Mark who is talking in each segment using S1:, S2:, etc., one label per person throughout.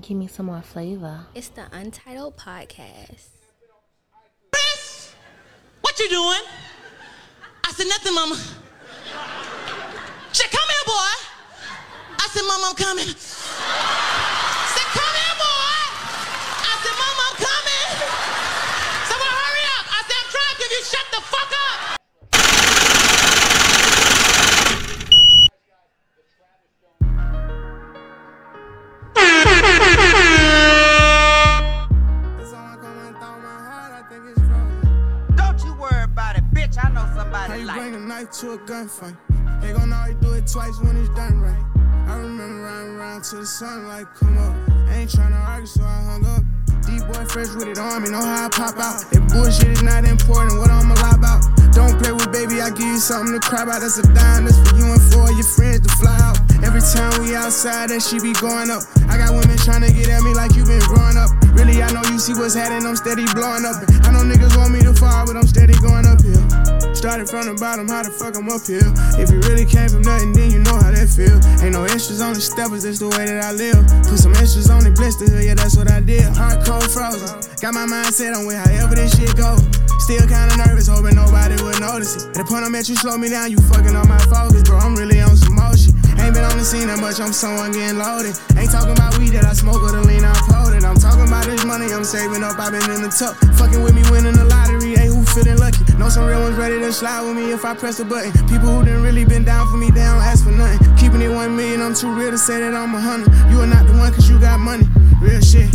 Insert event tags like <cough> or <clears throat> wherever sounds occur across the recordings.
S1: give me some more flavor.
S2: It's the Untitled Podcast.
S3: Prince, what you doing? I said, nothing, mama. She said, come here, boy. I said, mama, I'm coming. She said, come here, boy. I said, mama, I'm coming. Someone hurry up. I said, I'm trying to give you shut the fuck up.
S4: It's all coming through my heart, I think it's frozen.
S5: Don't you worry about it, bitch. I know
S4: How
S5: somebody
S4: you
S5: like
S4: bring a
S5: it.
S4: knife to a gunfight? They gon' always do it twice when it's done right. I remember riding around to the sunlight come up. Ain't tryna argue, so I hung up. D boy fresh with it on me, know how I pop out. That bullshit is not important, what I'ma lie about. Don't play with baby, I give you something to cry about. That's a dime, that's for you and for your friends to fly out. Every time we outside, that she be going up. I got women tryna get at me like you been growing up. Really, I know you see what's happening, I'm steady blowing up. I know niggas want me to fall, but I'm steady going uphill. Started from the bottom, how the fuck I'm up here? If you really came from nothing, then you know how that feel. Ain't no extras on the steppers, that's the way that I live. Put some extras on the blisters, yeah, that's what I did. Hard cold frozen, got my mind set on where however this shit go. Still kinda nervous, hoping nobody would notice it. At the point I'm at, you slow me down, you fucking on my focus, bro. I'm really on some motion. Ain't been on the scene that much, I'm someone getting loaded. Ain't talking about weed that I smoke or the lean I folded. I'm talking about this money I'm saving up, I've been in the tuck. Fucking with me winning the lottery, ain't who feeling lucky. Know some real ones ready to slide with me if I press the button. People who done really been down for me, they don't ask for nothing. Keeping it one million, I'm too real to say that I'm a hundred. You are not the one cause you got money. Real shit.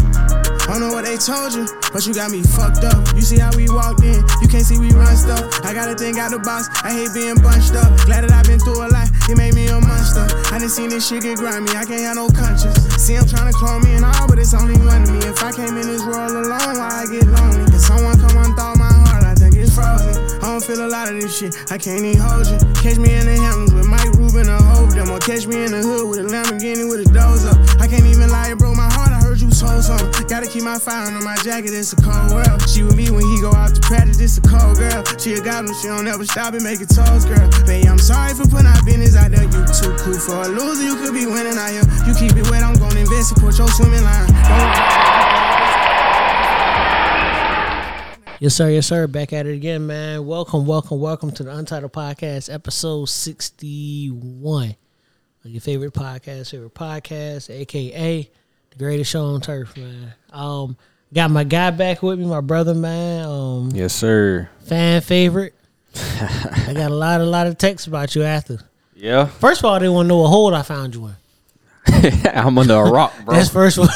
S4: I don't know what they told you, but you got me fucked up. You see how we walked in, you can't see we run stuff. I gotta think out the box, I hate being bunched up. Glad that I've been through a lot, it made me a monster. I done seen this shit get grimy, I can't have no conscience. See, I'm tryna clone me and all, but it's only one of me. If I came in this world alone, why I get lonely? Can someone come unthaw my heart? I think it's frozen. I don't feel a lot of this shit, I can't even hold you. Catch me in the Hamptons with Mike Rubin or Hove them, or catch me in the hood with a Lamborghini with a doze up. I can't even lie, it broke my heart, I heard you told something. Gotta keep my fire under my jacket, it's a cold world. She with me when he go out to practice, it's a cold girl. She a goblin, she don't ever stop and make it toes, girl. Baby, I'm sorry for putting our business out there, you too cool for a loser, you could be winning out here. You keep it wet, I'm gonna invest, support your swimming line.
S6: Yes, sir. Yes, sir. Back at it again, man. Welcome, welcome, welcome to the Untitled Podcast, episode 61. Your favorite podcast, favorite podcast, aka the greatest show on turf, man. Um, got my guy back with me, my brother, man. Um,
S7: Yes, sir.
S6: fan favorite. I got a lot, a lot of texts about you after.
S7: Yeah.
S6: First of all, they want to know what hole I found you in.
S7: <laughs> I'm under a rock, bro.
S6: That's first one.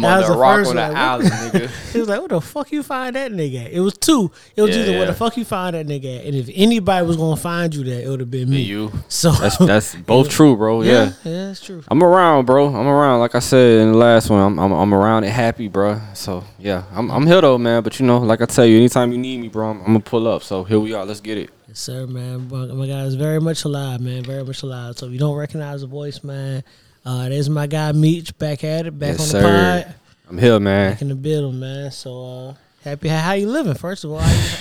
S6: <laughs> That was
S7: under a
S6: the
S7: rock
S6: first
S7: on that
S6: one. <laughs>
S7: island, nigga.
S6: He was like, "What the fuck you find that nigga?" At? It was two. It was
S7: Yeah,
S6: either where
S7: yeah.
S6: the fuck you find that nigga, at? and if anybody was gonna find you there, it would have been me.
S7: you.
S6: So <laughs>
S7: That's that's both true, bro. Yeah.
S6: yeah, that's true.
S7: I'm around, bro. I'm around. Like I said in the last one, I'm I'm, I'm around and happy, bro. So yeah, I'm I'm here though, man. But you know, like I tell you, anytime you need me, bro, I'm, I'm gonna pull up. So here we are. Let's get it.
S6: Yes, sir, man. But, oh my God, it's very much alive, man. Very much alive. So if you don't recognize the voice, man, uh, there's my guy Meech back at it, back
S7: yes,
S6: on the
S7: sir.
S6: pod,
S7: I'm here, man.
S6: back in the building, man. So uh, happy. How, how you living? First of all, how you-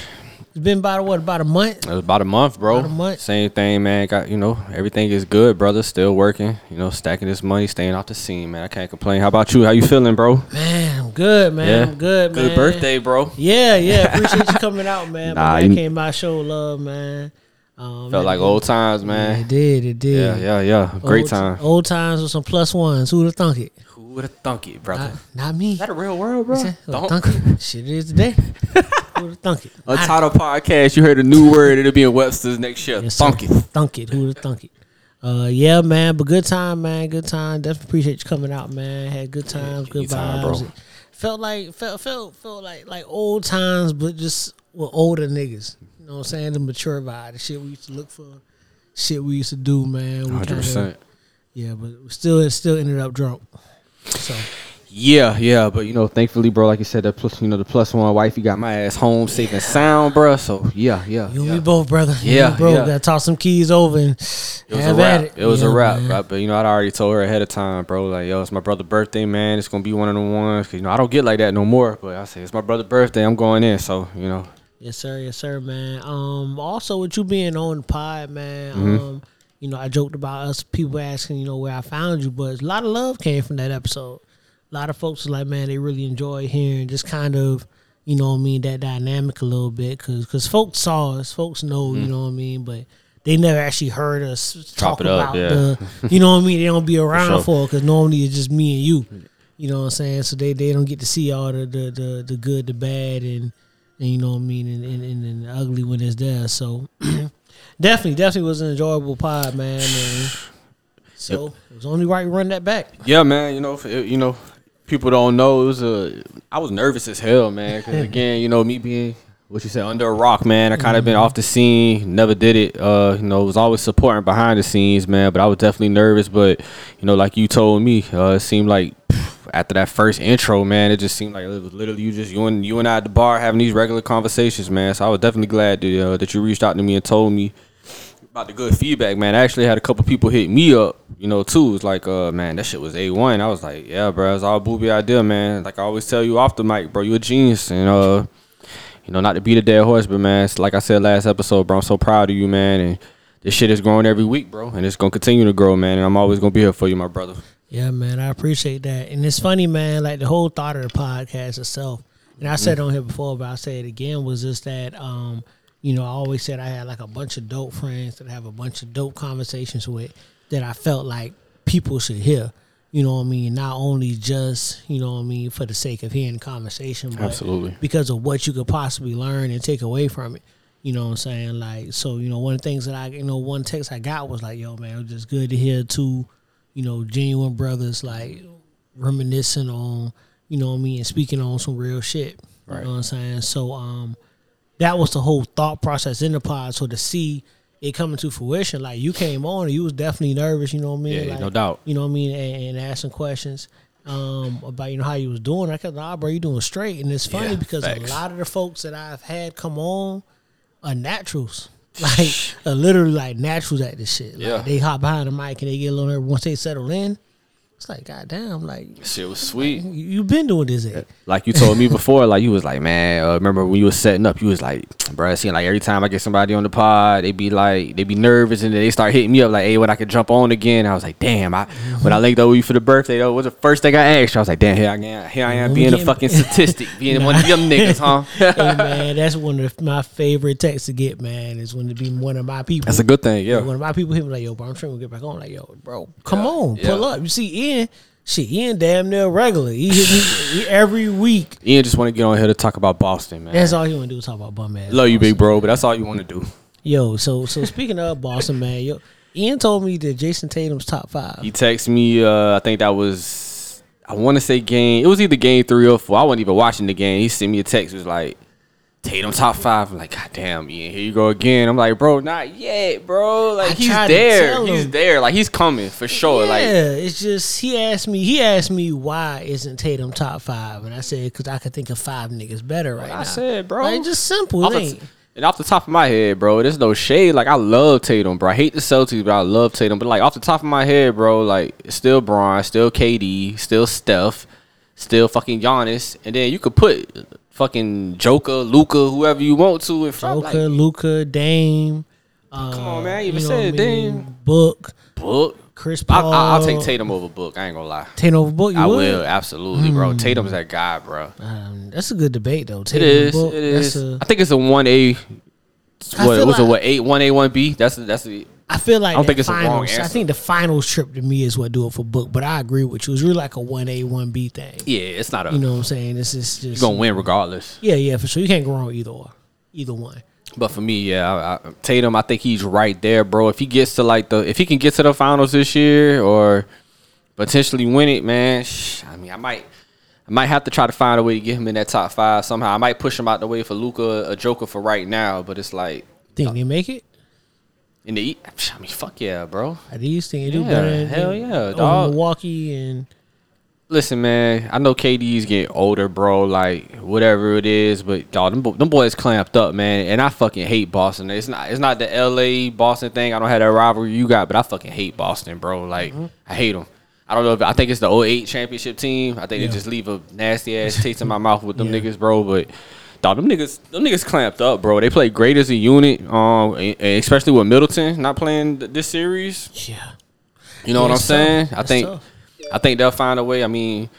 S6: it's been about what about a month?
S7: It was about a month, bro.
S6: About a month.
S7: Same thing, man. Got you know, everything is good, brother. Still working, you know, stacking this money, staying off the scene, man. I can't complain. How about you? How you feeling, bro?
S6: Man, I'm good, man. I'm good, man.
S7: Good birthday, bro.
S6: Yeah,
S7: <laughs>
S6: yeah. Appreciate you coming out, man.
S7: Nah,
S6: My man
S7: you-
S6: came by, show love, man. Um,
S7: Felt
S6: it-
S7: like old times,
S6: It
S7: man.
S6: did. It did.
S7: Yeah, Oh. yeah, yeah. Great
S6: Old-
S7: time.
S6: Old times with some plus ones. Who'd have thunk it?
S7: Who would have thunk it, brother?
S6: Not, not me.
S7: a real world, bro?
S6: Who'da thunk it? Shit it is
S7: <laughs>
S6: today. Who'd have thunk it?
S7: A title podcast. You heard a new word. It'll be in Webster's next year.
S6: Yes, sir.
S7: thunk it.
S6: Thunk it. Who'd have thunk it? Uh, yeah, man. But good time, man. Good time. Definitely appreciate you coming out, man. Had good times, good
S7: anytime,
S6: vibes.
S7: bro.
S6: Felt like felt felt felt like like old times, but just with older niggas. You know what I'm saying? The mature vibe, the shit we used to look for, shit we used to do, man. We
S7: Hundred
S6: kinda-
S7: percent.
S6: Yeah, but we still it still ended up drunk. So
S7: Yeah, yeah, but you know, thankfully, bro, like you said, that plus, you know, the plus one wife, you got my ass home safe and sound, bro. So yeah, yeah,
S6: you
S7: yeah.
S6: and me both, brother. You
S7: Yeah,
S6: and me both.
S7: yeah.
S6: Gotta toss some keys over and
S7: It was
S6: have
S7: a
S6: at
S7: wrap.
S6: it.
S7: It, was
S6: Yeah,
S7: a wrap.
S6: man.
S7: But, but, you know, I'd already told her ahead of time, bro. Like, yo, it's my brother's birthday, man. It's gonna be one of the ones. Cause you know, I don't get like that no more. But I say it's my brother's birthday. I'm going in. So you know,
S6: Yes, sir. Yes, sir, man. Um, also with you being on the pod, man.
S7: Mm-hmm.
S6: Um, you know, I joked about us people asking, you know, where I found you, but a lot of love came from that episode.
S8: a lot of folks was like, man, they really enjoy hearing just kind of, you know what I mean, that dynamic a little bit. Cause, cause folks saw us, folks know, you know what I mean, but they never actually heard us
S7: Mm-hmm. Chop
S8: talk
S7: it up,
S8: about
S7: yeah.
S8: the, you know what I mean? They don't be around
S7: sure.
S8: for because normally it's just me and you. You know what I'm saying? So they, they don't get to see all the, the, the, the good, the bad, and, and you know what I mean, and, and, and, and the ugly when it's there. So <clears throat> definitely, definitely was an enjoyable pod, man. and so it was only right to run that back.
S7: Yeah, man. You know, if it- you know, people don't know. It was a. I was nervous as hell, man. Because again, you know, me being what you said under a rock, man. I kind of been off the scene. Never did it. Uh, you know, was always supporting behind the scenes, man. But I was definitely nervous. But you know, like you told me, uh, it seemed like. After that first intro, man, it just seemed like it was literally you just you and you and I at the bar having these regular conversations, man. So I was definitely glad that, uh, that you reached out to me and told me about the good feedback, man. I actually had a couple people hit me up, you know, too. It's like, uh, man, that shit was a one. I was like, yeah, bro, it's all booby idea, man. Like I always tell you off the mic, bro, you a genius, and uh, you know, not to beat a dead horse, but man, it's like I said last episode, bro, I'm so proud of you, man, and this shit is growing every week, bro, and it's gonna continue to grow, man, and I'm always gonna be here for you, my brother.
S8: Yeah, man, I appreciate that. And it's funny, man, like the whole thought of the podcast itself, and I said it on here before, but I'll say it again, was just that um, you know, I always said I had like a bunch of dope friends that I have a bunch of dope conversations with that I felt like people should hear. You know what I mean? Not only just, you know what I mean, for the sake of hearing the conversation, but
S7: Absolutely.
S8: because of what you could possibly learn and take away from it. You know what I'm saying? Like, so, you know, one of the things that I, you know, one text I got was like, yo, man, it was just good to hear two, you know, genuine brothers like reminiscing on, you know what I mean, and speaking on some real shit. You
S7: Right.
S8: know what I'm saying? So, um, that was the whole thought process in the pod. So to see it coming to fruition, like you came on and you was definitely nervous, you know what I mean?
S7: Yeah,
S8: Like,
S7: no doubt.
S8: You know what I mean? And, and asking questions um, about, you know, how you was doing. I kept, nah, bro, you doing straight. And it's funny
S7: Yeah,
S8: because
S7: facts.
S8: a lot of the folks that I've had come on are naturals. <laughs> Like, are literally like naturals at this shit. Like,
S7: Yeah.
S8: They hop behind the mic and they get a little nervous. Once they settle in, it's like, goddamn, like,
S7: Shit was sweet.
S8: you- you been doing this. eh?
S7: Like you told me before, like you was like, man, uh, remember when you was setting up, you was like, bruh, it seem like every time I get somebody on the pod, they be like, they be nervous and then they start hitting me up like, hey, when I could jump on again. I was like, damn, I when I linked up with you for the birthday, though, was the first thing I asked you. I was like, damn, here I am, here I am
S8: We
S7: being a
S8: getting- <laughs>
S7: fucking statistic, being one of them niggas, huh?
S8: Hey, man, that's one of my favorite texts to get, man, is when it be one of my people.
S7: That's a good thing,
S8: One
S7: yeah.
S8: of my people hit me like, yo, bro, I'm trying to get back on. Like, yo, bro, come on,
S7: yeah.
S8: pull up. You see Ian, shit, Ian damn near regular. He hit me <laughs> he- every week.
S7: Ian just want to get on here to talk about Boston, man.
S8: That's all he want to do is talk about bum ass.
S7: Love you, big bro, but that's all you want to do.
S8: Yo, so so speaking of Boston, man, yo, Ian told me that Jason Tatum's top five.
S7: He texted me. Uh, I think that was. I want to say game. It was either game three or four. I wasn't even watching the game. He sent me a text. It was like, Tatum top five. I'm like, God damn, Ian, here you go again. I'm like, bro, not yet, bro. Like
S8: I
S7: he's
S8: tried to
S7: there.
S8: tell
S7: He's
S8: him.
S7: there. Like he's coming for sure. Like
S8: yeah, it's just he asked me. He asked me why isn't Tatum top five, and I said because I could think of five niggas better right now.
S7: I said, bro.
S8: like, just simple.
S7: off
S8: it
S7: the
S8: ain't-
S7: t- and off the top of my head, bro, there's no shade. Like I love Tatum, bro. I hate the Celtics, but I love Tatum. But like off the top of my head, bro, like it's still Braun, still KD, still Steph, still fucking Giannis, and then you could put fucking Joker, Luca, whoever you want to in front.
S8: Luca,
S7: Like,
S8: Luca, Dame. Uh, Come
S7: on, man, you even said Dame.
S8: Book,
S7: book.
S8: Chris
S7: I, I,
S8: Paul.
S7: I'll take Tatum over book. I ain't gonna lie.
S8: Tatum over Book. You
S7: I
S8: would?
S7: will absolutely,
S8: Hmm.
S7: bro. Tatum's that guy, bro.
S8: Um, that's a good debate though.
S7: It
S8: Tatum
S7: is.
S8: Book,
S7: It is.
S8: That's a,
S7: I think it's a one A.
S8: I
S7: What
S8: feel
S7: was it?
S8: like-
S7: What eight? One A, one B. That's that's the.
S8: I feel like I
S7: don't think it's a wrong
S8: finals, I
S7: answer.
S8: think the finals trip to me is what do it for Book, but I agree with you. It's really like a one A one B thing.
S7: Yeah, it's not a.
S8: You know what I'm saying? This is just
S7: you're gonna win regardless.
S8: yeah, yeah, for sure. You can't go wrong with either or either one.
S7: But for me, yeah, I, I, Tatum, I think he's right there, bro. If he gets to like the, if he can get to the finals this year or potentially win it, man. Sh- I mean, I might, I might have to try to find a way to get him in that top five somehow. I might push him out the way for Luca, a Joker for right now. But it's like
S8: Think they make it?
S7: in the, E- I mean, fuck yeah, bro.
S8: I do think they do
S7: Yeah,
S8: better. Than,
S7: hell
S8: than
S7: yeah,
S8: over
S7: dog.
S8: Milwaukee and
S7: Listen, man, I know KD's getting older, bro. Like whatever it is, but dog, them, bo- them boys clamped up, man. And I fucking hate Boston. It's not, it's not the LA Boston thing. I don't have that rivalry you got, but I fucking hate Boston, bro. Like
S8: Mm-hmm.
S7: I hate them. I don't know if I think it's the 08 championship team. I think
S8: Yeah.
S7: they just leave a nasty ass taste in
S8: <laughs>
S7: my mouth with them
S8: Yeah.
S7: niggas, bro. But dog, them niggas, them niggas clamped up, bro. They play great as a unit, um, and- and especially with Middleton not playing th- this series.
S8: yeah.
S7: You know what I'm
S8: That's tough.
S7: saying? I
S8: That's
S7: think
S8: tough.
S7: I think they'll find a way. I mean,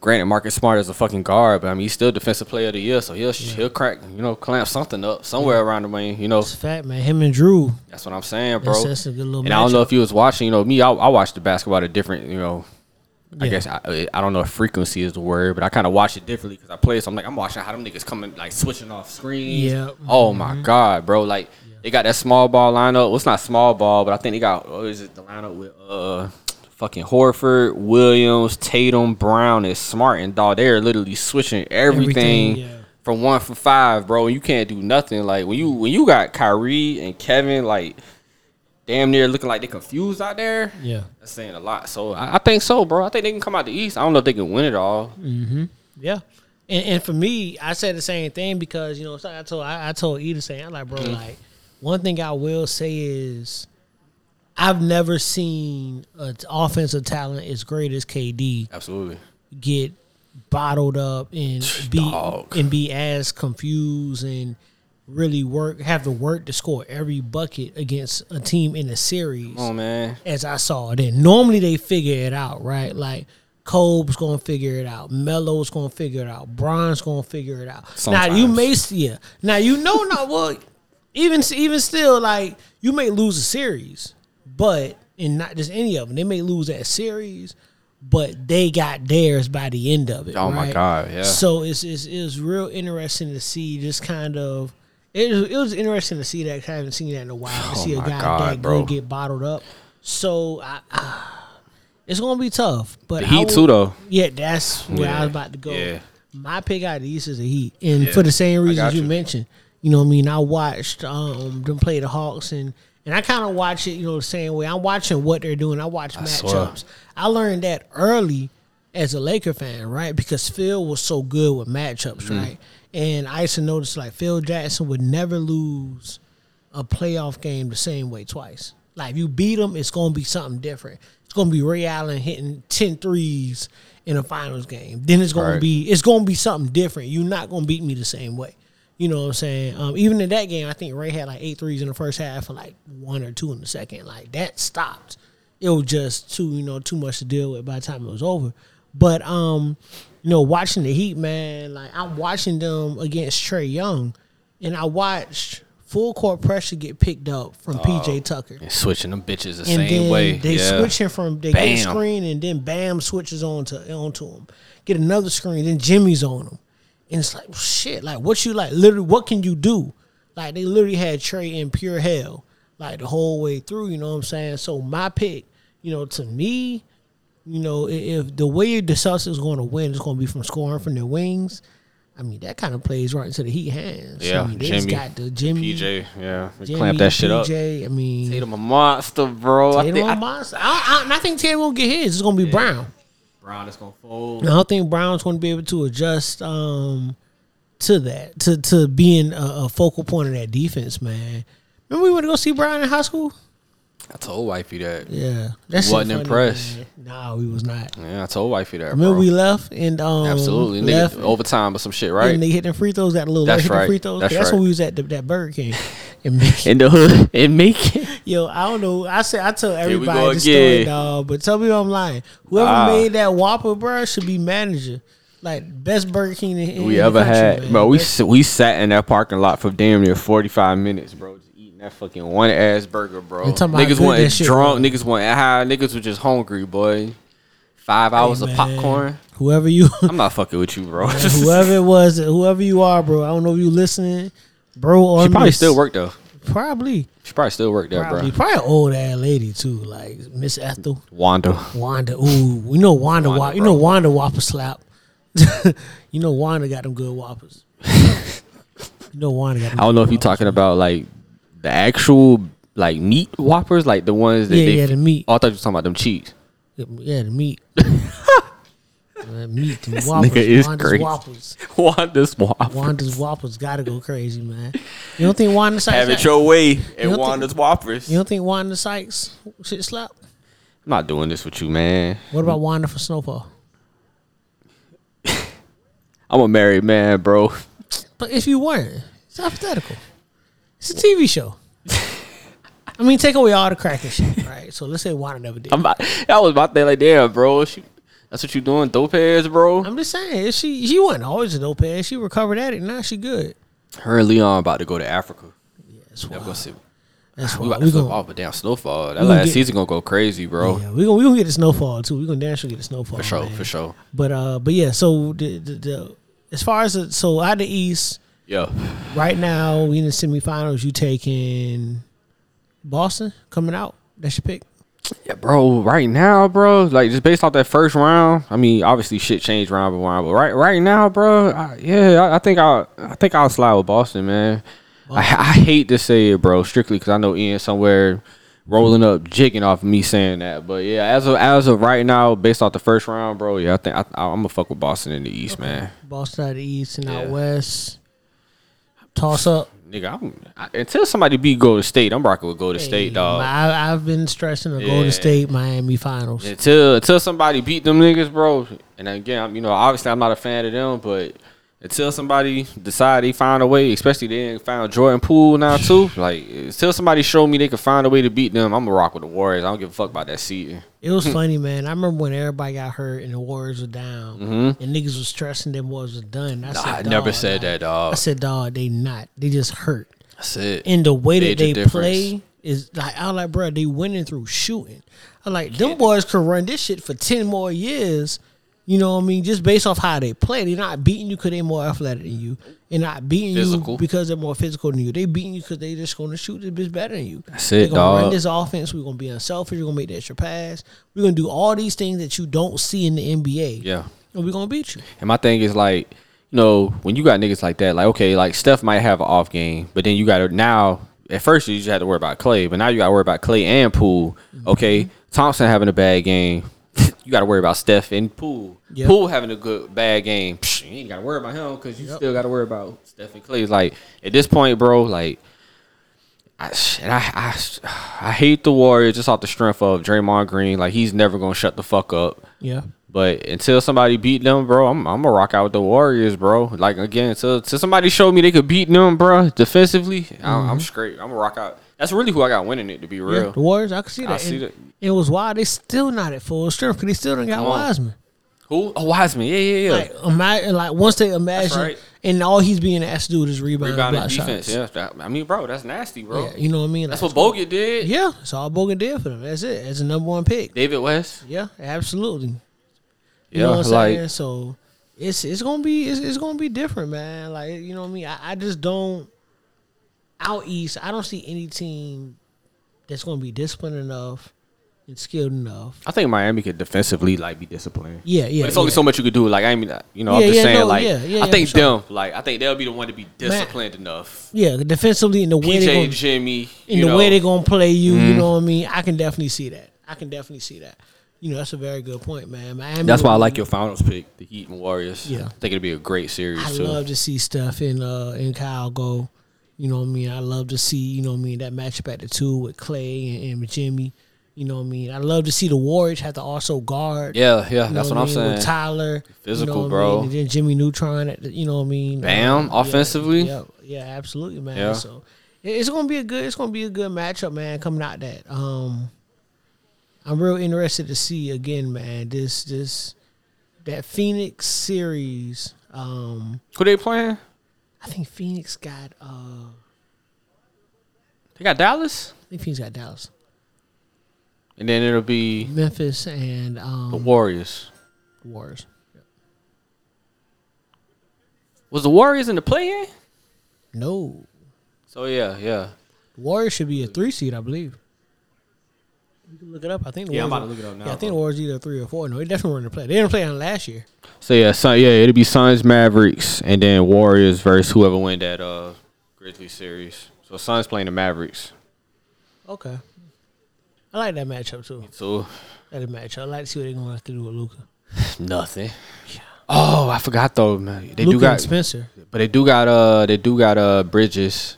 S7: Granted, Marcus Smart is a fucking guard, but I mean he's still defensive player of the year, so he'll he'll crack you know clamp something up somewhere around the lane. You know
S8: It's fat, man. Him and Drew.
S7: that's what I'm saying, bro.
S8: That's- that's a good little
S7: and I don't know
S8: matchup.
S7: if you was watching. You know me, I, I watched the basketball at a different you know I
S8: Yeah.
S7: guess I, I don't know if frequency is the word, but I kind of watch it differently because I play. So I'm like, I'm watching how them niggas coming, like switching off screens.
S8: Yep.
S7: Oh my god, bro! Like they got that small ball lineup. Well, it's not small ball, but I think they got. Oh, is it the lineup with uh, fucking Horford, Williams, Tatum, Brown, and Smart and dog? They're literally switching everything.
S8: Everything, yeah.
S7: From one for five, bro, you can't do nothing. Like when you when you got Kyrie and Kevin, like damn near looking like they confused out there.
S8: Yeah.
S7: That's saying a lot. So I, I think so, bro. I think they can come out the East. I don't know if they can win it all.
S8: Yeah. And, and for me, I said the same thing because you know it's like I told I, I told E the same. I'm like, bro, like one thing I will say is I've never seen an offensive talent as great as KD
S7: Absolutely.
S8: get bottled up and be
S7: Dog.
S8: and be as confused and really work have to work to score every bucket against a team in a series
S7: Oh man.
S8: as I saw it. And normally they figure it out, right? Like Kobe's gonna figure it out, Melo's gonna figure it out, Bron's gonna figure it out. Now you
S7: Sometimes.
S8: may see it. Now you
S7: <laughs>
S8: know not well. Even even still, like you may lose a series, but and not just any of them. They may lose that series, but they got theirs by the end of it.
S7: Oh, my
S8: right?
S7: God, yeah.
S8: So it's it's it's real interesting to see just kind of. It was, it was interesting to see that. 'cause I haven't seen that in a while. To
S7: Oh,
S8: see a
S7: my
S8: guy
S7: God,
S8: that
S7: bro.
S8: good get bottled up. So I, it's gonna be tough, but
S7: The
S8: I
S7: Heat
S8: would-
S7: too, though.
S8: Yeah, that's where I
S7: Yeah,
S8: was about to go.
S7: yeah.
S8: My pick out of the East is the Heat, and
S7: Yeah,
S8: for the same
S7: I
S8: reasons
S7: got
S8: you.
S7: you.
S8: mentioned. You know, what I mean, I watched um, them play the Hawks, and and I kind of watch it, you know, the same way. I'm watching what they're doing. I watch
S7: swear.
S8: matchups. I learned that early as a Laker fan, right? Because Phil was so good with matchups, right? And I used to notice like Phil Jackson would never lose a playoff game the same way twice. Like if you beat them, it's gonna be something different. It's gonna be Ray Allen hitting 10 threes in a finals game. Then it's gonna
S7: Right.
S8: be it's gonna be something different. You're not gonna beat me the same way. You know what I'm saying? Um, even in that game, I think Ray had like eight threes in the first half and like one or two in the second. Like that stopped. It was just too, you know, too much to deal with by the time it was over. But um, you know, watching the Heat, man, like I'm watching them against Trey Young, and I watched full court pressure get picked up from PJ Tucker.
S7: And switching them bitches the same
S8: And then
S7: way.
S8: they
S7: yeah.
S8: switching from they get a
S7: Bam.
S8: screen and then bam switches on to onto him. Get another screen, then Jimmy's on him. And it's like shit, like what you like literally what can you do? Like they literally had Trey in pure hell like the whole way through, you know what I'm saying? So my pick, you know, to me, you know, i- if the way the Celtics is going to win is going to be from scoring from their wings, I mean that kind of plays right into the Heat hands. I
S7: Yeah,
S8: mean, they just
S7: Jimmy,
S8: got the Jimmy,
S7: PJ. Yeah. They
S8: Jimmy,
S7: clamp that shit up.
S8: PJ, I mean,
S7: Tatum a monster, bro. I
S8: Tatum
S7: think
S8: on
S7: I,
S8: Monster. I, I, and I think Tatum won't get his. It's gonna be Brown.
S7: Brown is gonna fold.
S8: And I don't think Brown's gonna be able to adjust um, to that to to being a, a focal point of that defense, man. Remember we went to go see Brown in high school.
S7: I told wifey that. Yeah,
S8: Yeah, that shit
S7: Wasn't
S8: funny,
S7: impressed.
S8: man. Nah, we was not.
S7: I told wifey that,
S8: Remember
S7: bro.
S8: we left and um,
S7: Absolutely.
S8: left
S7: Nigga, overtime or some shit, right?
S8: and they hitting free throws. Got a little
S7: That's
S8: hitting
S7: right.
S8: free throws.
S7: That's
S8: That's,
S7: right.
S8: when we was at the, that Burger King. <laughs> And man,
S7: In the hood. <laughs> And make it.
S8: Yo, I don't know. I said I tell
S7: we
S8: everybody
S7: go
S8: this story,
S7: again.
S8: dog. But tell me if I'm lying. Whoever
S7: Ah.
S8: made that Whopper, bro, should be manager. Like best Burger King in, in
S7: we
S8: the
S7: ever
S8: country,
S7: had,
S8: man.
S7: bro. We
S8: Best-
S7: s- we sat in that parking lot for damn near forty five minutes, bro, just eating that fucking one ass burger, bro.
S8: I'm talking about
S7: Niggas
S8: good
S7: went
S8: that shit,
S7: drunk, niggas went high, niggas were just hungry, boy. Five hours of
S8: man.
S7: popcorn.
S8: Whoever you,
S7: I'm not fucking with you, <laughs> bro.
S8: <laughs> whoever it was, whoever you are, bro. I don't know if you listening, bro. Or
S7: she probably
S8: miss.
S7: still worked though.
S8: Probably,
S7: She probably still worked there,
S8: probably,
S7: bro.
S8: probably an old ass lady too, like Miss Ethel.
S7: Wanda.
S8: Wanda. Ooh, you know
S7: Wanda,
S8: Wanda. Wanda you
S7: bro.
S8: know Wanda Whopper slap. <laughs> you know Wanda got them good
S7: <laughs>
S8: Whoppers. you know Wanda got. Them
S7: I don't
S8: good
S7: know if you're talking about like the actual like meat whoppers, like the ones that
S8: Yeah,
S7: they
S8: yeah, the meat.
S7: Oh, I thought you were talking about them cheese. <laughs>
S8: Yeah, the meat. Man, meat, them whoppers.
S7: nigga is
S8: Wanda's
S7: crazy.
S8: whoppers.
S7: Wanda's whoppers.
S8: Wanda's whoppers gotta go crazy, man. You don't think Wanda Sykes?
S7: Have it your way and
S8: think-
S7: Wanda's whoppers.
S8: you don't think Wanda Sykes shit slap?
S7: I'm not doing this with you, man.
S8: What about Wanda for Snowfall?
S7: I'm a married man, bro. <laughs>
S8: But if you weren't, it's hypothetical. It's a
S7: <laughs>
S8: TV show. I mean, take away all the cracking shit, right? So let's say Wanda never did.
S7: I'm about, that was my thing. Like, damn, bro. She, That's what you doing, dope ass, bro.
S8: I'm just saying, she she wasn't always a dope ass. She recovered at it. Now she good.
S7: Her and Leon about to go to Africa.
S8: That's
S7: Y'all
S8: why.
S7: gonna see.
S8: That's
S7: We
S8: why.
S7: about to
S8: We
S7: flip
S8: gonna,
S7: off a damn snowfall. That
S8: gonna
S7: last
S8: get-
S7: season gonna go crazy, bro.
S8: yeah, we gonna we gonna get a snowfall too. We gonna damn sure get a snowfall
S7: For sure,
S8: man.
S7: for sure.
S8: But uh, but yeah. So the, the, the as far as the, so out of the East
S7: Yeah.
S8: right now, we in the semifinals. You taking Boston coming out? That's your pick.
S7: Yeah, bro, right now, bro, like just based off that first round, I mean, obviously shit changed round by round, but right right now, bro, I, yeah, I, I think I I think I'll slide with Boston, man. I, I hate to say it, bro, strictly because I know Ian somewhere rolling up, jigging off me saying that, but yeah, as of as of right now, based off the first round, bro, yeah, I think I, I'm gonna fuck with Boston in the East, man.
S8: Boston out of the East and out
S7: Yeah.
S8: West. Toss up.
S7: Nigga, I'm, I, until somebody beat Golden State, I'm rocking with Golden
S8: Hey,
S7: State, dog.
S8: I, I've been stressing the
S7: Yeah.
S8: Golden State Miami finals.
S7: Until until somebody beat them niggas, bro. And again, I'm, you know, obviously I'm not a fan of them, but until somebody decide they find a way, especially they ain't found Jordan Poole now <sighs> too. Like until somebody show me they can find a way to beat them, I'm gonna rock with the Warriors. I don't give a fuck about that season.
S8: It was funny, man. I remember when everybody got hurt and the Warriors were down and niggas was stressing them Warriors was done. I, said,
S7: Mm-hmm. I never
S8: "Dawg,
S7: said
S8: like-"
S7: that, dog.
S8: I said, dog, they not. They just hurt.
S7: That's it.
S8: And the way that
S7: Major
S8: they
S7: difference.
S8: play is like I'm like, bro, they winning through shooting. I'm like, them boys could run this shit for ten more years. You know what I mean? Just based off how they play, they're not beating you because they're more athletic than you. They're not beating
S7: Physical.
S8: you because they're more physical than you. They beating you because they just going to shoot this bitch better than you.
S7: That's
S8: They're
S7: it,
S8: gonna run
S7: dawg.
S8: this offense. We're going to be unselfish. We're going to make the extra pass. We're going to do all these things that you don't see in the NBA.
S7: Yeah.
S8: And we're going to beat you.
S7: And my thing is like, you know, when you got niggas like that, like okay, like Steph might have an off game, but then you got to now. At first, you just had to worry about Clay, but now you got to worry about Clay and Poole. Okay, Thompson having a bad game, <laughs> you got to worry about Steph and Poole.
S8: Yep.
S7: Poole having a good bad game, psh, you ain't got to worry about him because you still got to worry about Steph and Clay. Like at this point, bro, like. I, and I, I, I hate the Warriors just off the strength of Draymond Green. Like he's never gonna shut the fuck up.
S8: Yeah.
S7: But until somebody beat them, bro, I'm I'm gonna rock out with the Warriors, bro. Like again, until, until somebody showed me they could beat them, bro, defensively, I'm, I'm straight. I'm gonna rock out. That's really who I got winning it, to be
S8: Mm-hmm. Yeah,
S7: real.
S8: the Warriors, I can see that.
S7: I see
S8: And
S7: that.
S8: It was wild. They still not at full strength because they still don't got
S7: Come on.
S8: Wiseman.
S7: Who? Oh, Wiseman. Yeah, yeah, yeah.
S8: Like imagine, like once they imagine,
S7: right.
S8: and all he's being asked to do is rebound, and
S7: Rebounding
S8: uh, block
S7: defense.
S8: shots.
S7: Yeah, that- I mean, bro, that's nasty, bro.
S8: Yeah, you know what I mean.
S7: that's
S8: Like,
S7: what Bogut did.
S8: yeah, it's all Bogan did for them. That's it. That's the number one pick.
S7: David West.
S8: Yeah, absolutely. You
S7: Yeah,
S8: know what I'm
S7: like
S8: saying? So it's it's gonna be it's, it's gonna be different, man. Like you know what I mean. I, I just don't out east. I don't see any team that's gonna be disciplined enough and skilled enough.
S7: I think Miami could defensively like be disciplined.
S8: Yeah, yeah.
S7: But it's only
S8: yeah.
S7: so much you could do. Like I mean, uh, you know, I'm
S8: Yeah,
S7: just
S8: yeah,
S7: saying.
S8: no,
S7: like
S8: yeah, yeah,
S7: I
S8: yeah,
S7: think
S8: for sure.
S7: them. Like I think they'll be the one to be disciplined enough.
S8: Yeah, defensively and the way they
S7: PJ
S8: gonna-
S7: Jimmy.
S8: in
S7: you
S8: the
S7: know.
S8: way they're gonna play you. You
S7: Mm-hmm.
S8: know what I mean? I can definitely see that. I can definitely see that. You know, that's a very good point, man. Miami
S7: That's why I
S8: would-
S7: like your finals pick, the Heat and Warriors.
S8: Yeah.
S7: I think it'll be a great series
S8: I
S7: too.
S8: love to see stuff in uh in Kyle go. You know what I mean? I love to see you know what I mean that matchup at the two with Clay and, and Jimmy. You know what I mean? I love to see the Warriors have to also guard.
S7: yeah, yeah,
S8: you know
S7: that's what I'm
S8: I mean, with
S7: saying.
S8: Tyler,
S7: Physical,
S8: you know what I
S7: bro.
S8: mean? and then Jimmy Neutron at the, you know what I mean.
S7: Bam,
S8: yeah,
S7: offensively.
S8: Yeah, yeah, absolutely, man.
S7: Yeah.
S8: So it- it's gonna be a good, it's gonna be a good matchup, man. Coming out that, um, I'm real interested to see again, man. This this that Phoenix series. Um,
S7: Who they playing?
S8: I think Phoenix got, uh,
S7: They got Dallas,
S8: I think Phoenix got Dallas,
S7: and then it'll be
S8: Memphis, and um,
S7: the Warriors.
S8: Warriors.
S7: Was the Warriors in the play in?
S8: No,
S7: So yeah, yeah.
S8: Warriors should be a three seed, I believe. You can look it up. I think the
S7: Yeah, I'm
S8: Warriors
S7: about to look it up now,
S8: Yeah, I
S7: bro.
S8: think the Warriors either three or four. No, they definitely were in the play. They didn't play on last year.
S7: So yeah, Sun, yeah, it'll be Suns, Mavericks, and then Warriors versus whoever win that uh Grizzly series. So Suns playing the Mavericks.
S8: Okay. I like that matchup too.
S7: So
S8: That matchup. I like to see what they're gonna have to do with Luca.
S7: nothing. Oh, I forgot though, man. They do
S8: Luca and
S7: got
S8: Spencer.
S7: But they do got uh they do got uh Bridges.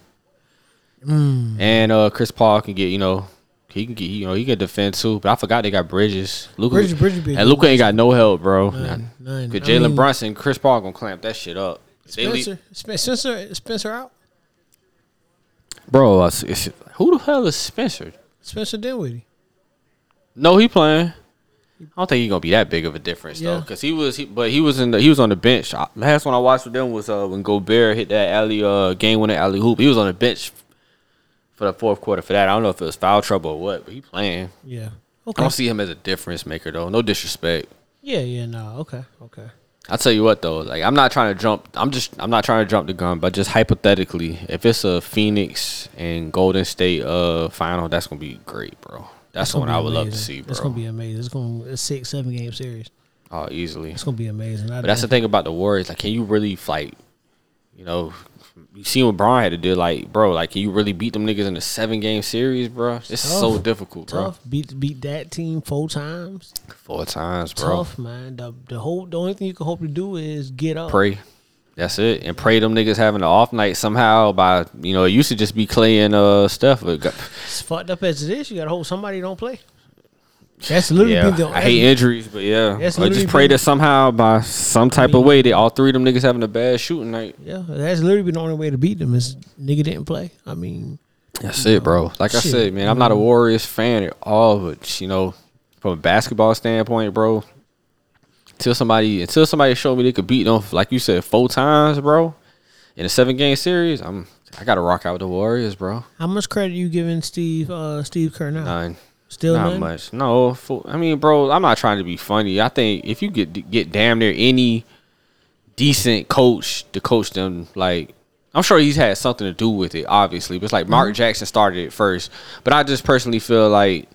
S8: Mm.
S7: And uh Chris Paul can get, you know, he can get you know, he can defend too. But I forgot they got Bridges. Luca
S8: Bridges- Bridges be a
S7: and
S8: good
S7: Luca ain't got no help, bro.
S8: None, none.
S7: Cause
S8: I
S7: Jalen
S8: mean-
S7: Brunson, Chris Paul gonna clamp that shit up. If they leave-
S8: Spencer, Spen- Spencer, Spencer out.
S7: bro, it's, it's- who the hell is Spencer?
S8: Spencer Dinwiddie.
S7: No, he playing. I don't think he's gonna be that big of a difference though,
S8: Yeah.
S7: because he was, he, but he was in the, he was on the bench. I, last one I watched with them was uh, when Gobert hit that alley, uh, game winning alley hoop. He was on the bench for the fourth quarter for that. I don't know if it was foul trouble or what, but he playing.
S8: Yeah.
S7: I
S8: Okay.
S7: don't see him as a difference maker though. No disrespect.
S8: Yeah, yeah, no. Okay, okay.
S7: I tell you what though, like I'm not trying to jump. I'm just I'm not trying to jump the gun, but just hypothetically, if it's a Phoenix and Golden State uh final, that's gonna be great, bro. That's, what
S8: gonna
S7: I
S8: be
S7: would love to
S8: amazing.
S7: see, bro.
S8: It's gonna be amazing. It's gonna a six, seven game series.
S7: oh, easily.
S8: It's gonna be amazing. I
S7: But that's the thing about the Warriors. Like, can you really fight? You know, you see what Brian had to do. Like, bro, like, can you really beat them niggas in a seven game series, bro? It's so
S8: Tough.
S7: difficult, bro.
S8: tough. Beat beat that team four times.
S7: Four times, bro.
S8: Tough, man. The the whole the only thing you can hope to do is get up.
S7: Pray. That's it. And pray them niggas having an off night somehow by, you know, it used to just be Clay and uh, Steph. But got-
S8: It's fucked up as it is. You gotta hope somebody don't play. That's literally
S7: yeah,
S8: been the.
S7: I hate injuries, but yeah.
S8: That's
S7: I
S8: literally
S7: just pray
S8: been-
S7: that somehow by some type of way that all three of them niggas having a bad shooting night.
S8: Yeah, that's literally been the only way to beat them is nigga didn't play. I mean,
S7: That's it, bro. Like I
S8: Shit.
S7: said, man, I'm not a Warriors fan at all, but you know, from a basketball standpoint, bro, until somebody until somebody showed me they could beat them, like you said, four times, bro, in a seven game series, I'm I gotta rock out with the Warriors, bro.
S8: how much credit you giving Steve uh Steve Kerr now?
S7: Nine.
S8: Still
S7: not
S8: none?
S7: much. No, fo- I mean, bro, I'm not trying to be funny. I think if you get get damn near any decent coach to coach them, like I'm sure he's had something to do with it, obviously. But it's like
S8: Mm-hmm.
S7: Mark Jackson started it first. But I just personally feel like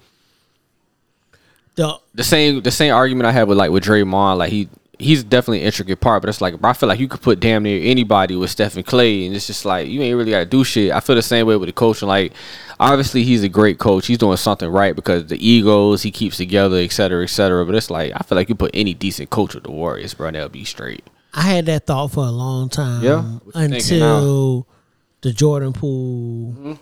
S8: The
S7: the same the same argument I had with like with Draymond, like he he's definitely an intricate part, but it's like bro, I feel like you could put damn near anybody with Stephen Clay, and it's just like you ain't really gotta do shit. I feel the same way with the coaching. Like obviously he's a great coach, he's doing something right because the egos he keeps together, et cetera, et cetera. But it's like I feel like you put any decent coach with the Warriors, bro, and they'll be straight.
S8: I had that thought for a long time.
S7: Yeah? What you thinking
S8: Until the Jordan Poole,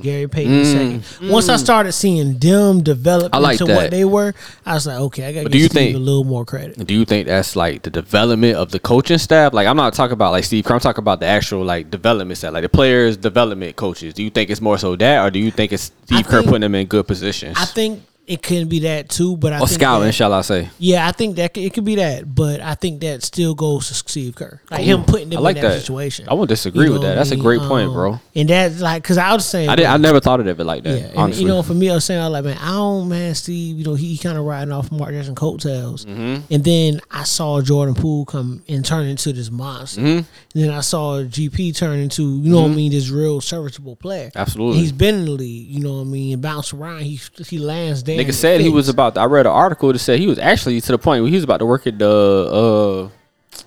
S8: Gary Payton second. Once I started seeing them develop
S7: Mm. I like
S8: into
S7: that.
S8: what they were, I was like, okay, I got to
S7: do
S8: give
S7: you
S8: Steve
S7: think-
S8: a little more credit.
S7: Do you think that's like the development of the coaching staff? Like I'm not talking about like Steve Kerr, I'm talking about the actual like development staff, like the players development coaches. Do you think it's more so that or do you think it's Steve Kerr
S8: think-
S7: putting them in good positions?
S8: I think it could be that too, but I
S7: or
S8: think
S7: Oh, scouting,
S8: that-
S7: shall I say?
S8: Yeah, I think that c- it could be that, but I think that still goes to Steve Kerr, like him putting them
S7: I like
S8: in that,
S7: that.
S8: situation.
S7: I wouldn't disagree with that.
S8: know what I
S7: That's a
S8: mean? Um,
S7: great point, bro.
S8: And that's like because I was saying,
S7: I did. I never thought of it like that.
S8: Yeah, and,
S7: honestly,
S8: you know, for me, I was saying, I was like, man, I don't, man, Steve, you know, he kind of riding off Mark Jackson coattails.
S7: Mm-hmm.
S8: And then I saw Jordan Poole come and turn into this monster.
S7: Mm-hmm.
S8: And then I saw GP turn into, you know what I mean, this real serviceable player.
S7: Absolutely.
S8: He's been in the league, you know what I mean, and bounce around. He he lands down.
S7: nigga said he was about. To, I read an article that said he was actually to the point where he was about to work at the uh,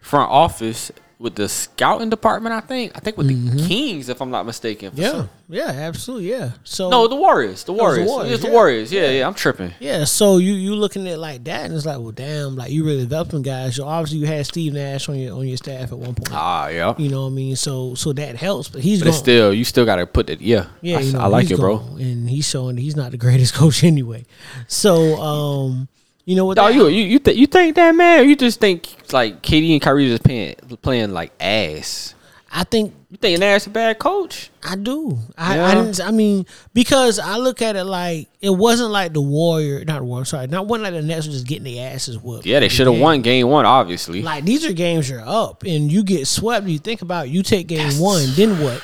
S7: front office with the scouting department. I think. I think with the Kings, if I'm not mistaken. for
S8: Mm-hmm. Yeah,
S7: some-
S8: yeah, absolutely, yeah. So
S7: No, the Warriors. The Warriors.
S8: Warriors,
S7: It's the
S8: yeah.
S7: Warriors. Yeah, yeah. I'm tripping.
S8: Yeah, so you you looking at it like that, and it's like, well, damn, like you really developing guys. So obviously, you had Steve Nash on your on your staff at one point.
S7: Ah, yeah.
S8: You know what I mean? So so that helps, but he's
S7: But it's
S8: gone.
S7: still, you still got to put it. Yeah.
S8: Yeah,
S7: I,
S8: you know,
S7: I like
S8: he's
S7: it, bro.
S8: gone, And he's showing he's not the <laughs> greatest coach anyway. So, um, you know what?
S7: No,
S8: that-
S7: you you you, th- you think that man? You just think like Katie and Kyrie just playing playing like ass.
S8: I think
S7: You think Nash a bad coach?
S8: I do. I, I
S7: Yeah.
S8: didn't. I mean, because I look at it like it wasn't like the Warrior, not the Warrior. Sorry, not one like the Nets were just getting their asses whooped.
S7: Yeah, they
S8: Like,
S7: should have
S8: damn.
S7: won game one, obviously.
S8: Like these are games you're up and you get swept. You think about it, you take game one, then what?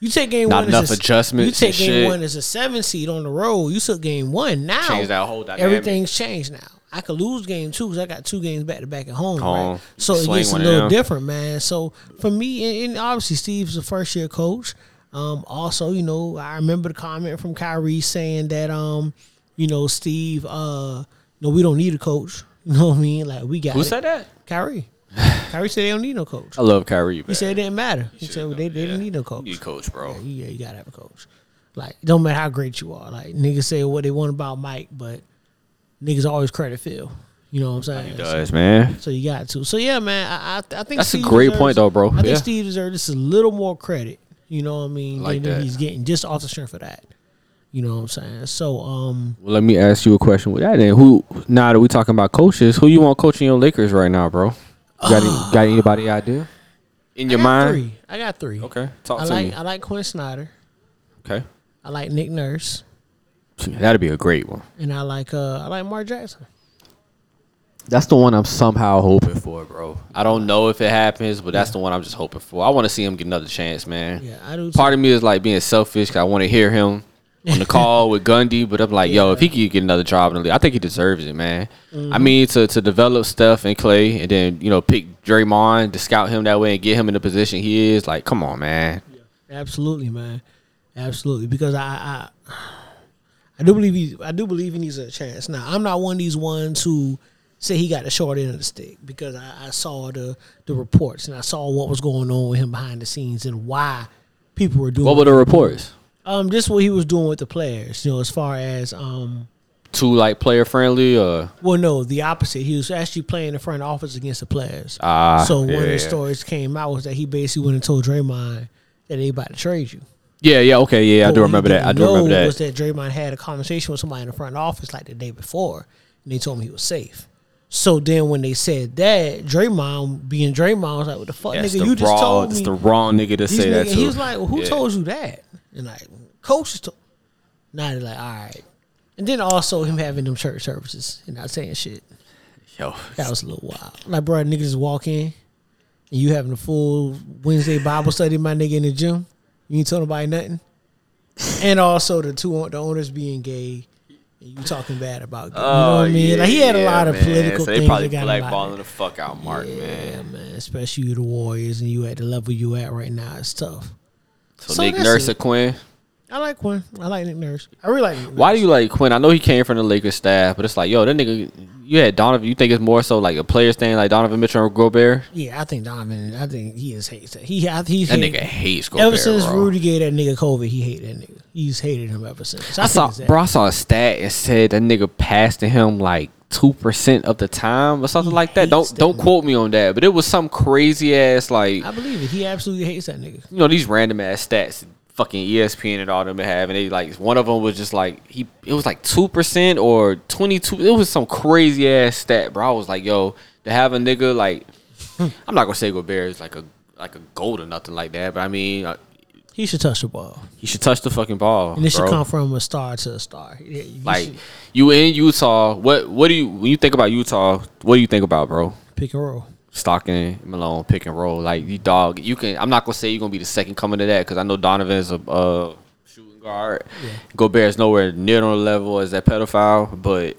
S8: You take game
S7: Not
S8: one
S7: enough
S8: as a,
S7: adjustments
S8: You
S7: and
S8: take game
S7: shit.
S8: one as a seven seed on the road. You took game one. Now
S7: Changed that whole dynamic.
S8: everything's changed now. I could lose game two because I got two games back to back at home.
S7: Home.
S8: Right? So it
S7: Swing
S8: gets a
S7: one of
S8: little
S7: them.
S8: different, man. So for me, and, and obviously Steve's a first year coach. Um, also, you know, I remember the comment from Kyrie saying that, um, you know, Steve, uh, no, we don't need a coach. <laughs> You know what I mean? Like we got
S7: Who
S8: it.
S7: said that? <sighs>
S8: Kyrie. Kyrie said they don't need no coach.
S7: I love Kyrie.
S8: He said it didn't matter. He said they, they didn't need no coach.
S7: Need coach, bro.
S8: Yeah, you gotta have a coach. Like, don't matter how great you are. Like niggas say what they want about Mike, but niggas always credit Phil. You know what I'm saying?
S7: He does, man.
S8: So you got to. So yeah, man, I I, I think
S7: That's a great point, though, bro.
S8: I think
S7: Yeah.
S8: Steve deserves just a little more credit. You know what I mean?
S7: Like
S8: than
S7: that.
S8: he's getting just off the strength of that. You know what I'm saying? So um,
S7: Well, let me ask you a question with that. Then who? Now that we talking about coaches, who you want coaching your Lakers right now, bro? You got, any, got anybody idea in your
S8: I got
S7: mind?
S8: three. I got three.
S7: Okay, talk
S8: I
S7: to
S8: like
S7: me.
S8: I like Quinn Snyder.
S7: Okay,
S8: I like Nick Nurse.
S7: That'd be a great one.
S8: and I like uh I like Mark Jackson.
S7: That's the one I'm somehow hoping for, bro. I don't know if it happens, but that's the one I'm just hoping for. I want to see him get another chance, man.
S8: Yeah, I do. too.
S7: Part of me is like being selfish 'cause I want to hear him on
S8: <laughs>
S7: the call with Gundy, but I'm like, yo, if he could get another job in the league, I think he deserves it, man. I
S8: Mm-hmm.
S7: mean, to to develop stuff and Clay, and then you know pick Draymond to scout him that way and get him in the position he is. Like, come on, man.
S8: Absolutely, man. Absolutely, because I, I I do believe he I do believe he needs a chance. Now I'm not one of these ones who say he got the short end of the stick because I, I saw the the reports and I saw what was going on with him behind the scenes and why people were doing.
S7: What were the reports?
S8: um just what he was doing with the players? You know, as far as um
S7: Too like uh, player friendly or
S8: well no the opposite. He was actually playing in front office against the players.
S7: Ah,
S8: so one of
S7: yeah.
S8: the stories came out was that he basically went and told Draymond that they about to trade you.
S7: yeah, yeah, okay, yeah, I do
S8: But what
S7: remember
S8: Oh, he
S7: that. I
S8: didn't
S7: do remember
S8: know
S7: that.
S8: Was that Draymond had a conversation with somebody in the front office like the day before, and they told him he was safe. So then when they said that, Draymond being Draymond was like, "What the fuck,
S7: That's
S8: nigga?
S7: the
S8: You just
S7: raw-
S8: told
S7: that's
S8: me."
S7: the wrong nigga to
S8: these
S7: say that
S8: nigga-"
S7: to.
S8: He was like, well, "Who
S7: Yeah.
S8: told you that?" And like, coaches told. Now they're like, "All right." And then also him having them church services and not saying shit.
S7: Yo,
S8: That was a little wild. Like, bro, niggas just walk in, and you having a full Wednesday Bible study, my nigga, in the gym. You ain't tell nobody nothing. And also the two the owners being gay, and you talking bad about.
S7: Oh,
S8: Gay. You know what I mean? like he had a lot of political things that got him out of
S7: the fuck out Mark,
S8: it. Yeah, man. Especially you, the Warriors, and you at the level you at right now, it's tough.
S7: So,
S8: So
S7: Nick
S8: that's
S7: Nurse
S8: it.
S7: or Quinn.
S8: I like one. I like Nick Nurse. I really like. Nick Nurse.
S7: Why do you like Quinn? I know he came from the Lakers staff, but it's like, yo, that nigga, you had Donovan. You think it's more so like a player's thing, like Donovan Mitchell and Gobert?
S8: Yeah, I think Donovan. I think he is hates that. He, I, he's
S7: That
S8: hated-
S7: nigga hates Gobert.
S8: Ever since
S7: bro.
S8: Rudy gave that nigga COVID, he hated that nigga. He's hated him ever since.
S7: I saw, bro, I saw a stat and said that nigga passed to him like two percent of the time or something
S8: He
S7: like that. Don't
S8: hates that
S7: don't
S8: nigga.
S7: quote me on that, but it was some crazy ass like
S8: I believe it. He absolutely hates that nigga.
S7: you know these random ass stats fucking E ESPN and all them have and they like one of them was just like he it was like 2% or 22 it was some crazy ass stat bro I was like yo to have a nigga
S8: <laughs>
S7: like I'm not going to say Gobert is like a like a gold or nothing like that but I mean uh,
S8: He should touch the ball,
S7: he should touch the fucking ball
S8: and it should
S7: bro.
S8: come from a star to a star. Yeah, you
S7: like
S8: should
S7: you in Utah what what do you when you think about Utah what do you think about bro
S8: pick and roll.
S7: Stockton, Malone, pick and roll. Like you dog, you can. I'm not gonna say you're gonna be the second coming to that because I know Donovan's a uh, shooting guard. Gobert's nowhere near on the level as that pedophile, but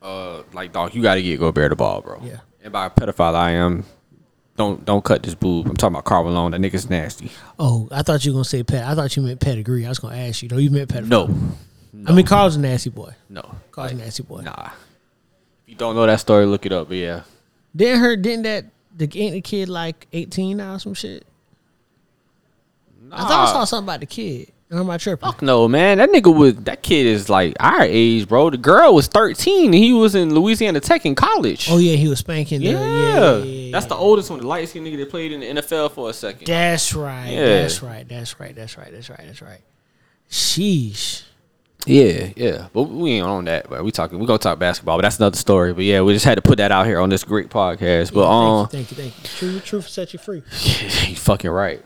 S7: uh, like dog, you gotta get Gobert the ball, bro.
S8: Yeah.
S7: And by pedophile, I am. Don't don't cut this boob. I'm talking about Carl Malone. That nigga's nasty.
S8: Oh, I thought you were gonna say pet. I thought you meant pedigree. I was gonna ask you. No, you meant pedigree.
S7: No,
S8: I mean Carl's a nasty boy.
S7: no,
S8: Carl's a nasty boy.
S7: nah. If you don't know that story, look it up. But yeah,
S8: Didn't her? Didn't that the, ain't the kid like eighteen now or some shit? I thought I saw something about the kid. And I'm not tripping.
S7: Fuck no, man. That nigga was that kid is like our age, bro. The girl was thirteen and he was in Louisiana Tech in college.
S8: Oh yeah, he was spanking. the-
S7: yeah.
S8: yeah, yeah, yeah,
S7: That's
S8: yeah.
S7: the oldest one, the light skinned nigga that played in the NFL for a second.
S8: That's right.
S7: Yeah.
S8: That's right. That's right. That's right. That's right. That's right. Sheesh.
S7: Yeah, yeah. But we ain't on that, but we talking we gonna talk basketball, but that's another story. But yeah, we just had to put that out here on this great podcast. But um
S8: thank you, thank you, thank you. Truth, truth set you free.
S7: <laughs> you fucking right.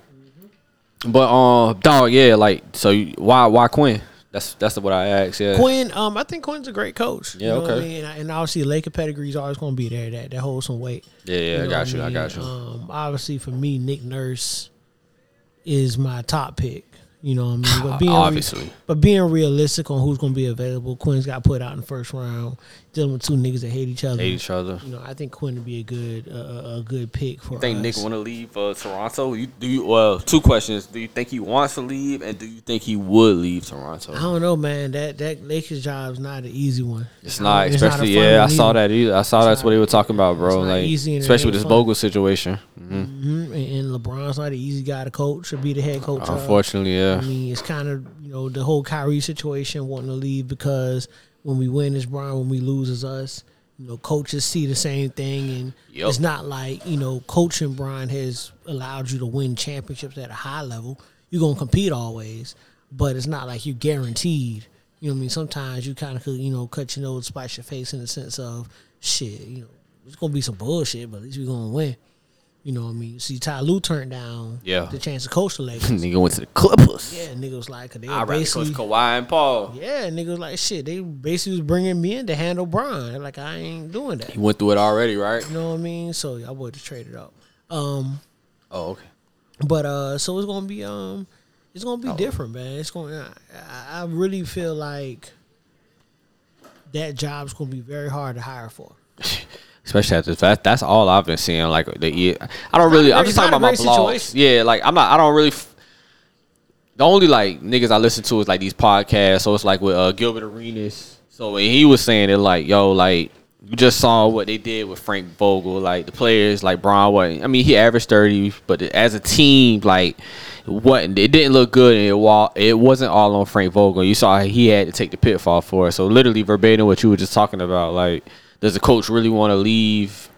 S7: But um dog, yeah, like so you, why why Quinn? That's that's what I asked, yeah.
S8: Quinn, um, I think Quinn's a great coach.
S7: Yeah,
S8: what
S7: okay.
S8: I mean? And, and obviously, Laker pedigree is always going to be there. That that holds some weight.
S7: Yeah, yeah, I
S8: know
S7: got
S8: what
S7: you, I got you.
S8: Um, obviously, for me, Nick Nurse is my top pick. You know what I
S7: <laughs>
S8: mean? But being re-
S7: Obviously.
S8: but being realistic on who's going to be available, Quinn's got put out in the first round, dealing with two niggas that hate each other.
S7: Hate each other.
S8: You know, I think Quinn would be a good uh, a good pick for.
S7: think
S8: us.
S7: Nick want to leave uh, Toronto? You, do you? Well, two questions. Do you think he wants to leave, and do you think he would leave
S8: I
S7: Toronto?
S8: don't know, man. That that Lakers job's not an easy one.
S7: It's not,
S8: It's not a
S7: especially.
S8: fun
S7: yeah, I
S8: one
S7: saw
S8: either.
S7: that either. I saw that's what he was talking about, bro.
S8: it's not
S7: Like,
S8: easy and it
S7: especially
S8: ain't
S7: with this
S8: fun.
S7: Bogle situation.
S8: Mhm. And, and LeBron's not an easy guy to coach or be the head
S7: Uh,
S8: coach. of.
S7: Unfortunately, yeah.
S8: uh, I mean, it's kind of you know the whole Kyrie situation wanting to leave because when we win is Brian, when we lose is us. You know, coaches see the same thing, and
S7: Yup.
S8: it's not like you know coaching Brian has allowed you to win championships at a high level. You're gonna compete always, but it's not like you guaranteed. You know what I mean? Sometimes you kind of could you know cut your nose, splash your face in the sense of shit. You know, it's gonna be some bullshit, but at least we're gonna win. You know what I mean? You see, Ty Lue turned down
S7: Yeah.
S8: the chance to coach the
S7: <laughs>
S8: Lakers.
S7: Nigga went to the Clippers.
S8: yeah, nigga was like, 'cause they
S7: I'd
S8: were
S7: rather coach
S8: basically,
S7: Kawhi and Paul.
S8: yeah, nigga was like, shit, they basically was bringing me in to handle Bron. They're Like, I ain't doing that.
S7: He went through it already, right?
S8: You know what I mean? So I would have traded up. Um,
S7: Oh, okay.
S8: But uh, so it's gonna be um, it's gonna
S7: Oh.
S8: be different, man. It's going. I, I I really feel like that job's gonna be very hard to hire for.
S7: <laughs> Especially after that, that's all I've been seeing. Like the, yeah, I don't really. I'm just
S8: Not
S7: talking
S8: a
S7: about my
S8: great
S7: blogs.
S8: situation.
S7: Yeah, like I'm not. I don't really. F- the only like niggas I listen to is like these podcasts. So it's like with uh, Gilbert Arenas. So when he was saying it, like yo, like you just saw what they did with Frank Vogel. Like the players, like Bron wasn't. I mean, he averaged thirty, but as a team, like what it didn't look good, and it wa- it wasn't all on Frank Vogel. You saw he had to take the pitfall for it. So literally verbatim what you were just talking about. Like, does the coach really want to leave?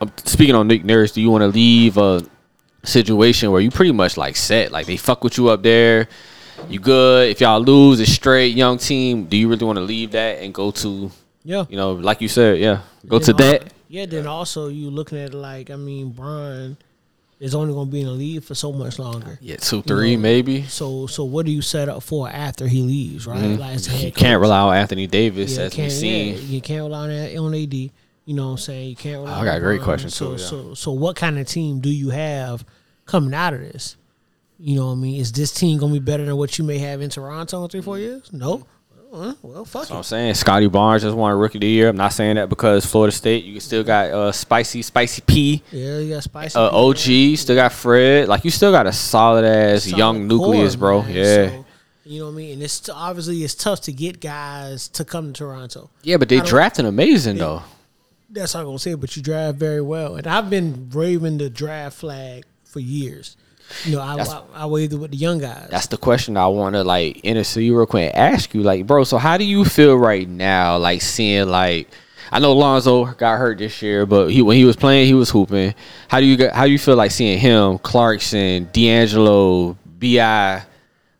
S7: I'm speaking on Nick Nurse. Do you want to leave a situation where you pretty much like set? Like they fuck with you up there. You good? If y'all lose, it's straight young team. Do you really want to leave that and go to
S8: Yeah,
S7: you know, like you said, yeah, go to
S8: Then al-
S7: that?
S8: Yeah, then also you looking at it like I mean, Brian is only gonna be in the league for so much longer.
S7: Yeah, two, three, maybe.
S8: So so what do you set up for after he leaves? Right, like as a head
S7: Mm-hmm. You can't
S8: coach.
S7: rely on Anthony Davis
S8: Yeah,
S7: as we
S8: can't-
S7: seen.
S8: yeah, you can't rely on that on AD. You know what I'm saying? You can't rely.
S7: I got
S8: on
S7: a great
S8: LeBron.
S7: question,
S8: So
S7: too, yeah.
S8: so so what kind of team do you have coming out of this? You know what I mean? Is this team gonna be better than what you may have in Toronto in three
S7: Mm-hmm.
S8: four years? No. Well, well, fuck
S7: I'm
S8: it.
S7: saying Scotty Barnes just won Rookie of the Year. I'm not saying that because Florida State. You still got uh, spicy, spicy P.
S8: Yeah, you got spicy.
S7: Uh,
S8: people.
S7: OG still got Fred. Like you still got a solid ass
S8: solid
S7: young nucleus, bro.
S8: core, man.
S7: Yeah,
S8: So, you know what I mean? And it's obviously it's tough to get guys to come to Toronto.
S7: yeah, but they
S8: don't-
S7: drafting amazing though.
S8: That's all I'm gonna say. But you drive very well, and I've been waving the draft flag for years. You know, I
S7: That's-
S8: I, I waved it with the young guys.
S7: That's the question I want to like intercede real quick and ask you, like, bro. So how do you feel right now? Like seeing like. I know Lonzo got hurt this year, but he when he was playing, he was hooping. How do you get, how do you feel like seeing him, Clarkson, D'Angelo, Bi?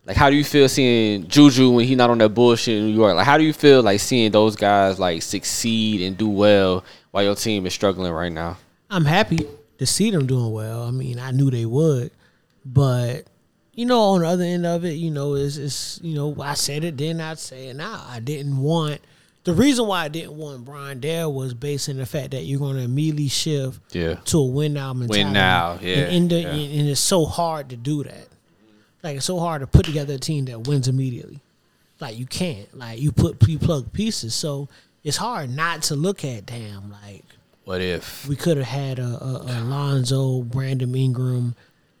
S7: Like, how do you feel seeing Juju when he not on that bullshit in New York? Like, how do you feel like seeing those guys like succeed and do well while your team is struggling right now?
S8: I'm happy to see them doing well. I mean, I knew they would, but you know, on the other end of it, you know, is is you know, I said it then, I'd say it now. I didn't want the reason why I didn't want Brian Dare was based in the fact that you're going to immediately shift
S7: Yeah.
S8: to a win now mentality.
S7: now, yeah,
S8: and, in the-
S7: yeah.
S8: and it's so hard to do that. Like it's so hard to put together a team that wins immediately. Like you can't. Like you put you plug pieces, so it's hard not to look at. Damn, like
S7: What if?
S8: we could have had a, a, a Lonzo, Brandon Ingram,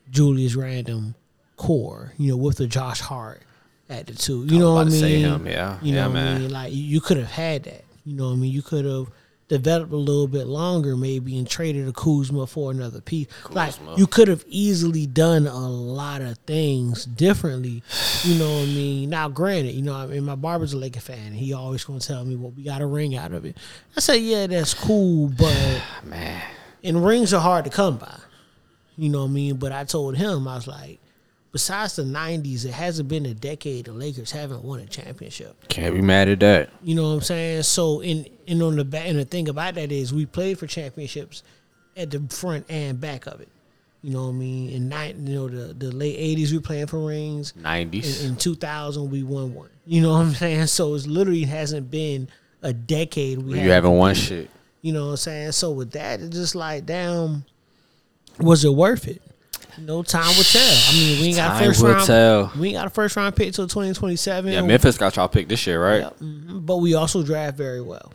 S8: Julius Random core, you know, with the Josh Hart at the two. You know
S7: about
S8: what I
S7: to
S8: mean?
S7: say him, yeah.
S8: You
S7: Yeah,
S8: know what I
S7: man.
S8: mean? Like you- you could have had that. You know what I mean? You could have developed a little bit longer maybe and traded a Kuzma for another piece. Like you could have easily done a lot of things differently. You know what I mean? Now granted, you know, I mean my barber's a Laker fan. He always gonna tell me, Well, we got a ring out of it. I say, Yeah, that's cool, but
S7: Man,
S8: and rings are hard to come by. You know what I mean? But I told him, I was like, besides the 90s, it hasn't been a decade the Lakers haven't won a championship.
S7: can't be mad at that.
S8: You know what I'm saying? So, in and on the back, and the thing about that is we played for championships at the front and back of it. You know what I mean? In nine, you know, the, the late 80s, we playing for rings. In,
S7: Nineties.
S8: in 2000, we won one. You know what I'm saying? So, it's literally hasn't been a decade. We
S7: You haven't won shit.
S8: you know what I'm saying? So with that, it's just like, damn, was it worth it? No time will tell. I mean, we ain't got
S7: Time
S8: a first
S7: will
S8: round.
S7: tell.
S8: We ain't got a first round pick till 2027.
S7: Yeah, Memphis got y'all picked this year, right?
S8: Yep, mhm. But we also draft very well.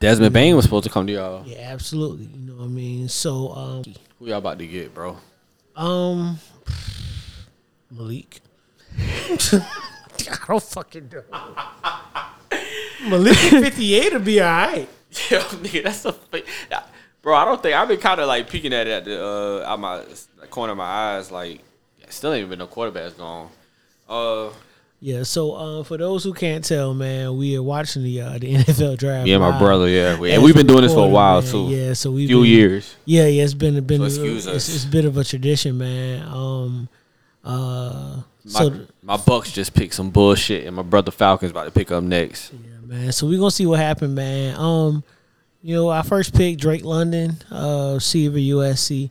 S7: Desmond Bain was supposed to come to y'all.
S8: Yeah, absolutely. You know what I mean? So, um,
S7: Who y'all about to get, bro?
S8: um Malik. <laughs> I don't fucking know. <laughs> Malik at 58 will be all right.
S7: <laughs> Yo, nigga, that's a fa- nah, bro. I don't think I've been kind of like peeking at it at the uh, out my the corner of my eyes. Like, still ain't even been no quarterbacks gone. Uh,
S8: Yeah, so um, for those who can't tell, man, we are watching the uh, the <laughs> NFL draft.
S7: yeah, my
S8: live.
S7: brother. Yeah, we, and
S8: As
S7: we've been
S8: we
S7: doing this for a
S8: recording,
S7: while
S8: man.
S7: too.
S8: Yeah, so we've
S7: few
S8: been-
S7: years.
S8: Yeah, yeah, it's been been
S7: So
S8: it's,
S7: excuse
S8: it's,
S7: us.
S8: it's a bit of a tradition, man. Um, uh,
S7: My,
S8: so
S7: my Bucks just picked some bullshit, and my brother Falcons about to pick up next.
S8: yeah, man, so we are gonna see what happened, man. Um, you know, our first pick, Drake London, uh, receiver USC.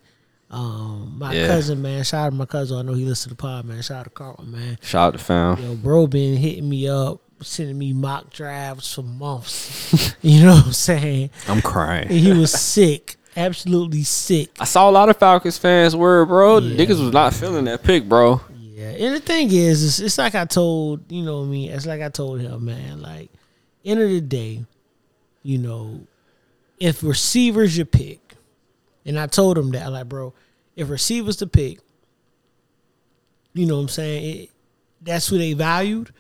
S8: Um, my
S7: Yeah.
S8: cousin, man, shout out to my cousin. I know he listens to the pod, man. Shout out to Carl, man.
S7: Shout out to Found.
S8: Yo, bro, been hitting me up, sending me mock drafts
S7: <laughs>
S8: for months. you know what I'm saying?
S7: I'm crying.
S8: And he was sick, absolutely sick.
S7: I saw a lot of Falcons fans were, bro. Niggas was not feeling that pick, bro.
S8: Yeah, and the thing is, it's, it's like I told you know what I mean. It's like I told him, man. Like end of the day, you know, if receivers your pick, and I told him that, like, bro, if receivers the pick, you know what I'm saying. It, that's who they valued.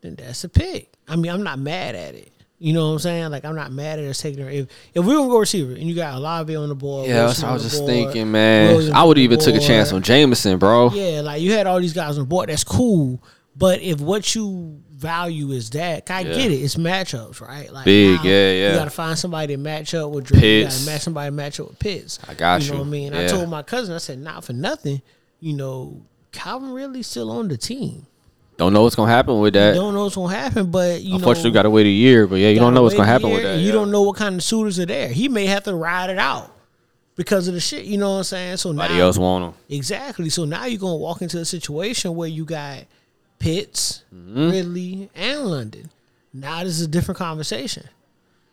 S8: Then that's a pick. I mean, I'm not mad at it. You know what I'm saying? Like, I'm not mad at us taking her. If if we don't go receiver and you got Olave on the board,
S7: Yeah, that's
S8: Wilson
S7: what I
S8: on
S7: was
S8: the
S7: just
S8: board,
S7: thinking, man.
S8: Williams
S7: I
S8: on
S7: would
S8: the
S7: even took a chance
S8: board.
S7: on Jameson, bro.
S8: Yeah, like you had all these guys on the board. That's cool. But if what you value is that, I get it. It's matchups, right? Like
S7: Big,
S8: now,
S7: yeah, yeah.
S8: You got to find somebody to match up with Drake. You got
S7: Pitts.
S8: to match somebody to match up with Pitts.
S7: I got
S8: know
S7: you.
S8: what I mean? I
S7: Yeah.
S8: told my cousin, I said, not for nothing. You know, Calvin really still on the team.
S7: Don't know what's gonna happen with
S8: You
S7: that.
S8: don't know what's gonna happen, but you know,
S7: Unfortunately, we gotta wait a year, but yeah, you don't know what's gonna
S8: gotta
S7: happen
S8: wait
S7: with
S8: here,
S7: that.
S8: and You
S7: yeah.
S8: don't know what kind of suitors are there. He may have to ride it out because of the shit. You know what I'm saying? So now,
S7: Nobody else want him.
S8: Exactly. So now you're gonna walk into a situation where you got Pitts,
S7: Mm-hmm.
S8: Ridley, and London. Now this is a different conversation.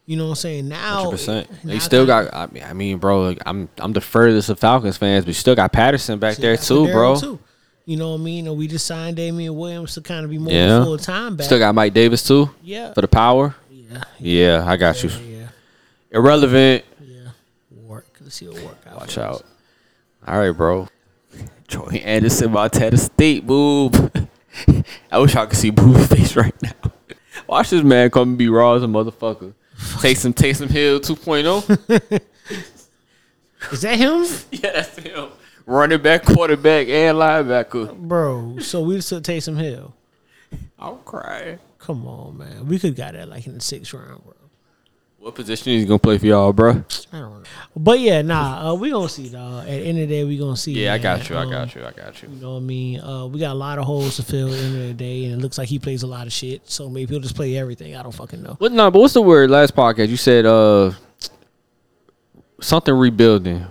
S8: You know what I'm saying? Now,
S7: 100%. They
S8: now
S7: still
S8: kinda-
S7: got. I mean, I mean, bro, like, I'm I'm the furthest of Falcons fans, but you still got Patterson back there
S8: got
S7: too,
S8: Cordero
S7: bro.
S8: too. You know what I mean? And we just signed Damian Williams to kind of be more
S7: Yeah.
S8: full time back.
S7: Still got Mike Davis too.
S8: Yeah.
S7: For the power.
S8: yeah,
S7: Yeah, I got you.
S8: yeah,
S7: Irrelevant.
S8: yeah. Work. Let's see what work. out
S7: Watch
S8: for us.
S7: out. All right, bro. Troy Anderson, Montana State, boob. <laughs> I wish I could see boob's face right now. Watch this man come and be raw as a motherfucker. Taysom, Taysom Hill oh. 2.0.
S8: Is that him,
S7: <laughs> yeah, that's him. Running back, quarterback, and linebacker.
S8: bro? So we still Taysom Hill.
S7: I'm crying.
S8: Come on, man. We could got that like in the sixth round, bro.
S7: What position is he gonna play for y'all, bro?
S8: I don't know. But yeah, nah, uh, we gonna see, dog. At the end of the day, we gonna see.
S7: Yeah, I
S8: man.
S7: got you. I
S8: Um,
S7: got you. I got you.
S8: You know what I mean? Uh, we got a lot of holes to fill at the end of the day, and it looks like he plays a lot of shit. So maybe he'll just play everything. I don't fucking know.
S7: What? No, but what's the word? Last podcast, you said uh something rebuilding,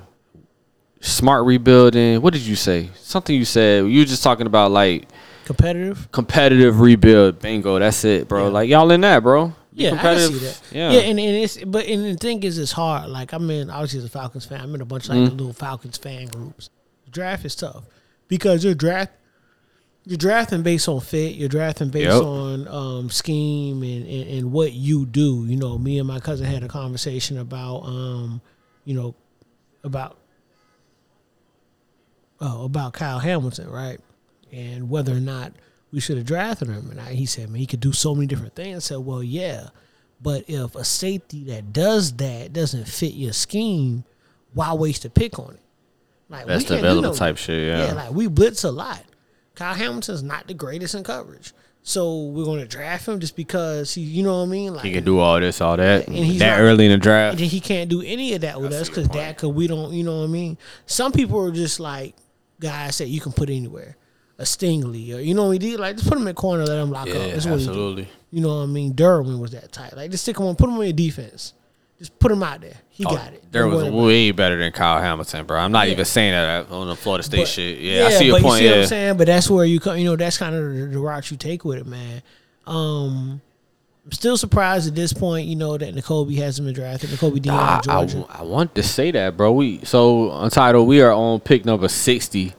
S7: smart rebuilding. What did you say? Something you said. You were just talking about like
S8: Competitive?
S7: competitive rebuild. Bingo, that's it, bro. Like y'all in that, bro. Be
S8: Yeah, I can see
S7: competitive.
S8: that.
S7: Yeah.
S8: yeah, and, and it's but and the thing is, it's hard. Like I'm in, obviously, as a Falcons fan, I'm in a bunch of like
S7: Mm-hmm.
S8: little Falcons fan groups. Draft is tough because you're draft you're drafting based on fit. You're drafting based
S7: Yep.
S8: on um, scheme and, and, and what you do. You know, me and my cousin had a conversation about, um, you know, about oh, about Kyle Hamilton, right? And whether or not we should have drafted him. And I, he said, man, he could do so many different things. I said, well, yeah, but if a safety that does that doesn't fit your scheme, why waste a pick on it? Like
S7: That's
S8: can't do
S7: development
S8: no-
S7: type shit, yeah.
S8: yeah, like we blitz a lot. Kyle Hamilton's not the greatest in coverage, so we're going to draft him just because he, you know what I mean. Like
S7: He can do all this, all that.
S8: And he's
S7: that
S8: not-
S7: early in the
S8: and
S7: draft.
S8: then he can't do any of that with us because that because we don't you know what I mean. Some people are just like guys that you can put anywhere, a Stingley or you know what he did like just put him in the corner, let him lock up. That's what he do. You know what I mean? Derwin was that tight. Like just stick him on, put him on your defense, just put him out there. He got it.
S7: There
S8: Don't
S7: Oh, was
S8: worry about it.
S7: way better than Kyle Hamilton, bro. I'm not even saying that on the Florida State
S8: But-
S7: shit. Yeah, I see your
S8: but
S7: point.
S8: You see
S7: yeah,
S8: what I'm saying? But that's where you come, you know, that's kind of the, the route you take with it, man. Um, I'm still surprised at this point, you know, that Nicobe hasn't been drafted. Nicobe Dean
S7: I,
S8: out of
S7: Ah, I
S8: Georgia.
S7: w- I wanted to say that, bro. We so untitled. We are on pick number sixty.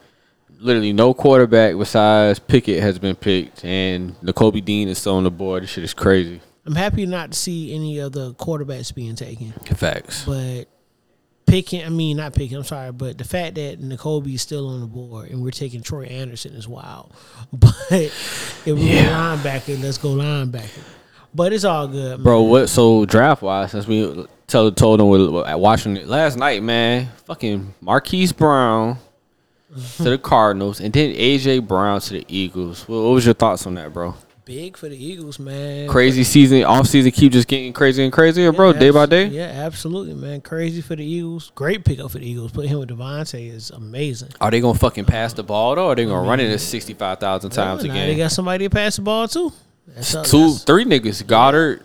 S7: Literally, no quarterback besides Pickett has been picked, and N'Kobe Dean is still on the board. This shit is crazy.
S8: I'm happy not to see any of the quarterbacks being taken,
S7: Facts.
S8: but picking, I mean, not picking, I'm sorry, but the fact that Nicobe is still on the board and we're taking Troy Anderson is wild. <laughs> But if we
S7: Yeah.
S8: go linebacker, let's go linebacker. But it's all good, man.
S7: Bro, what? So draft wise, since we tell, told them we're at watching it last night, man, fucking Marquise Brown to the Cardinals, and then AJ Brown to the Eagles. What, what was your thoughts on that, bro?
S8: Big for the Eagles, man.
S7: Crazy season, off season, keep just getting crazy and crazier, bro.
S8: Yeah,
S7: day by
S8: abso-
S7: day.
S8: Yeah, absolutely, man. Crazy for the Eagles. Great pickup for the Eagles. Put him with Devontae is amazing.
S7: Are they gonna fucking pass the ball though? Or are they gonna run it at sixty five thousand times
S8: Well,
S7: a
S8: Oh, now They
S7: game?
S8: got somebody to pass the ball to. That's all-
S7: Two,
S8: that's-
S7: three niggas. Goddard,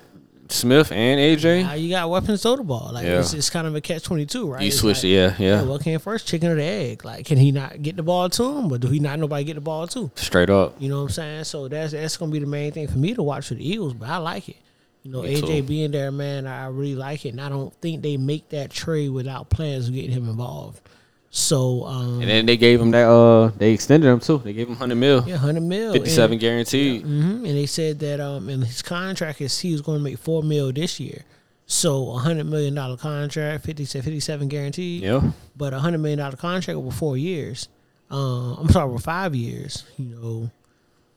S7: Smith and
S8: Now
S7: AJ.
S8: you got weapons throw the ball. Like
S7: Yeah.
S8: it's, it's kind of a catch twenty two, right?
S7: You
S8: It's
S7: switched it,
S8: like,
S7: yeah, yeah,
S8: What came first, chicken or the egg? Like, can he not get the ball to him, or do he not nobody get the ball to?
S7: straight up.
S8: You know what I'm saying? So that's that's gonna be the main thing for me to watch for the Eagles, but I like it. You know,
S7: Me
S8: AJ
S7: too.
S8: being there, man, I really like it. And I don't think they make that trade without players getting him involved. So um
S7: And then they gave him that. Uh, they extended him too. They gave him hundred mil,
S8: yeah, hundred mil.
S7: fifty seven
S8: And,
S7: guaranteed.
S8: Mhm. and they said that um in his contract is he was gonna make four mil this year. So a hundred million dollar contract, 50, 57 guaranteed.
S7: Yeah,
S8: But a hundred million dollar contract over four years. Uh, I'm sorry, over five years. You know,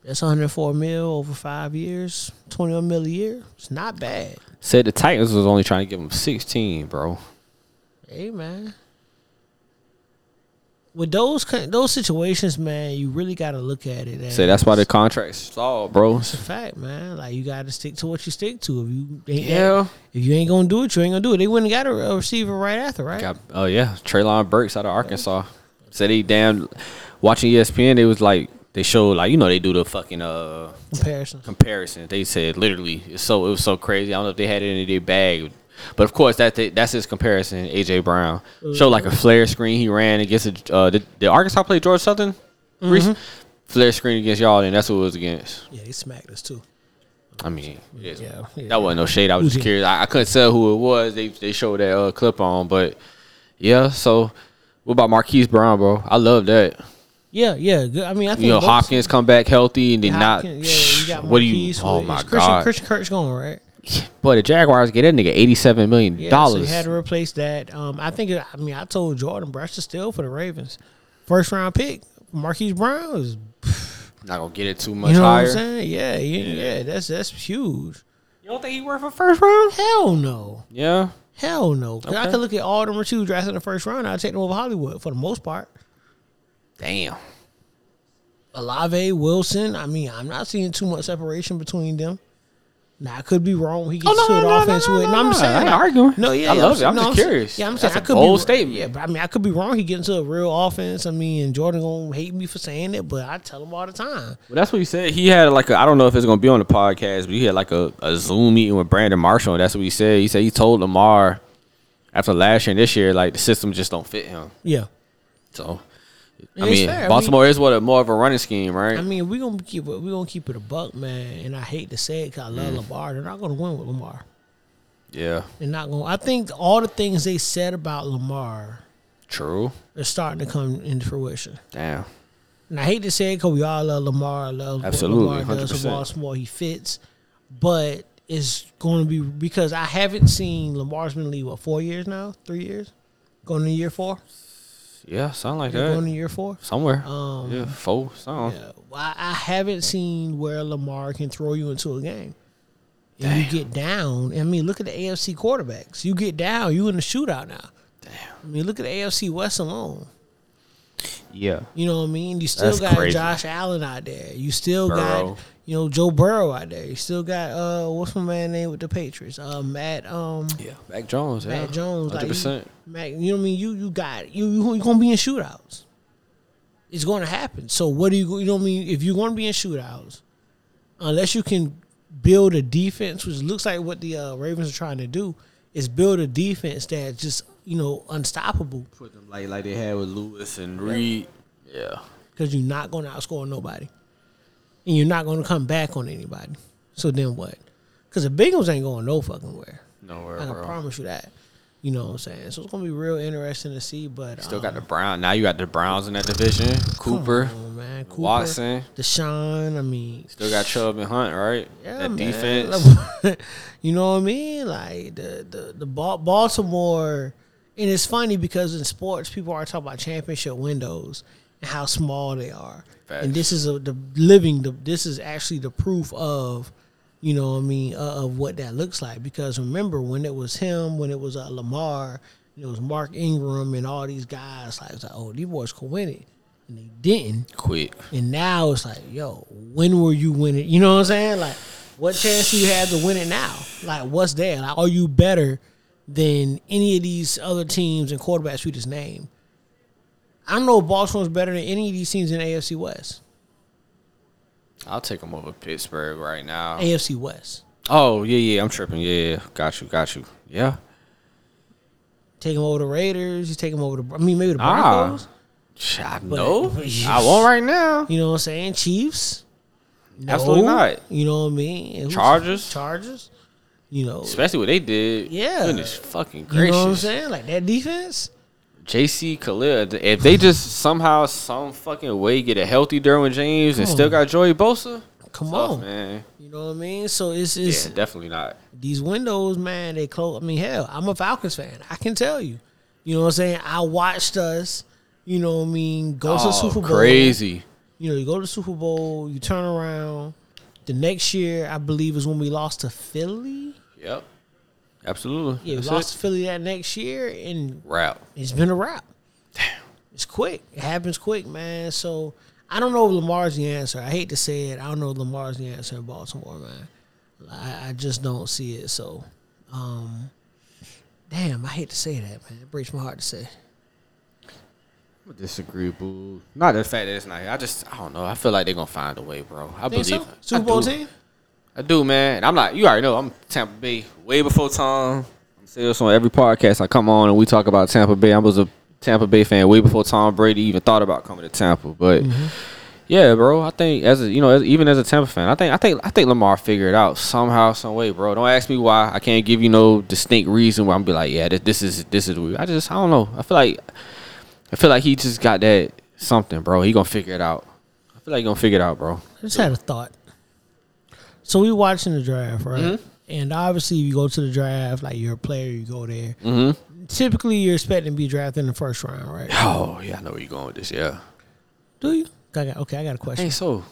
S8: that's 104 mil over five years, 21 mil a year. It's not bad.
S7: said the Titans was only trying to give him sixteen, bro.
S8: Hey man, with those kind, those situations, man, you really got to look at it.
S7: Say that's why the contract stalled, bro.
S8: It's a fact, man. Like you got to stick to what you stick to. If you ain't
S7: Yeah.
S8: if you ain't gonna do it, you ain't gonna do it. They wouldn't got a a receiver right after, right?
S7: Got oh yeah, Traylon Burks out of Arkansas. Said he damn watching E ESPN. They was like they showed like you know they do the fucking uh
S8: Comparison.
S7: comparison. They said literally it's so it was so crazy. I don't know if they had it in their bag, but of course that that's his comparison. AJ Brown showed like a
S8: Mm-hmm.
S7: flare screen he ran against the uh, did, did Arkansas play George Southern.
S8: Mm-hmm.
S7: Rec- Flare screen against y'all, and that's what it was against.
S8: Yeah, they smacked us too.
S7: I mean, it is-
S8: Yeah, yeah.
S7: that wasn't no shade. I was
S8: Who's
S7: just
S8: he?
S7: curious. I, I couldn't tell who it was. They they showed that uh, clip on, but yeah. So what about Marquise Brown, bro? I love that.
S8: Yeah, yeah. Good. I mean, I think
S7: You know,
S8: those-
S7: Hopkins come back healthy and then not.
S8: Hopkins, yeah, you got
S7: what do you?
S8: Marquise,
S7: Oh
S8: who-
S7: my
S8: is Christian,
S7: god!
S8: Christian Kirk's going right.
S7: Boy, the Jaguars get that nigga eighty-seven million
S8: Yeah, So you
S7: dollars.
S8: had to replace that. Um, I think. I mean, I told Jordan, bro, I should steal for the Ravens. First round pick, Marquise Brown is.
S7: not gonna get it too much
S8: You know what
S7: higher.
S8: I'm saying? Yeah, yeah, yeah. That's that's huge.
S7: You don't think he worth a first round?
S8: Hell no.
S7: Yeah,
S8: Hell no. 'Cause I
S7: Okay.
S8: could look at all the receiver drafts in the first round. I'd take them over Hollywood for the most part.
S7: damn.
S8: Olave, Wilson. I mean, I'm not seeing too much separation between them. Now I could be wrong. He gets
S7: Oh, no,
S8: to
S7: no,
S8: an
S7: no,
S8: offense
S7: no, no,
S8: with. No,
S7: no,
S8: I'm
S7: no.
S8: just saying.
S7: I ain't
S8: like-
S7: arguing.
S8: No, yeah,
S7: I
S8: yeah,
S7: love
S8: I'm
S7: it. I'm
S8: no,
S7: just
S8: saying-
S7: curious.
S8: Yeah, I'm
S7: That's
S8: saying
S7: a
S8: I could
S7: bold
S8: be,
S7: statement.
S8: Yeah, but I mean, I could be wrong. He gets into a real offense. I mean, Jordan gonna hate me for saying it, but I tell him all the time.
S7: Well, that's what he said. He had like a, I don't know if it's gonna be on the podcast, but he had like a, a Zoom meeting with Brandon Marshall, and that's what he said. He said he told Lamar after last year and this year, like the system just don't fit him.
S8: Yeah.
S7: So,
S8: And
S7: I
S8: it's
S7: mean,
S8: fair. I mean-
S7: Baltimore is what a more of a running scheme, right?
S8: I mean, we gonna keep it. We gonna keep it a buck, man. And I hate to say it, cause I love
S7: Mm.
S8: Lamar. They're not gonna win with Lamar.
S7: yeah,
S8: They're not gonna. I think all the things they said about Lamar
S7: true.
S8: are starting to come into fruition.
S7: Damn.
S8: And I hate to say it because we all love Lamar. Love what
S7: Absolutely,
S8: Lamar does
S7: 100%.
S8: for Baltimore. He fits, but it's going to be because I haven't seen Lamar's been in the league what four years now, three years, going to year four,
S7: Yeah, sound like
S8: going to
S7: that.
S8: year four.
S7: Somewhere.
S8: Um,
S7: yeah, four. Something.
S8: Yeah, well, I, I haven't seen where Lamar can throw you into a game. And you get down. I mean, look at the AFC quarterbacks. You get down, you in the shootout now. Damn. I mean, look at the AFC West alone.
S7: Yeah.
S8: You know what I mean? You still
S7: That's
S8: got
S7: crazy.
S8: Josh Allen out there. You still
S7: Burrow.
S8: got you know Joe Burrow out there. You still got uh what's my man name with the Patriots? Uh Matt um
S7: Yeah. Mac Jones. yeah.
S8: Matt Jones.
S7: Hundred
S8: Like you,
S7: percent.
S8: Mac, you know what I mean? You you got you you you gonna be in shootouts. It's going to happen. So what do you you know what I mean? If you're going to be in shootouts, unless you can build a defense, which looks like what the uh, Ravens are trying to do, is build a defense that's just you know unstoppable
S7: Put them like like they had with Lewis and Reed. Yeah.
S8: because you're not going to outscore nobody, and you're not going to come back on anybody. So then what? Because the Bengals ain't going no fucking where.
S7: Nowhere,
S8: I can
S7: bro.
S8: promise you that. You know what I'm saying? So it's gonna be real interesting to see. But
S7: Still
S8: um,
S7: got the Brown. Now you got the Browns in that division. Cooper.
S8: come on, man, Cooper,
S7: Watson.
S8: Deshaun. I mean,
S7: Still got Chubb and Hunt, right?
S8: yeah,
S7: that
S8: man.
S7: defense.
S8: <laughs> you know what I mean? Like the the the Ba- Baltimore, and it's funny because in sports people are talking about championship windows and how small they are,
S7: Facts.
S8: and this is a, the living. The, this is actually the proof of. You know what I mean uh, of what that looks like because remember when it was him when it was uh, Lamar it was Mark Ingram and all these guys like, it's like oh these boys could win it and they didn't
S7: Quick.
S8: and now it's like, yo, when were you winning? You know what I'm saying? Like, what chance do you have to win it now? Like, what's there? Like, are you better than any of these other teams and quarterbacks we just named? I don't know if Baltimore's better than any of these teams in the AFC West.
S7: I'll take them over Pittsburgh right now.
S8: AFC West.
S7: Oh yeah, yeah. I'm tripping. Yeah, yeah. Got you. Got you. Yeah.
S8: Take him over the Raiders. You take him over the. I mean, maybe the
S7: Ah.
S8: Broncos.
S7: Sh- I know.
S8: <laughs> but-
S7: I won't right now.
S8: You know what I'm saying? Chiefs. No.
S7: Absolutely not.
S8: You know what I mean? Who's-
S7: Chargers?
S8: Chargers. You know.
S7: Especially what they did.
S8: Yeah.
S7: Goodness fucking
S8: You know what I'm
S7: gracious.
S8: saying? Like that defense.
S7: JC Khalil. th- If they just somehow, some fucking way get a healthy Derwin James and
S8: Come
S7: still
S8: on.
S7: got Joey Bosa,
S8: Come
S7: tough,
S8: on,
S7: man.
S8: you know what I mean. So it's
S7: Yeah,
S8: it's
S7: definitely not.
S8: these windows, man. They close. I mean, hell, I'm a Falcons fan. I can tell you. You know what I'm saying? I watched us. You know what I mean? Go to
S7: Oh,
S8: the Super Bowl.
S7: crazy.
S8: You know, you go to the Super Bowl. You turn around. The next year, I believe, is when we lost to Philly.
S7: Yep. Absolutely.
S8: Yeah, we
S7: That's
S8: lost
S7: it.
S8: to Philly that next year, and
S7: route.
S8: it's been a wrap. It's quick. It happens quick, man. So I don't know if Lamar's the answer. I hate to say it. I don't know if Lamar's the answer in Baltimore, man. I, I just don't see it. So, um, damn, I hate to say that, man. It breaks my heart to say.
S7: I disagree, boo. Not the fact that it's not. I just, I don't know. I feel like they're gonna find a way, bro. I
S8: Think
S7: believe.
S8: so?
S7: it.
S8: Super
S7: I
S8: Bowl
S7: do.
S8: team?
S7: I do, man. And I'm not. You already know. I'm Tampa Bay way before Tom. I say this on every podcast I come on and we talk about Tampa Bay. I was a Tampa Bay fan way before Tom Brady even thought about coming to Tampa. But yeah, bro, I think as a, you know, as, even as a Tampa fan, I think I think I think Lamar figured it out somehow, some way, bro. Don't ask me why. I can't give you no distinct reason why I'm be like, yeah, this, this is this is weird. I just I don't know. I feel like I feel like he just got that something, bro. He gonna figure it out. I feel like he gonna figure it out, bro.
S8: I just had a thought. So we watching the draft, right? And obviously, you go to the draft, like you're a player, you go there. Typically, you're expecting to be drafted in the first round, right?
S7: Oh yeah, I know where you're going with this. Yeah,
S8: Do you? I got- Okay, I got a
S7: I
S8: question.
S7: think so.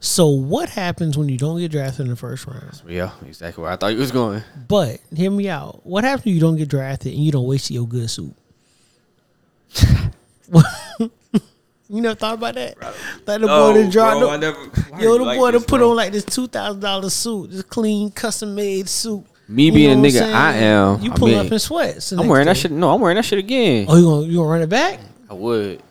S8: So what happens when you don't get drafted in the first round?
S7: Yeah, exactly where I thought you was going.
S8: But hear me out. What happens when you don't get drafted and you don't waste your good suit? <laughs> you never thought about that? Like the boy that dropped the- <laughs> Yo, the boy that put on like this two thousand dollar suit, this clean, custom made suit.
S7: Me
S8: You
S7: being a
S8: know what I'm
S7: nigga
S8: saying?
S7: I am,
S8: You
S7: I
S8: pull
S7: mean,
S8: up in sweats. the
S7: I'm
S8: next
S7: wearing that
S8: day.
S7: shit. No, I'm wearing that shit again.
S8: Oh, you gonna you gonna run it back?
S7: I would,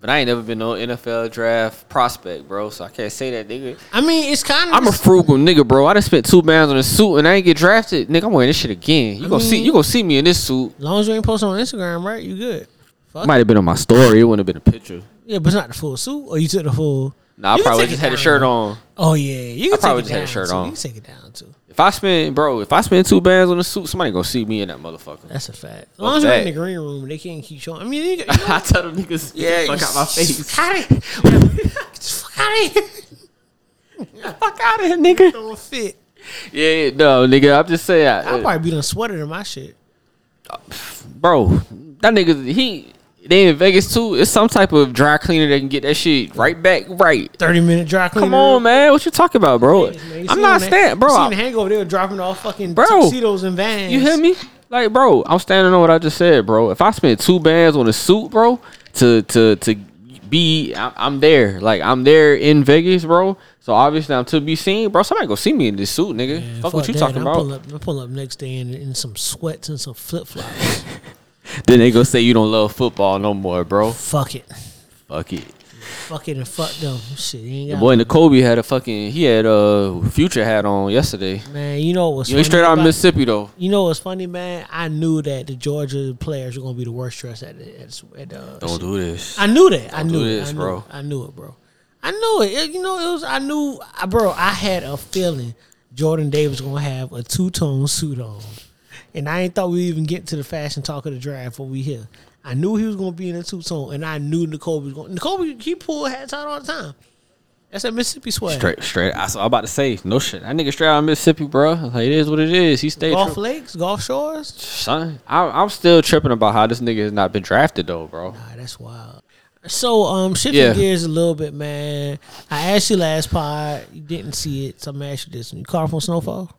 S7: but I ain't never been no NFL draft prospect, bro. So I can't say that, nigga.
S8: I mean, it's kind of
S7: I'm a frugal nigga, bro. I done spent two bands on a suit and I ain't get drafted, nigga. I'm wearing this shit again. You gonna see?
S8: mean-
S7: You gonna see me in this suit?
S8: as long as you ain't posting on Instagram, right? You good? Fuck.
S7: Might have been on my story. It wouldn't have been a picture.
S8: Yeah, but it's not the full suit. Or you took the full.
S7: Nah, I
S8: You can
S7: probably
S8: take
S7: just
S8: it
S7: had a
S8: down.
S7: shirt on.
S8: Oh yeah, you can
S7: probably just
S8: take it
S7: had a
S8: down,
S7: shirt
S8: too.
S7: on.
S8: You can take it down too.
S7: If I spend, bro, if I spend two bands on a suit, somebody gonna see me in that motherfucker.
S8: That's a fact. As long as you're in
S7: that.
S8: the green room, they can't keep showing. I mean, you, you
S7: <laughs> I tell them niggas, yeah, fuck out my face.
S8: Out of here. <laughs> Get the fuck out of here. <laughs>
S7: Fuck out of here, <laughs> nigga.
S8: Don't fit.
S7: Yeah, yeah, no, nigga. I'm just saying,
S8: I
S7: uh,
S8: probably be done sweater than my shit.
S7: bro. That nigga, he they in Vegas too. It's some type of dry cleaner that can get that shit right back right.
S8: Thirty minute dry cleaner.
S7: Come on, man. What you talking about, bro?
S8: Yes, man. You
S7: I'm
S8: seen
S7: not
S8: that-
S7: standing, bro.
S8: You
S7: I-
S8: seen the hangover? They were dropping off fucking
S7: Bro.
S8: tuxedos and vans.
S7: you hear me? Like, bro, I'm standing on what I just said, bro. If I spent two bands on a suit, bro, to to to be, I- I'm there. Like, I'm there in Vegas, bro. So obviously, I'm to be seen, bro. Somebody go see me in this suit, nigga.
S8: Man,
S7: fuck, what you
S8: that.
S7: talking
S8: I'm
S7: about?
S8: Pulling up, I'm pulling up next day in, in some sweats and some flip flops.
S7: Then they go say you don't love football no more, bro.
S8: fuck it,
S7: Fuck it.
S8: fuck it, and fuck them. Shit, you ain't
S7: The
S8: got
S7: boy in the Kobe had a fucking he had a future hat on yesterday.
S8: man. You know what's
S7: You ain't
S8: funny
S7: straight out of
S8: about-
S7: Mississippi though.
S8: You know what's funny, man? I knew that the Georgia players were gonna be the worst dressed at the, at, the- at the.
S7: Don't do this.
S8: I knew that. I
S7: Don't
S8: knew
S7: do
S8: it.
S7: this,
S8: I knew
S7: bro.
S8: It. I knew it, bro. I knew it. It- You know, it was. I knew, I, bro. I had a feeling Jordan Davis gonna have a two tone suit on, and I ain't thought we even get to the fashion talk of the draft when we here. I knew he was gonna be in a two tone, and I knew Nicole was going. Nicole, he pull hats out all the time. That's that Mississippi sweat.
S7: Straight, straight. I, so I'm about to say no shit. That nigga straight out of Mississippi, bro. Like it is what it is. He stayed.
S8: Golf
S7: Tri-
S8: lakes, golf shores.
S7: son, I, I'm still tripping about how this nigga has not been drafted though, bro.
S8: Nah, that's wild. So, um, shifting
S7: Yeah.
S8: gears a little bit, man. I asked you last pod, you didn't see it, so I'm gonna ask you this: You caught from Snowfall?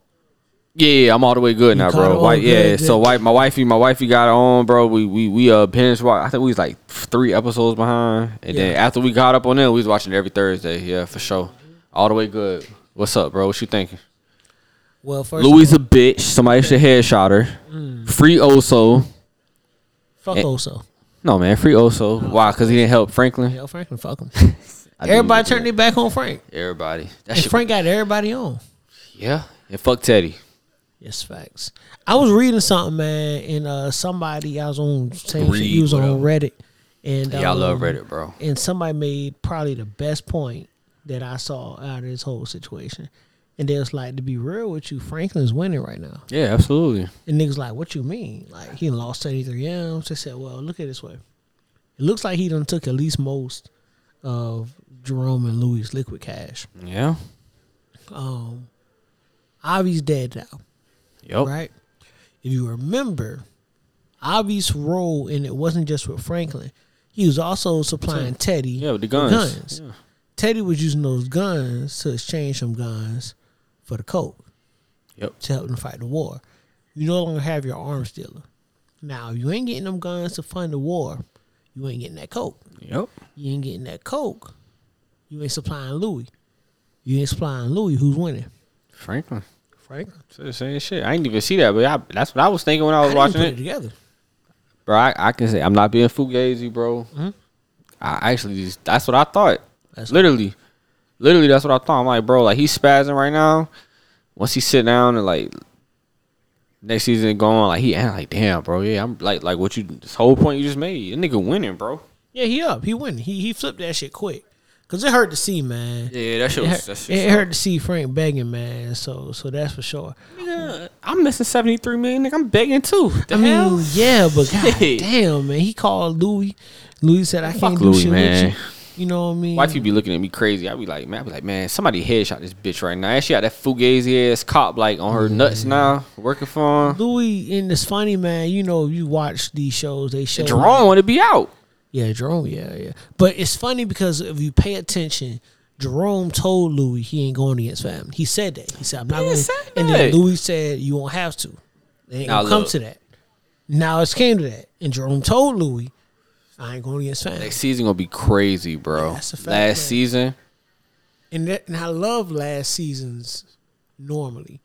S7: Yeah, yeah, I'm all the way good now,
S8: caught
S7: bro.
S8: all
S7: White,
S8: good,
S7: yeah. So
S8: good.
S7: white, my wifey, my wifey got on, bro. We we we uh binge watch. I think we was like three episodes behind, and then
S8: Yeah.
S7: after we got up on it, we was watching it every Thursday. Yeah, for sure. All the way good. What's up, bro? What you thinking?
S8: Well, first,
S7: Louis
S8: of
S7: a bitch. Somebody should headshot her.
S8: Mm.
S7: Free Oso.
S8: all, fuck Oso.
S7: No man, free Oso. Why? Because he didn't help Franklin.
S8: Yo, Franklin, fuck <laughs> him.
S7: I
S8: everybody
S7: didn't
S8: turned their back on Frank.
S7: do it. Everybody. That
S8: And
S7: shit-
S8: Frank got everybody on.
S7: Yeah. And fuck Teddy.
S8: Yes, facts. I was reading something, man, and uh, somebody I was on same shit,
S7: Read,
S8: he was
S7: what
S8: on
S7: up?
S8: Reddit, and
S7: Yeah, I love
S8: um,
S7: Reddit, bro.
S8: And somebody made probably the best point that I saw out of this whole situation, and they was like, to be real with you, Franklin's winning right now.
S7: Yeah, absolutely.
S8: And niggas like, what you mean? Like he lost thirty three M's. They said, well, look at it this way. It looks like he done took at least most of Jerome and Louis liquid cash.
S7: Yeah.
S8: Um, Avi's dead now,
S7: Yep.
S8: right? If you remember, Avi's role in it wasn't just with Franklin. He was also supplying Teddy.
S7: Yeah, with the guns. Yeah.
S8: Teddy was using those guns to exchange some guns for the coke.
S7: Yep.
S8: to help them fight the war. You no longer have your arms dealer. Now, if you ain't getting them guns to fund the war, you ain't getting that coke.
S7: Yep.
S8: You ain't getting that coke. You ain't supplying Louis. You ain't supplying Louis. Who's winning?
S7: Franklin.
S8: Franklin.
S7: Said the same shit. I didn't even see that, but I, that's what I was thinking when I
S8: I
S7: was
S8: didn't
S7: watching
S8: put
S7: it.
S8: it together.
S7: bro. I, I can say I'm not being fugazi, bro. I actually just Mm-hmm. that's what I thought.
S8: That's-
S7: literally, literally that's what I thought. I'm like, bro, like he's spazzing right now. Once he sit down and like next season going, like he and like, damn, bro, yeah, I'm like like what you this whole point you just made. That nigga winning, bro.
S8: Yeah, he up. He winning. He he flipped that shit quick. Cause it hurt to see, man.
S7: Yeah, that shit was
S8: It hurt,
S7: that
S8: it
S7: shit.
S8: hurt to see Frank begging, man. So so that's for sure.
S7: Nigga, I'm missing 73 million. Nigga, I'm begging too. The
S8: I mean,
S7: hell?
S8: yeah,
S7: <laughs>
S8: but god
S7: Shit.
S8: damn, man, he called Louis. Louis said, "I can't do
S7: Louis,
S8: shit
S7: man.
S8: with you." You know what I mean?
S7: Why people be looking at me crazy? I be like, man, I be like, man, somebody headshot this bitch right now. And she got that fugazi ass cop like on her nuts now, working for him.
S8: Louis, and it's funny, man. You know, you watch these shows, they show
S7: Jerome want to be out.
S8: Yeah, Jerome. Yeah, yeah. But it's funny because if you pay attention, Jerome told Louis he ain't going against family. He said that. He said, "I'm not
S7: He
S8: going."
S7: said
S8: And then
S7: that.
S8: Louis said, "You won't have to. They ain't
S7: Now
S8: gonna come
S7: look.
S8: to that." Now it's came to that, and Jerome told Louis, "I ain't going against family."
S7: Next season gonna be crazy, bro.
S8: Yeah, that's a fact,
S7: Last
S8: man.
S7: season,
S8: And that, and I love last seasons normally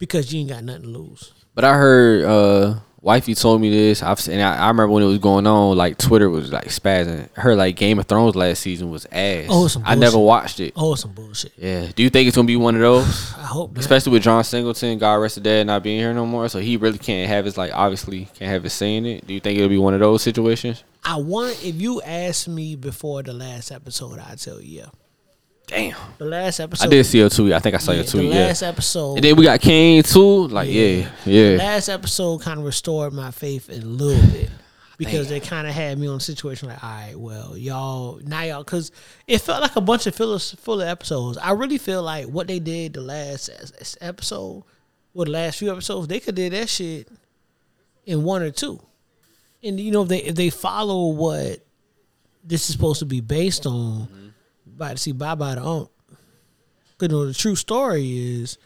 S8: because you ain't got nothing to lose.
S7: but I heard uh wifey told me this. I've seen, and I, I remember when it was going on, like Twitter was like spazzing. Her like Game of Thrones last season was ass.
S8: Oh, it's some
S7: I never
S8: bullshit.
S7: watched it.
S8: Oh, it's some bullshit.
S7: Yeah. Do you think it's gonna be one of those?
S8: I hope not.
S7: Especially with John Singleton, God rest his dad, not being here no more, so he really can't have his like obviously can't have his saying it. Do you think it'll be one of those situations?
S8: I want if you asked me before the last episode, I'd tell you yeah.
S7: Damn,
S8: The last episode,
S7: I did see your tweet. I think I saw
S8: yeah,
S7: your tweet.
S8: The
S7: Yeah,
S8: last episode,
S7: and then we got Kane too. Like yeah, yeah.
S8: last episode kind of restored my faith a little
S7: <sighs>
S8: bit because they kind of had me on a situation like, all right, well, y'all now y'all because it felt like a bunch of filler full of episodes. I really feel like what they did the last es- es- episode, or the last few episodes, they could did that shit in one or two, and you know if they if they follow what this is supposed to be based on,
S7: Mm-hmm.
S8: about to see bye bye the aunt. Cause you know, the true story is,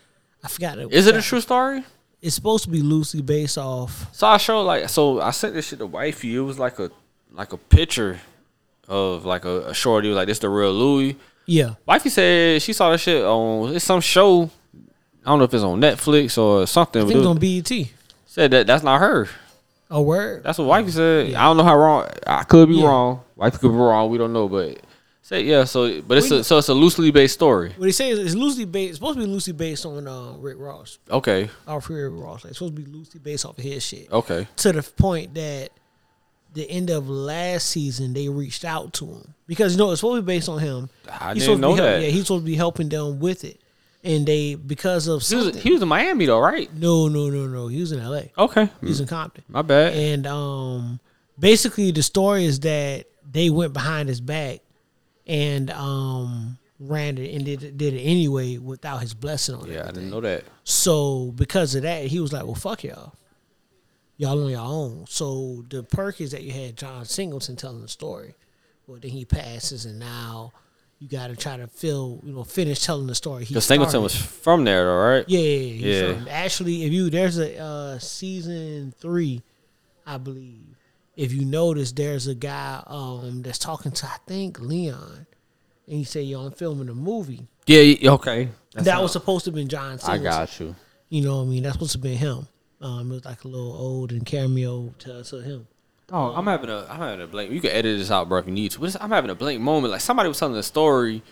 S8: I forgot.
S7: Is it a true story?
S8: It's supposed to be loosely based off.
S7: So I showed like so I sent this shit to wifey. It was like a like a picture of like a, a shorty like this the real Louis.
S8: Yeah,
S7: Wifey said she saw this shit on it's some show. I don't know if it's on Netflix or something.
S8: I
S7: but
S8: think it's
S7: it
S8: on BET.
S7: said that that's not her.
S8: A word.
S7: That's what wifey said. I don't know how wrong. I could be
S8: Yeah.
S7: wrong. Wifey could be wrong. We don't know, but said yeah. So but it's
S8: Well,
S7: a, so it's a loosely based story.
S8: What they say is it's loosely based. It's supposed to be loosely based on uh, Rick Ross,
S7: Okay,
S8: off Rick Ross. Like, it's supposed to be loosely based off of his shit.
S7: okay.
S8: To the point that the end of last season they reached out to him because you know it's supposed to be based on him.
S7: I didn't
S8: He's supposed to be
S7: know
S8: help-
S7: that.
S8: Yeah, he's supposed to be helping them with it, and they because of
S7: He was,
S8: something.
S7: he was in Miami though, right?
S8: no, no, no, no. He was in L.A.
S7: Okay,
S8: He was in Compton.
S7: my bad.
S8: And um, basically, the story is that they went behind his back and um, ran it and did it, did it anyway without his blessing on
S7: yeah, I
S8: it.
S7: didn't know that.
S8: So because of that, he was like, "Well, fuck y'all, y'all on your own." So the perk is that you had John Singleton telling the story. Well, then he passes, and now you got to try to fill, you know, finish telling the story. He
S7: Because Singleton
S8: started.
S7: was from there though, right?
S8: Yeah, yeah, yeah.
S7: Yeah.
S8: From- Actually, if you there's a uh, season three, I believe. If you notice, there's a guy um that's talking to I think Leon, and he said, "Yo, I'm filming a movie."
S7: Yeah. y- Okay.
S8: that was supposed to have been John.
S7: I
S8: Singleton.
S7: got you.
S8: You know what I mean? That's supposed to be him. Um, it was like a little old and cameo to, to him.
S7: Oh, I'm having a I'm having a blank. You can edit this out, bro, if you need to. But it's- I'm having a blank moment. Like somebody was telling a story.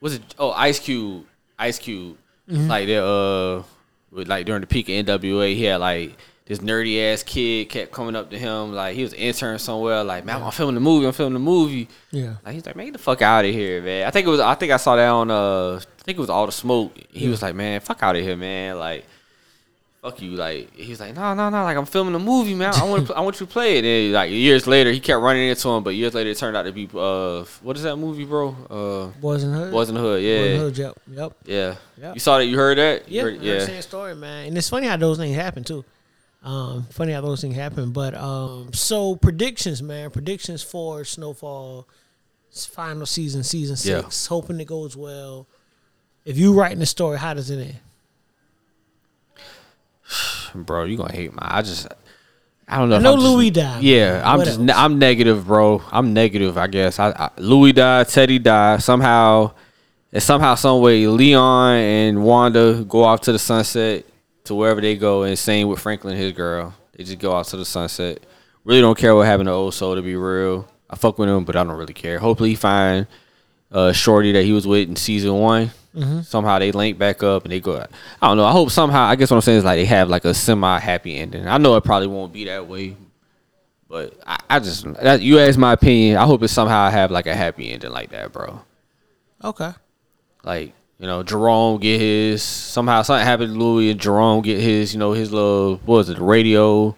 S7: Was it? Oh, Ice Cube. Ice Cube. Like that, uh, with, like during the peak of NWA, he had like this nerdy ass kid kept coming up to him. Like he was an intern somewhere. Like man, I'm filming the movie. I'm filming the movie.
S8: Yeah.
S7: Like he's like, man, get the fuck out of here, man. I think it was. I think I saw that on. Uh, I think it was all the smoke. He was like, man, fuck out of here, man. Like, fuck you. Like he was like, no, no, no. Like I'm filming a movie, man. I want. I want you to play it. And like years later, he kept running into him. But years later, it turned out to be. Uh, what is that movie, bro? Uh,
S8: Boys in the Hood.
S7: Boys in the Hood. Yeah.
S8: Boys in the Hood, Yep. Yep.
S7: Yeah.
S8: Yeah.
S7: You saw that? You heard that? You
S8: Yeah,
S7: heard-
S8: yeah. Same story, man. And it's funny how those things happen too. Um, funny how those things happen. But um, so predictions, man. Predictions for Snowfall final season, season
S7: Yeah.
S8: six. Hoping it goes well. If you writing the story, how does it end?
S7: bro. You gonna hate my. I just. I don't know. if
S8: know
S7: I'm just-
S8: Louis died.
S7: Yeah, I'm
S8: What
S7: just.
S8: else?
S7: ne- I'm negative, bro. I'm negative. I guess. I, I Louis died. Teddy died. Somehow, and somehow, some way, Leon and Wanda go off to the sunset to wherever they go. And same with Franklin, and his girl. They just go out to the sunset. Really don't care what happened to Old Soul. To be real, I fuck with him, but I don't really care. Hopefully, he find uh, Shorty that he was with in season one.
S8: Mm-hmm.
S7: Somehow they link back up and they go. I don't know. I hope somehow. I guess what I'm saying is like they have like a semi happy ending. I know it probably won't be that way, but I, I just that, you asked my opinion. I hope it somehow have like a happy ending like that, bro.
S8: Okay.
S7: Like you know, Jerome get his somehow something happened to Louis and Jerome get his. You know his little what was it the radio,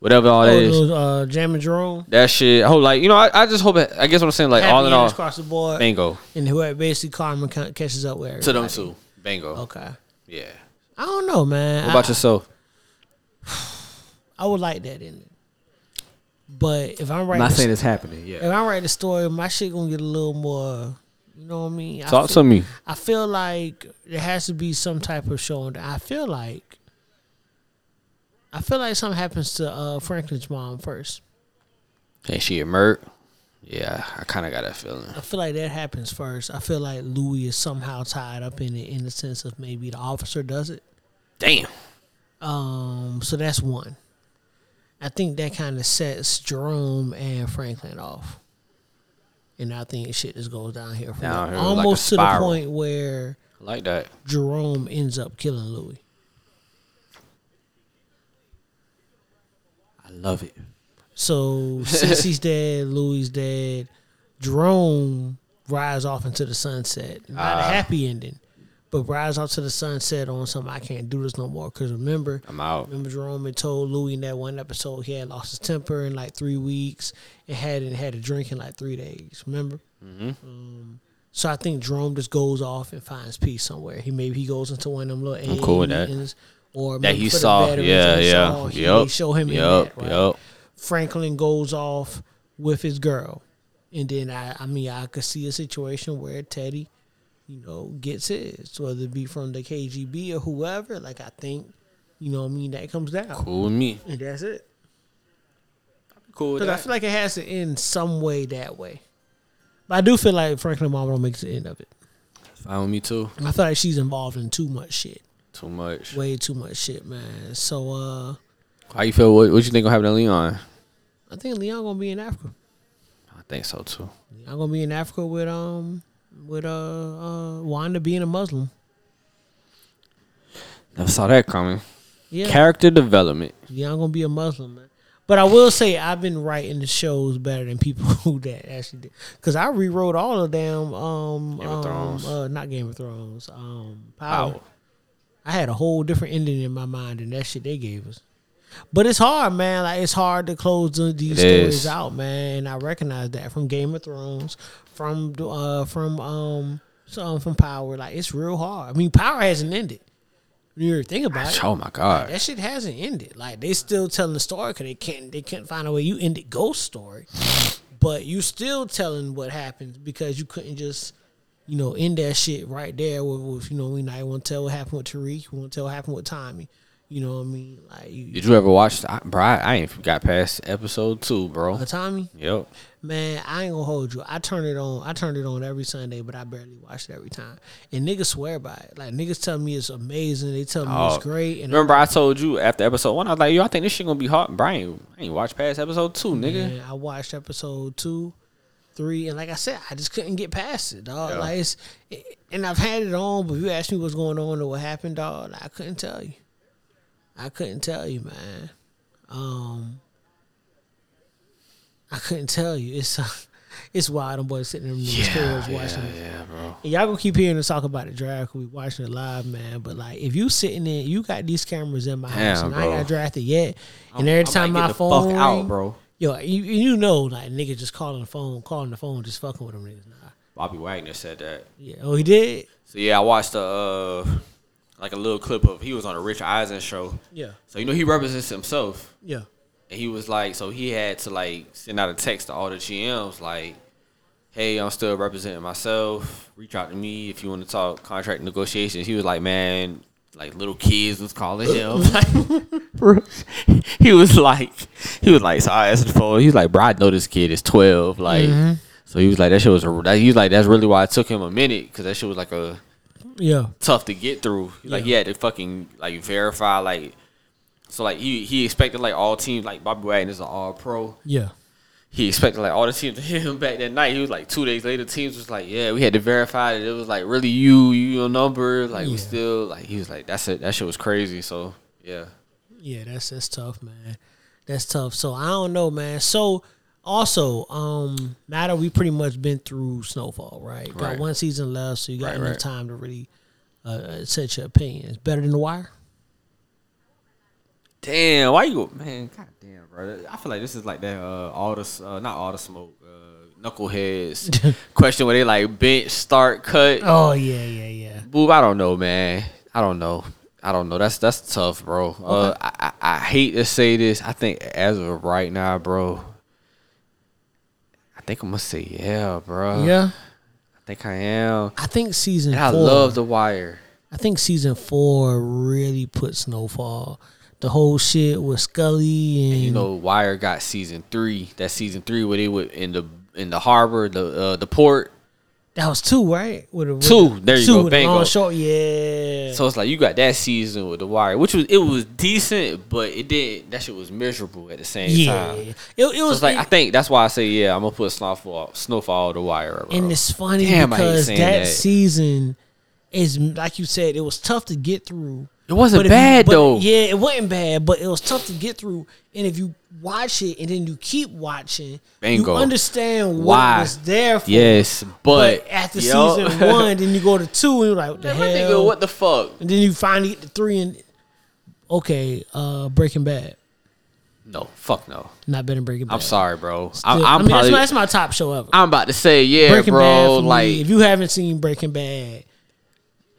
S7: whatever all
S8: Oh,
S7: that is.
S8: those, uh, Jam and Jerome.
S7: That shit. I hope like you know. I, I just hope. It, I guess what I'm saying like
S8: Happy
S7: all in
S8: endings
S7: all,
S8: across the board.
S7: bingo
S8: And whoever basically karma ca- catches up with
S7: to
S8: everybody.
S7: them two. Bingo.
S8: Okay.
S7: Yeah.
S8: I don't know, man.
S7: What about
S8: I,
S7: yourself?
S8: I would like that in it. But if I'm writing, the
S7: it's happening. Yeah.
S8: if I write a story, my shit gonna get a little more. You know what I mean? I
S7: Talk
S8: feel,
S7: to me.
S8: I feel like there has to be some type of showing. that- I feel like. I feel like something happens to uh, Franklin's mom first.
S7: And she a merc. Yeah, I kind of got that feeling.
S8: I feel like that happens first. I feel like Louis is somehow tied up in it in the sense of maybe the officer does it.
S7: Damn.
S8: Um, so that's one. I think that kind of sets Jerome and Franklin off, and I think shit just goes down here from
S7: Down
S8: there.
S7: here like a
S8: almost to the
S7: spiral.
S8: point where
S7: I like that.
S8: Jerome ends up killing Louis.
S7: I love it.
S8: So Cece's dead, Louis dead. Jerome rides off into the sunset. Not a happy ending, but rides off to the sunset on something I can't do this no more. Because remember,
S7: I'm out.
S8: remember Jerome had told Louis in that one episode he had lost his temper in like three weeks and hadn't had a drink in like three days. Remember? Um,
S7: Mm-hmm.
S8: so I think Jerome just goes off and finds peace somewhere. He maybe he goes into one of them little
S7: I'm cool with
S8: AA
S7: that.
S8: meetings Or
S7: That
S8: maybe
S7: he
S8: for the
S7: saw.
S8: veterans
S7: Yeah,
S8: that he
S7: yeah.
S8: saw, he may
S7: Yep.
S8: show him in
S7: Yep.
S8: that, right?
S7: Yep.
S8: Franklin goes off with his girl, and then I, I mean, I could see a situation where Teddy, you know, gets his, whether it be from the KGB or whoever. Like I think, you know, what I mean, that comes down,
S7: Cool with me.
S8: and that's it.
S7: Cool with
S8: Because I feel like it has to end some way that way. But I do feel like Franklin Mama don't make it to the end of it.
S7: Fine with me too.
S8: I feel like she's involved in too much shit,
S7: Too much.
S8: way too much shit, man. So uh,
S7: How you feel? What, what you think gonna happen to Leon?
S8: I think Leon gonna be in Africa.
S7: I think so too.
S8: I'm gonna be in Africa with um with uh, uh Wanda being a Muslim.
S7: Never saw that coming.
S8: Yeah,
S7: Character development.
S8: yeah, I'm gonna be a Muslim, man. But I will say I've been writing the shows better than people <laughs> who that actually did because I rewrote all of them. Um,
S7: Game of
S8: um,
S7: Thrones.
S8: uh, not Game of Thrones. Um, Power.
S7: Wow.
S8: I had a whole different ending in my mind than that shit they gave us. But it's hard, man. Like it's hard to close the- these
S7: It
S8: stories
S7: is.
S8: out, man. And I recognize that from Game of Thrones, from uh, from um, some from Power. Like it's real hard. I mean, Power hasn't ended. When you think about it,
S7: Oh my god.
S8: that shit hasn't ended. Like they still telling the story because they can't they can't find a way. You ended Ghost Story, but you still telling what happened because you couldn't just you know end that shit right there with, with you know we not want to tell what happened with Tariq, we want to tell what happened with Tommy. You know what I mean? Like you,
S7: Did you ever watch? I, bro, I, I ain't got past episode two, bro.
S8: uh, Tommy,
S7: Yep.
S8: man, I ain't gonna hold you. I turn it on. I turn it on every Sunday, but I barely watch it every time. And niggas swear by it. Like niggas tell me it's amazing. They tell me
S7: Oh.
S8: it's great. And
S7: Remember, I told you after episode one, I was like, "Yo, I think this shit gonna be hard." Brian, I ain't watched past episode two, nigga.
S8: And I watched episode two. three, and like I said, I just couldn't get past it, dog. Like it's, it, and I've had it on, but if you asked me what's going on or what happened, dog, I couldn't tell you. I couldn't tell you, man. Um, I couldn't tell you. It's uh, <laughs> it's wild. Them boys sitting in the yeah, watching it.
S7: yeah, bro.
S8: And y'all gonna keep hearing us talk about the draft 'cause we watching it live, man. But like, if you sitting in, you got these cameras in my house,
S7: Damn,
S8: and I
S7: bro.
S8: ain't got drafted yet. And every
S7: I might
S8: time
S7: get
S8: my
S7: the fuck
S8: phone
S7: out,
S8: ring,
S7: bro.
S8: yo, you you know, like nigga just calling the phone, calling the phone, just fucking with them niggas. Nah.
S7: Bobby Wagner said that.
S8: Yeah, oh he did.
S7: So yeah, I watched a uh, like a little clip of he was on a Rich Eisen show.
S8: Yeah,
S7: So you know he represents himself.
S8: yeah,
S7: And he was like, so he had to like send out a text to all the GMs like, "Hey, I'm still representing myself. Reach out to me if you want to talk contract negotiations." He was like, "Man, like little kids was calling him." <laughs> Like, <laughs> he was like, he was like, so I answered the phone. He was like, "Bro, I know this kid is 12." Like, so he was like, "That shit was a." That, he was like, "That's really why it took him a minute because that shit was like a."
S8: yeah,
S7: tough to get through. Like he had to fucking like verify like so like he he expected like all teams like Bobby Wagner is an all pro.
S8: yeah.
S7: He expected like all the teams to hit him back that night. He was like two days later teams was like, Yeah, we had to verify that it was like really you, you your number. Like we
S8: Yeah.
S7: still like he was like that's it that shit was crazy. So yeah.
S8: Yeah, that's that's tough, man. That's tough. So I don't know, man. So also, um, now that we pretty much been through Snowfall, right? Got
S7: Right.
S8: one season left, so you got
S7: Right,
S8: enough
S7: right.
S8: time to really uh, uh, set your opinions. Better than The Wire.
S7: Damn, why you go man, god damn bro. I feel like this is like that uh all the uh, not all the smoke, uh knuckleheads <laughs> question where they like bench, start, cut.
S8: Oh yeah, yeah, yeah.
S7: Boob, I don't know, man. I don't know. I don't know. That's that's tough, bro. Uh, I, I I hate to say this. I think as of right now, bro. I think I'm gonna say yeah, bro.
S8: yeah,
S7: I think I am.
S8: I think season.
S7: And I
S8: four,
S7: love The Wire.
S8: I think season four really put Snowfall. The whole shit with Scully and,
S7: You know, Wire got season three. That season three where they would in the in the harbor, the uh, the port.
S8: that was two, right? With a, with
S7: Two.
S8: a-
S7: There you
S8: two
S7: go.
S8: With a
S7: Bingo.
S8: long short, yeah.
S7: So it's like you got that season with The Wire, which was it was decent, but it did that shit was miserable at the same
S8: yeah,
S7: time.
S8: it, it
S7: uh, So
S8: was
S7: it's like
S8: it-
S7: I think that's why I say yeah. I'm gonna put snowfall, snowfall, the wire. Bro.
S8: And it's funny
S7: Damn, I hate
S8: because that,
S7: saying that.
S8: season is like you said, it was tough to get through.
S7: it wasn't
S8: if you-
S7: bad
S8: but-
S7: though.
S8: Yeah, it wasn't bad, but it was tough to get through. And if you watch it and then you keep watching,
S7: Bingo.
S8: you understand what
S7: Why?
S8: it was there for.
S7: Yes, but,
S8: But after
S7: Yo. <laughs>
S8: season <laughs> one, then you go to two, and you're like, what
S7: My
S8: the hell?
S7: nigga, what the fuck?
S8: and then you finally get to three, and okay, uh, Breaking Bad,
S7: No, fuck no.
S8: not better than Breaking Bad.
S7: I'm sorry, bro.
S8: Still-
S7: I, I'm
S8: I mean,
S7: probably.
S8: that's, my, that's my top show ever.
S7: I'm about to say yeah,
S8: Breaking Bad.
S7: bro.
S8: For
S7: like,
S8: me. if you haven't seen Breaking Bad,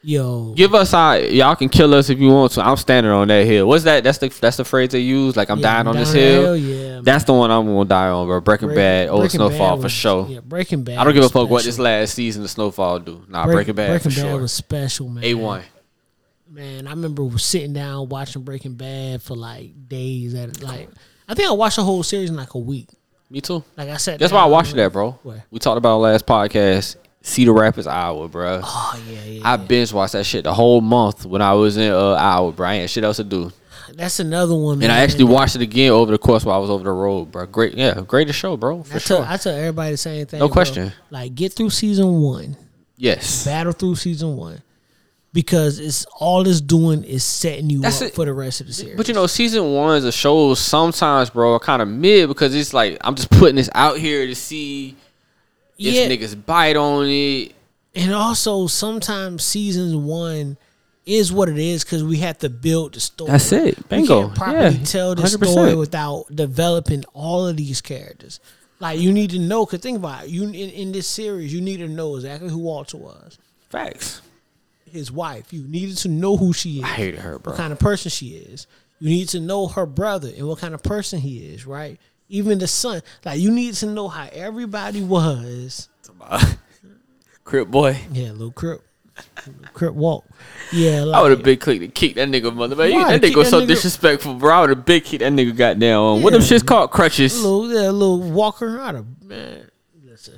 S8: yo,
S7: give us our. Y'all can kill us if you want to. I'm standing on that hill. What's that? That's the that's the phrase they use. Like I'm
S8: Yeah,
S7: dying
S8: I'm
S7: on this
S8: dying
S7: hill.
S8: on the hill, yeah.
S7: that's the one I'm gonna die on, bro. Breaking
S8: Break-
S7: Bad, old
S8: Breaking
S7: Snowfall
S8: Bad
S7: for
S8: was-
S7: sure.
S8: Yeah, Breaking Bad.
S7: I don't give a
S8: was
S7: fuck what this
S8: special.
S7: last season of Snowfall do. Nah,
S8: Break-
S7: Breaking Bad
S8: Breaking
S7: for
S8: Bad
S7: sure.
S8: was special, man.
S7: A one.
S8: man. I remember was sitting down watching Breaking Bad for like days. At like, I think I watched the whole series in like a week.
S7: Me too.
S8: Like I said,
S7: That's why I watched that, bro.
S8: Where?
S7: We talked about it last podcast. Cedar Rapids, Iowa, bro.
S8: Oh yeah, yeah.
S7: I binge watched that shit the whole month when I was in uh, Iowa, bro. I ain't shit else to do,
S8: That's another one.
S7: and
S8: man.
S7: I
S8: <laughs>
S7: actually watched it again over the course while I was over the road, bro. Great, yeah, greatest show, bro, for
S8: I
S7: sure.
S8: tell, I tell everybody the same thing.
S7: No
S8: bro.
S7: question.
S8: Like, get through season one.
S7: yes,
S8: battle through season one because it's all it's doing is setting you
S7: That's
S8: up
S7: it.
S8: for the rest of the series.
S7: but you know, season ones of shows sometimes, bro, are kind of mid because it's like I'm just putting this out here to see if
S8: yeah,
S7: niggas bite on it.
S8: and also sometimes season one is what it is because we have to build the story.
S7: That's it.
S8: You
S7: Bingo.
S8: can't properly
S7: Yeah,
S8: tell the
S7: 100%.
S8: story without developing all of these characters. Like you need to know. Cause think about it. You in, in this series, you need to know exactly who Walter was.
S7: Facts.
S8: His wife. You needed to know who she is.
S7: I hated her, bro.
S8: what kind of person she is. You need to know her brother and what kind of person he is, right? Even the son. Like you need to know how everybody was.
S7: Crip boy.
S8: Yeah, little Crip. Little Crip walk. Yeah, like
S7: I would have big clicked and kicked that nigga mother. Man,
S8: Why?
S7: that
S8: Kick
S7: nigga was
S8: that
S7: so
S8: nigga-
S7: disrespectful, bro. I would have big kicked that nigga goddamn on. What them
S8: Yeah.
S7: shits called? Crutches.
S8: little yeah, little walker. I'd have man,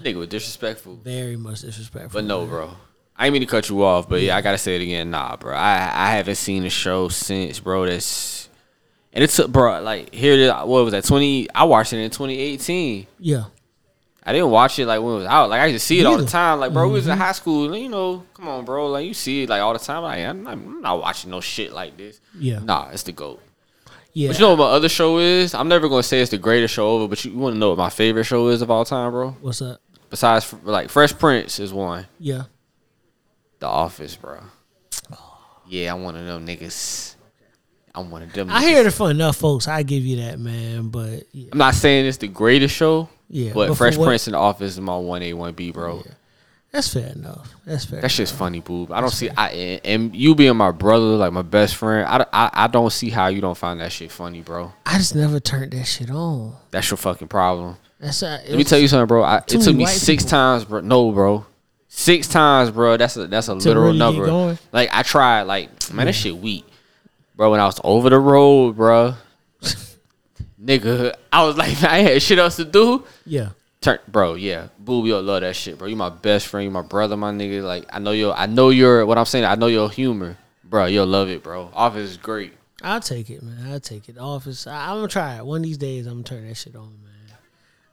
S7: Nigga was disrespectful.
S8: very much disrespectful.
S7: But no, bro. I ain't mean to cut you off, but yeah, I gotta say it again. Nah, bro. I I haven't seen a show since, bro. That's and it took, bro. Like here, it is. what was that? Twenty. I watched it in twenty eighteen.
S8: Yeah.
S7: I didn't watch it like when it was out. Like I used to see it all the
S8: Neither.
S7: time. Like bro, we
S8: Mm-hmm.
S7: was in high school. You know, come on, bro. Like you see it like all the time. Like I'm not, I'm not watching no shit like this.
S8: Yeah.
S7: nah, it's the goat.
S8: Yeah.
S7: But you know what my other show is? I'm never gonna say it's the greatest show over, but you, want to know what my favorite show is of all time, bro?
S8: What's up?
S7: Besides, like Fresh Prince is one.
S8: Yeah.
S7: The Office, bro. Yeah, I'm one of them niggas. I'm one of them.
S8: I
S7: niggas.
S8: hear it for enough folks. I give you that, man. But yeah.
S7: I'm not saying it's the greatest show.
S8: Yeah,
S7: but,
S8: but for
S7: Fresh
S8: what-
S7: Prince and The Office is my one A one B, bro.
S8: that's fair enough. That's fair.
S7: That shit's funny, boob. I don't see. I and and you being my brother, like my best friend. I, I I don't see how you don't find that shit funny, bro.
S8: I just never turned that shit on.
S7: That's your fucking problem.
S8: That's uh,
S7: Let me tell you something, bro. I, it
S8: Too
S7: took
S8: many
S7: me
S8: white
S7: six
S8: people.
S7: times, bro. No, bro. Six times, bro. That's a that's a literal
S8: really get
S7: number.
S8: going.
S7: Like I tried, like man, that shit weak, bro. When I was over the road, bro, <laughs> nigga, I was like, <laughs> I had shit else to do.
S8: Yeah.
S7: Turn, bro, yeah, boo, you'll love that shit, bro. You my best friend, you my brother, my nigga. Like I know your, I know your, what I'm saying, I know your humor, bro. You'll love it, bro. Office is great.
S8: I'll take it, man. I'll take it. Office. I, I'm gonna try it. One of these days, I'm gonna turn that shit on, man.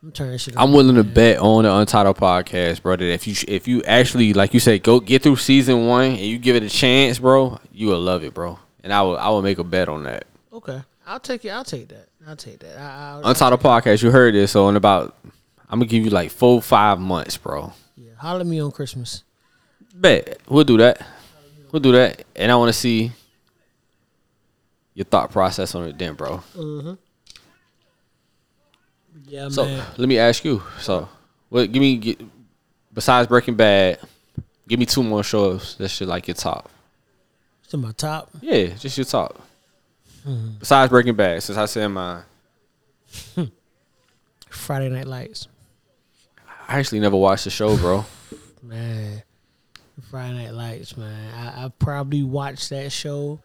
S8: I'm turning that shit on.
S7: I'm willing to bet on the Untitled podcast, bro. That if you if you actually like you said, go get through season one and you give it a chance, bro, you will love it, bro. And I will I will make a bet on that.
S8: okay. I'll take it. I'll take that. I'll take that. I, I'll,
S7: Untitled podcast, you heard this, so in about I'm gonna give you like four five months, bro.
S8: yeah. Holler at me on Christmas.
S7: Bet we'll do that. We'll do that, and I want to see your thought process on it, then, bro.
S8: Yeah,
S7: So
S8: man.
S7: let me ask you. So, what? Give me get, besides Breaking Bad, give me two more shows that should like your top.
S8: It's in my top.
S7: Yeah, just your top. Besides Breaking Bad, since I said mine,
S8: Friday Night Lights.
S7: I actually never watched the show, bro.
S8: Man, Friday Night Lights, man. I, I probably watched that show.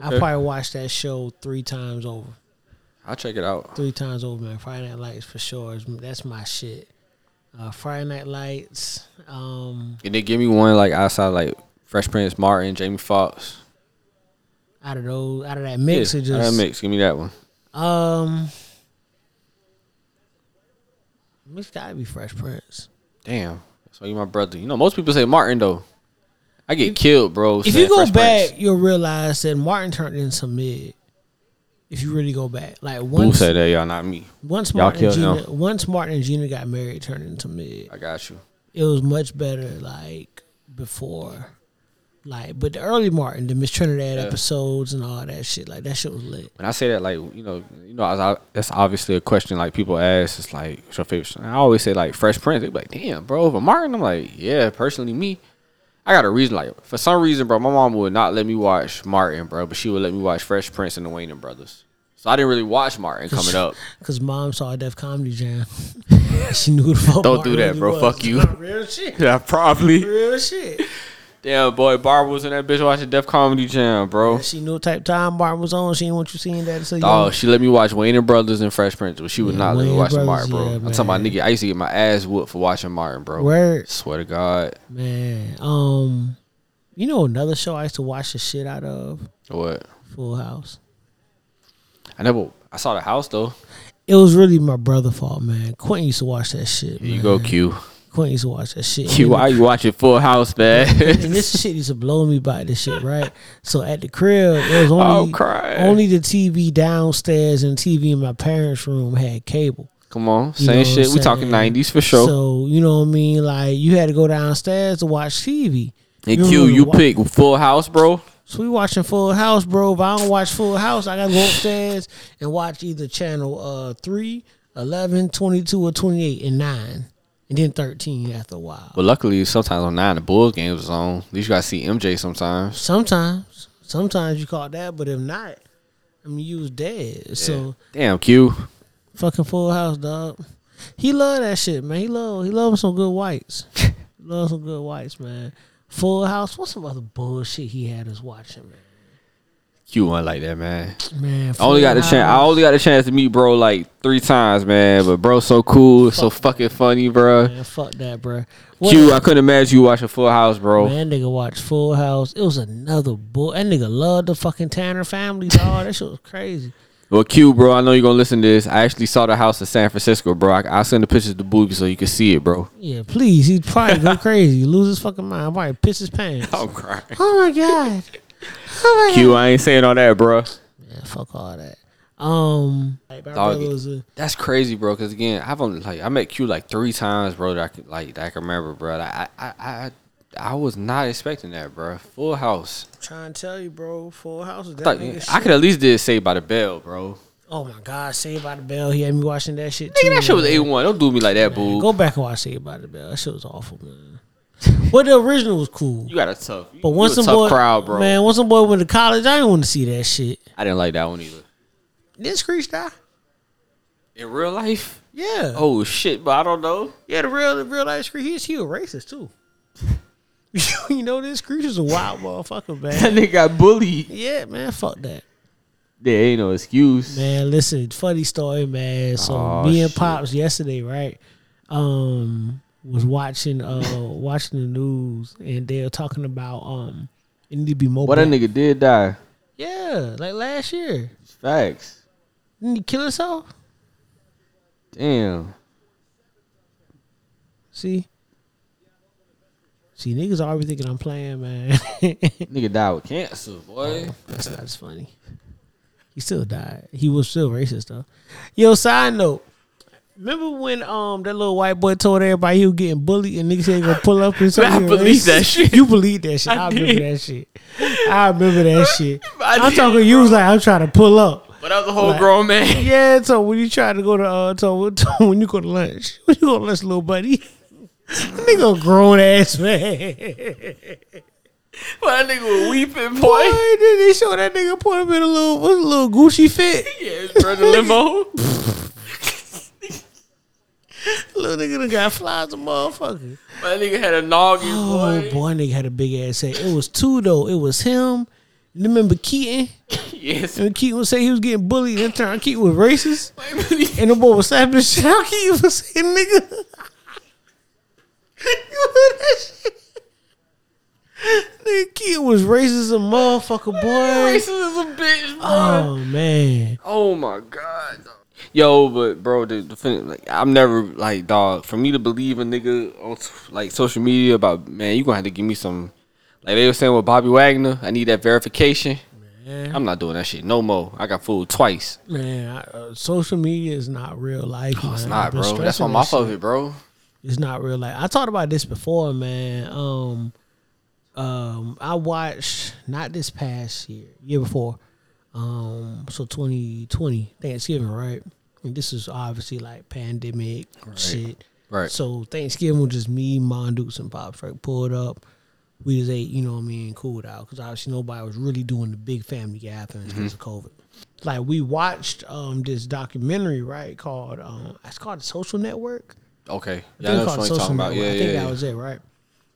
S8: I
S7: Okay.
S8: probably watched that show three times over.
S7: I'll check it out.
S8: Three times over, man. Friday Night Lights for sure. is- That's my shit. Uh, Friday Night Lights. Um,
S7: And then give me one like outside like Fresh Prince, Martin, Jamie Foxx.
S8: out of those, out of that
S7: Yeah,
S8: mix,
S7: I
S8: it just
S7: mix. Give me that one.
S8: um, it's gotta be Fresh Prince.
S7: Damn, that's why you my brother. You know, most people say Martin though. I get killed, bro.
S8: If
S7: saying
S8: you go
S7: Fresh
S8: back,
S7: Prince.
S8: you'll realize that Martin turned in some mid. If you really go back, like
S7: who
S8: once
S7: said that? Y'all not me.
S8: Once
S7: Y'all
S8: Martin and
S7: killed
S8: Gina, once Martin and Gina got married, it turned into mid.
S7: I got you.
S8: It was much better like before, like but the early Martin, the Miss Trinidad episodes and all that shit, like that shit was lit.
S7: When I say that, like you know, you know, I, I- that's obviously a question like people ask. It's like, what's your favorite? show? And I always say like Fresh Prince. They be like, damn, bro, over Martin. I'm like, yeah, personally, me. I got a reason. Like for some reason, bro, my mom would not let me watch Martin, bro, but she would let me watch Fresh Prince and the Wayne Brothers. So I didn't really watch Martin coming
S8: <laughs>
S7: up.
S8: Cause mom saw a Def Comedy Jam, <laughs> she knew who the fuck.
S7: Don't
S8: Martin
S7: do that,
S8: really
S7: bro.
S8: was.
S7: Fuck you.
S8: Real shit.
S7: yeah, probably.
S8: Real shit.
S7: Damn, boy, Barb was in that bitch watching Def Comedy Jam, bro.
S8: She knew what type of time Martin was on. She didn't want you seeing that. So
S7: Oh,
S8: young.
S7: she let me watch Wayne and Brothers and Fresh Prince, but she would
S8: Yeah,
S7: not let me
S8: Wayne
S7: watch
S8: Brothers,
S7: Martin, bro.
S8: yeah,
S7: I'm talking about
S8: man.
S7: nigga. I used to get my ass whooped for watching Martin, bro.
S8: Word.
S7: Swear to God.
S8: man. Um, you know another show I used to watch the shit out of
S7: What?
S8: Full House.
S7: I never. I saw the house though.
S8: It was really my brother's fault, man. Quentin used to watch that shit.
S7: Here you
S8: man.
S7: go, Q.
S8: Quentin used to watch that shit.
S7: Q, why <laughs>
S8: and,
S7: you watching Full House, <laughs> man?
S8: <laughs> and this shit used to blow me by this shit, right? So at the crib, it was
S7: I'll
S8: only
S7: cry.
S8: only the TV downstairs and TV in my parents' room had cable.
S7: Come on,
S8: You know
S7: same
S8: what
S7: shit.
S8: I'm
S7: We talking
S8: saying?
S7: nineties for sure.
S8: So you know what I mean? Like you had to go downstairs to watch TV.
S7: and
S8: you
S7: Q,
S8: remember
S7: you
S8: wa-
S7: pick Full House, bro.
S8: So we watching Full House, bro. If I don't watch Full House, I gotta go upstairs and watch either channel uh 3, 11, 22, or 28, and 9. And then 13 after a while.
S7: But luckily, sometimes on nine the Bulls games was on. At least you gotta see MJ sometimes.
S8: Sometimes. Sometimes you caught that, but if not, I mean you was dead. So
S7: Damn, Q.
S8: fucking Full House, dog. He love that shit, man. He love he love some good
S7: <laughs>
S8: whites. love some good whites, man. Full House. What's some other bullshit he had us watching, man?
S7: Q one like that, man.
S8: Man,
S7: I only got the
S8: Full
S7: chance. I
S8: House.
S7: only got the chance to meet bro like three times, man. But bro, so cool, so fucking funny, bro.
S8: Man, fuck that, bro.
S7: Q, I couldn't imagine you watching Full House, bro.
S8: Man, nigga watched Full House. It was another bull. That nigga loved the fucking Tanner family, dog. that shit was crazy.
S7: Well, Q, bro, I know you're gonna listen to this. I actually saw the house in San Francisco, bro. I, I'll send the pictures to Booby so you can see it, bro.
S8: Yeah, please. He'd probably
S7: <laughs>
S8: go crazy. He lose his fucking mind. Probably piss his pants.
S7: I'm crying.
S8: Oh my god. Oh my
S7: Q, I ain't saying all that, bro.
S8: god. Yeah, fuck all that. Um, like, my
S7: Dog.
S8: brother was a,
S7: That's crazy, bro. Cause again, I've only like I met Q like three times, bro. That I could like that I can remember, bro. Like, I I I I was not expecting that, bro. Full House.
S8: trying to tell you, bro. Full House. is That
S7: I, thought,
S8: nigga
S7: I
S8: shit.
S7: could at least did say by the bell, bro.
S8: Oh my god, Saved by the Bell. He had me watching that shit.
S7: Nigga,
S8: too,
S7: that shit was
S8: man.
S7: a one. Don't do me like that, boo.
S8: Go back and watch Saved by the Bell. That shit was awful, man. well, the original was cool,
S7: You got a tough,
S8: but once
S7: you a
S8: some
S7: tough
S8: boy,
S7: crowd, bro.
S8: man, once some boy went to college, I didn't want to see that shit.
S7: I didn't like that one either.
S8: Did Screech die?
S7: In real life,
S8: Yeah.
S7: oh shit, but I don't know. <laughs>
S8: yeah. The real, the real life Screech. He's he a racist too. <laughs> you know this Screech is a wild motherfucker, <laughs> man.
S7: nigga got bullied.
S8: yeah, man. Fuck that.
S7: There ain't no excuse.
S8: Man, listen, funny story, man. So
S7: Aw,
S8: me and
S7: shit.
S8: Pops yesterday, right? Um was watching uh watching the news and they were talking about um it need to be more
S7: What
S8: black.
S7: that nigga did die.
S8: Yeah, like last year.
S7: Facts.
S8: Didn't he kill himself?
S7: Damn.
S8: See? See niggas always thinking I'm playing, man. <laughs>
S7: Nigga died with cancer, boy.
S8: That's not as funny. He still died. He was still racist though. Yo, side note. Remember when um that little white boy told everybody he was getting bullied and niggas
S7: <laughs>
S8: ain't gonna pull up and say
S7: I
S8: he a
S7: believe
S8: racist?
S7: that shit.
S8: You believe that shit. I, remember that shit. I
S7: <laughs>
S8: remember that shit. I'm talking. You was like, I'm trying to pull up.
S7: But I was a whole
S8: Like-
S7: grown
S8: <laughs>
S7: man. <laughs>
S8: Yeah. So when you try to go to uh, so, so when <laughs> you go to lunch, <laughs> when you go to lunch, little buddy, <laughs> nigga, a grown ass man.
S7: But that nigga was weeping,
S8: Boy, did they show that nigga put him in a little, what's a little Gucci fit?
S7: <laughs> <laughs> Yeah, bro, the
S8: <laughs>
S7: limbo.
S8: Little nigga done got flies a motherfucker.
S7: My nigga had a noggin,
S8: Oh boy, nigga had a big ass head. It was two though. It was him. You remember Keaton?
S7: Yes.
S8: And Keaton would say he was getting bullied and turn Keaton was racist.
S7: Nigga
S8: And the boy was slapping the shit out of Keaton was saying, nigga. <laughs> you heard that shit? Nigga, Keaton was racist as a motherfucker, boy.
S7: Racist as a bitch, bro.
S8: Oh man.
S7: Oh my god. dog. Yo, but bro, the, the fin- like I'm never like dog. For me to believe a nigga on s- like social media about man, you gonna have to give me some. Like they were saying with Bobby Wagner, I need that verification. I'm not doing that shit no more. I got fooled twice.
S8: Man, I, uh, social media is not real life. man.
S7: It's
S8: I've
S7: not,
S8: been
S7: bro. That's why
S8: stressing
S7: I'm
S8: that
S7: off of
S8: shit.
S7: it, bro.
S8: It's not real life. I talked about this before, man. Um, um, I watched not this past year, year before. Um, so 2020 Thanksgiving, right? And this is obviously like pandemic shit.
S7: Right.
S8: So Thanksgiving was just me, Mondukes, and Pops. Right, pulled up. We just ate, you know what I mean, cooled out because obviously nobody was really doing the big family gatherings because
S7: Mm-hmm.
S8: of COVID. Like we watched um this documentary, right? Called um, it's called The Social Network.
S7: Okay,
S8: I
S7: yeah, I know
S8: think it's
S7: what
S8: called
S7: you're
S8: social
S7: talking about.
S8: network.
S7: Yeah,
S8: I think
S7: yeah,
S8: that
S7: yeah.
S8: was it, right?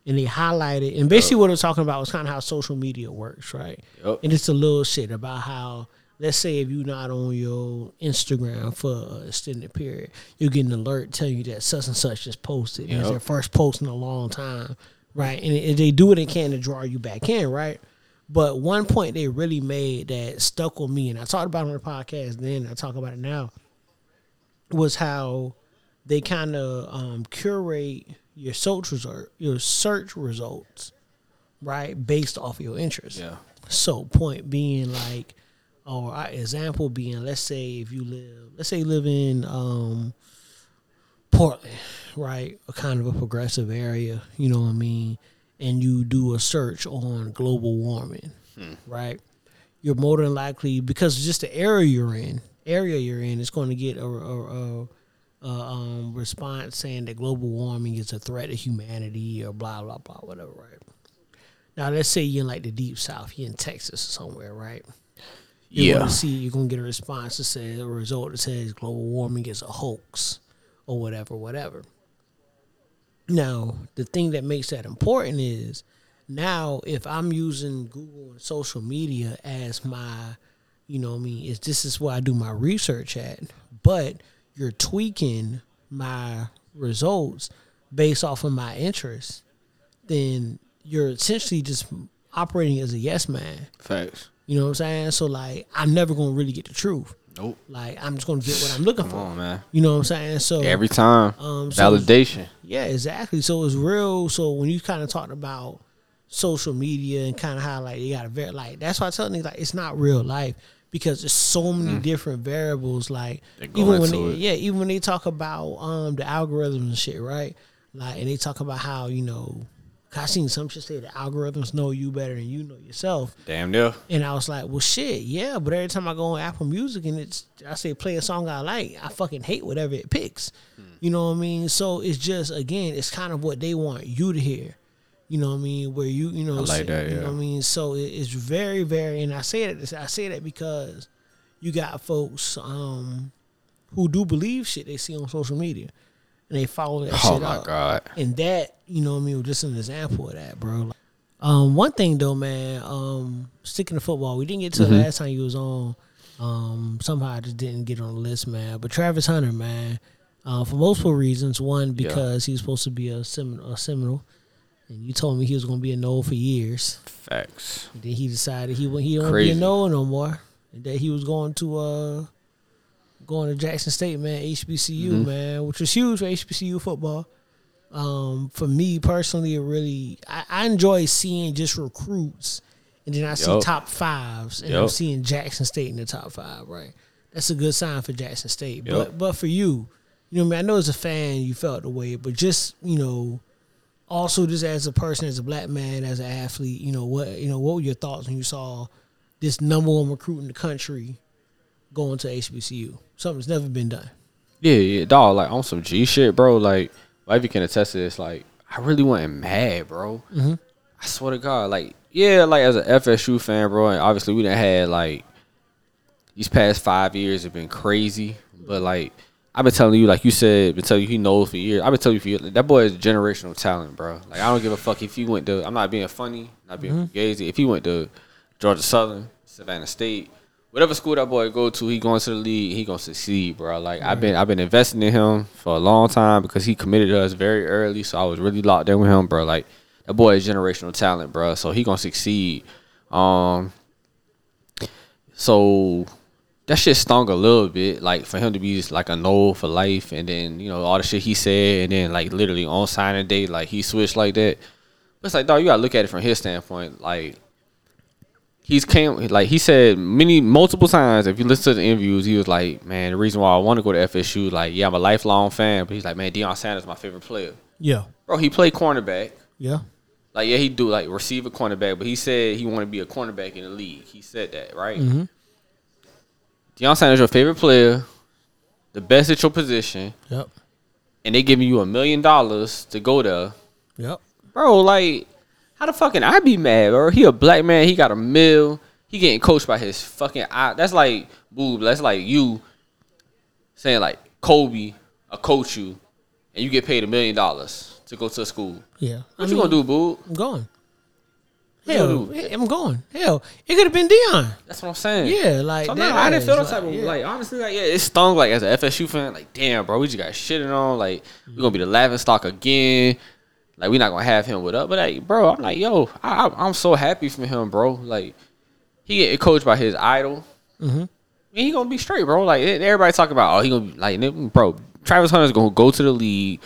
S8: And they highlighted, and basically what I'm talking about was kind of how social media works, right?
S7: Yup.
S8: And it's a little shit about how, let's say, if you're not on your Instagram for an extended period, you get an alert telling you that such and such just posted. And It's
S7: Yup.
S8: their first post in a long time, right? And if they do what they can to draw you back in, right? But one point they really made that stuck with me, and I talked about it on the podcast then, and I talk about it now was how they kind of um, curate your search result, your search results, right, based off your interests.
S7: Yeah.
S8: So point being like, or our example being, let's say if you live, let's say you live in um, Portland, right, a kind of a progressive area, you know what I mean, and you do a search on global warming, right you're more than likely because just the area you're in, area you're in, is going to get a, a, a, a um, response saying that global warming is a threat to humanity or blah blah blah whatever, right? Now let's say you're in like the deep south, you're in Texas or somewhere, right? You're
S7: Yeah.
S8: gonna see you're gonna get a response that says a result that says global warming is a hoax or whatever, whatever. Now, the thing that makes that important is now if I'm using Google and social media as my, you know what I mean, is this is where I do my research at, but you're tweaking my results based off of my interests, then you're essentially just operating as a yes man.
S7: Facts.
S8: You know what I'm saying? So like I'm never gonna really get the truth.
S7: Nope.
S8: Like I'm just gonna get what I'm looking for.
S7: on, man.
S8: You know what I'm saying? So
S7: Every time.
S8: Um, so-
S7: Validation.
S8: yeah, exactly. So it's real. So when you kind of talked about social media and kind of how like you got to ver like that's why I tell niggas like it's not real life because there's so many different variables. Like
S7: That go
S8: even when they,
S7: Mm. into it.
S8: yeah, even when they talk about um the algorithms and shit, right? Like and they talk about how you know. 'cause I seen some shit say the algorithms know you better than you know yourself.
S7: Damn near.
S8: And I was like, well, shit, yeah. But every time I go on Apple Music and it's, I say play a song I like, I fucking hate whatever it picks. You know what I mean? So it's just again, it's kind of what they want you to hear. You know what I mean? Where you, you know,
S7: like
S8: say-
S7: that,
S8: you know
S7: yeah.
S8: what I mean. So it, it's very, very, and I say that I say that because you got folks um, who do believe shit they see on social media, and they follow that
S7: Oh
S8: shit
S7: my
S8: up.
S7: god.
S8: And that, you know what I mean, was just an example of that, bro. Um, one thing though, man, um, sticking to football, we didn't get to the last time you was on. Um, somehow I just didn't get on the list, man. But Travis Hunter, man, uh, for multiple reasons. One, because he was supposed to be a Seminole, a Seminole, and you told me he was going to be a no for years.
S7: Facts.
S8: Then he decided he wa- he don't wanna be a
S7: Crazy.
S8: no no more, and that he was going to uh going to Jackson State, man, HBCU,
S7: Mm-hmm.
S8: man, which was huge for HBCU football. Um, for me personally, it really I, I enjoy seeing just recruits, and then I see
S7: Yup.
S8: top fives, and I'm
S7: Yup.
S8: seeing Jackson State in the top five. Right, that's a good sign for Jackson State. But
S7: Yup.
S8: but for you, you know, what I mean, I know as a fan you felt the way, but just you know also just as a person, as a black man, as an athlete, you know what you know what were your thoughts when you saw this number one recruit in the country going to HBCU? Something that's never been done.
S7: Yeah, yeah, dog. Like on some G shit, bro. Like, wifey can attest to this. Like, I really wasn't mad, bro. I swear to God, like, yeah, like as an FSU fan, bro, and obviously we done had like these past five years have been crazy, but like I've been telling you, like you said, been telling you he knows for years. I've been telling you for years, like, that boy is generational talent, bro. Like I don't give a fuck if he went to. I'm not being funny, not being gazy. If he went to Georgia Southern, Savannah State, whatever school that boy go to, he going to the league. He gonna succeed, bro. Like I've been, I've been investing in him for a long time because he committed to us very early, so I was really locked in with him, bro. Like that boy is generational talent, bro. So he gonna succeed. Um, so that shit stung a little bit, like for him to be just like a no for life, and then you know all the shit he said, and then like literally on signing day, like he switched like that. But it's like, dog, you gotta look at it from his standpoint. Like he's came, like he said many multiple times. If you listen to the interviews, he was like, man, the reason why I want to go to FSU, like, yeah, I'm a lifelong fan, but he's like, man, Deion Sanders my favorite player,
S8: Yeah,
S7: bro. He played cornerback.
S8: yeah,
S7: Like yeah, he do like receive a cornerback, but he said he want to be a cornerback in the league. He said that right. Deion Sanders your favorite player, the best at your position,
S8: yep,
S7: and they giving you a million dollars to go there,
S8: yep.
S7: bro. Like how the fucking I be mad, bro? He a black man. He got a mill. He getting coached by his fucking eye. That's like boob. That's like you saying like Kobe, a coach you, and you get paid a million dollars to go to school.
S8: Yeah.
S7: What you gonna do, boo?
S8: I'm gone.
S7: you gonna
S8: Hell,
S7: do?
S8: he- I'm gone. Hell, it could have been Dion.
S7: That's what I'm saying.
S8: Yeah, like
S7: So
S8: that
S7: no, I didn't
S8: is,
S7: feel that
S8: like,
S7: type of
S8: yeah.
S7: like honestly like yeah, it stung like as an FSU fan like damn bro we just got shitted on like we gonna be the laughing stock again like we not gonna have him with up but like bro I'm like yo I, I, I'm so happy for him bro like he getting coached by his idol
S8: Mm-hmm.
S7: and he gonna be straight bro like and everybody talking about oh he gonna be like nigga, bro Travis Hunter's gonna go to the league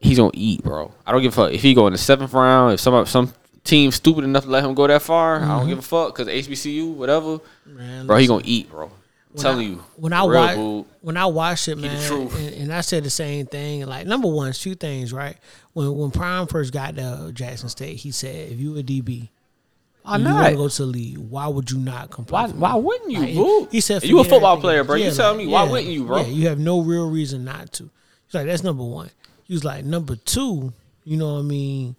S7: he's gonna eat bro I don't give a fuck if he go in the seventh round if some some team stupid enough to let him go that far I
S8: Mm-hmm.
S7: don't give a fuck because HBCU whatever
S8: Man,
S7: bro. He gonna eat, bro. I'm
S8: when
S7: telling
S8: I-
S7: you.
S8: when I
S7: real
S8: watch
S7: dude.
S8: when I watched it, man,
S7: truth.
S8: and, and I said the same thing. Like number one, it's two things, right? When when Prime first got to Jackson State, he said, "If you a DB,
S7: Why
S8: and you want
S7: not?
S8: to go to the league, why would you not comply?
S7: why, why wouldn't you,
S8: Like,
S7: boo?
S8: He said,
S7: you a
S8: "Forget
S7: football
S8: everything
S7: player,
S8: else."
S7: bro.
S8: Yeah,
S7: you telling
S8: like,
S7: me why
S8: yeah,
S7: wouldn't you, bro?
S8: Yeah, you have no real reason not to. He's like, that's number one. He was like, number two, you know what I mean?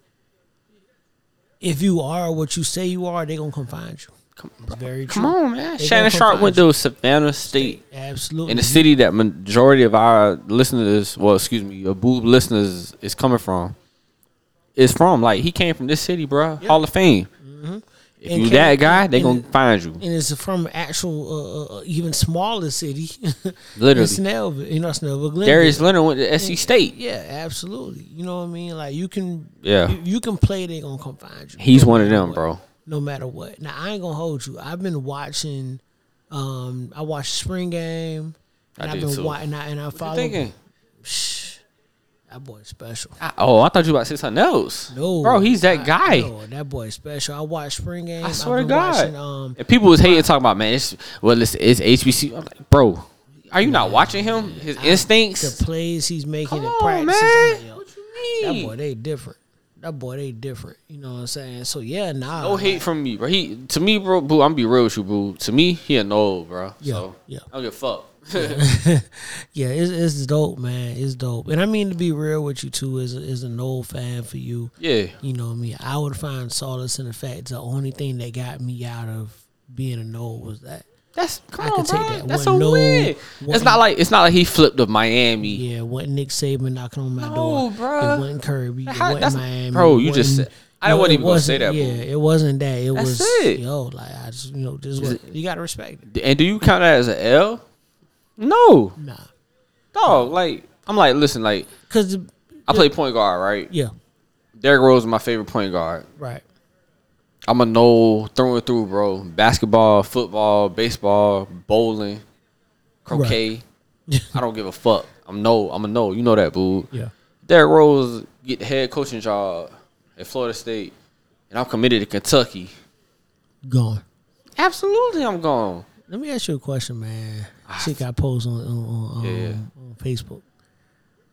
S8: If you are what you say you are, they're gonna come find you. it's very
S7: Come
S8: true.
S7: on, man.
S8: They
S7: Shannon
S8: gonna come
S7: Sharp
S8: find
S7: went
S8: you.
S7: to Savannah State,
S8: Absolutely.
S7: in the city that majority of our listeners, well, excuse me, your boob listeners is coming from. Is from like he came from this city, bro. Hall of Fame. If
S8: And
S7: you
S8: can-
S7: that guy, they
S8: and-
S7: gonna find you.
S8: and it's from actual, uh, uh, uh, even smaller city. <laughs>
S7: Literally.
S8: In Snellville, you know, Snellville, Glenville.
S7: Darius Leonard went to SC State.
S8: Yeah, absolutely. You know what I mean? Like you can,
S7: Yeah.
S8: you, you can play. They gonna come find you.
S7: He's one of
S8: matter
S7: them,
S8: what.
S7: bro.
S8: No matter what. Now I ain't gonna hold you. I've been watching Um, I watched Spring Game.
S7: I
S8: And have
S7: did
S8: been
S7: too.
S8: wa- and I and I
S7: you
S8: follow.
S7: thinking?
S8: That boy's special.
S7: I, oh, I thought you about to say something else.
S8: No,
S7: bro, he's that
S8: I-
S7: guy.
S8: No, that boy's special. I watched Spring Game.
S7: I
S8: I've
S7: swear to
S8: been
S7: God.
S8: watching, um,
S7: and people was hating, talking about man, it's well, it's, it's HBC. I'm like, bro, are you not watching him? His instincts.
S8: the plays he's making
S7: Come
S8: in
S7: on,
S8: practice.
S7: man.
S8: I'm like, yo,
S7: What you
S8: that boy,
S7: mean?
S8: they different. That boy, they different. You know what I'm saying? So yeah, nah.
S7: No hate from me, bro. He to me, bro. Boo, I'm gonna be real with you, boo. To me, he an old, bro.
S8: Yeah,
S7: so,
S8: yeah.
S7: I don't give a fuck. <laughs>
S8: Yeah, it's, it's dope, man. It's dope. And I mean to be real with you too, is is an old fan for you.
S7: yeah,
S8: You know what I mean? I would find solace in the fact the only thing that got me out of being an old was that.
S7: that's come
S8: I
S7: on,
S8: could take
S7: bro.
S8: that
S7: that's
S8: one
S7: a
S8: no,
S7: win.
S8: one-
S7: It's not like it's not like he flipped to Miami.
S8: Yeah, wasn't Nick Saban knocking on my
S7: No,
S8: door?
S7: bruh.
S8: It wasn't Kirby.
S7: How- <laughs>
S8: it
S7: that's-
S8: wasn't Miami.
S7: bro,
S8: it
S7: you just
S8: wasn't-
S7: said- I wasn't
S8: it
S7: even gonna say
S8: wasn't-
S7: that,
S8: Yeah, it wasn't that. It
S7: That's
S8: was
S7: it.
S8: yo, like I just you know just what, you gotta respect it.
S7: And do you count that as an L? No,
S8: Nah,
S7: dog. Like I'm like, listen, like
S8: cause the-
S7: I play point guard, right?
S8: yeah,
S7: Derrick Rose is my favorite point guard.
S8: right.
S7: I'm a no through and through, bro. Basketball, football, baseball, bowling, croquet. I don't give a fuck. I'm no. I'm a no. You know that, boo.
S8: Yeah,
S7: Derrick Rose get the head coaching job at Florida State, and I'm committed to Kentucky.
S8: gone.
S7: Absolutely, I'm gone.
S8: Let me ask you a question, man. Shit got posed on on, on, um,
S7: Ah. Yeah.
S8: on Facebook,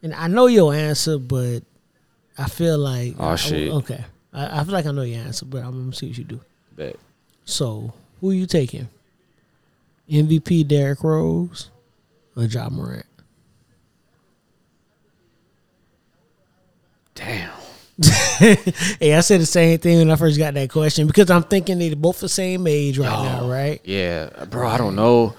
S8: and I know your answer, but I feel like
S7: Aw,
S8: I-
S7: Oh, shit.
S8: okay, I, I feel like I know your answer, but I'm gonna see what you do.
S7: Bet.
S8: So, who you taking? MVP Derrick Rose or Ja Morant? <laughs>
S7: Damn.
S8: Hey, I said the same thing when I first got that question because I'm thinking they're both the same age right now, right?
S7: Yeah, bro. I don't know.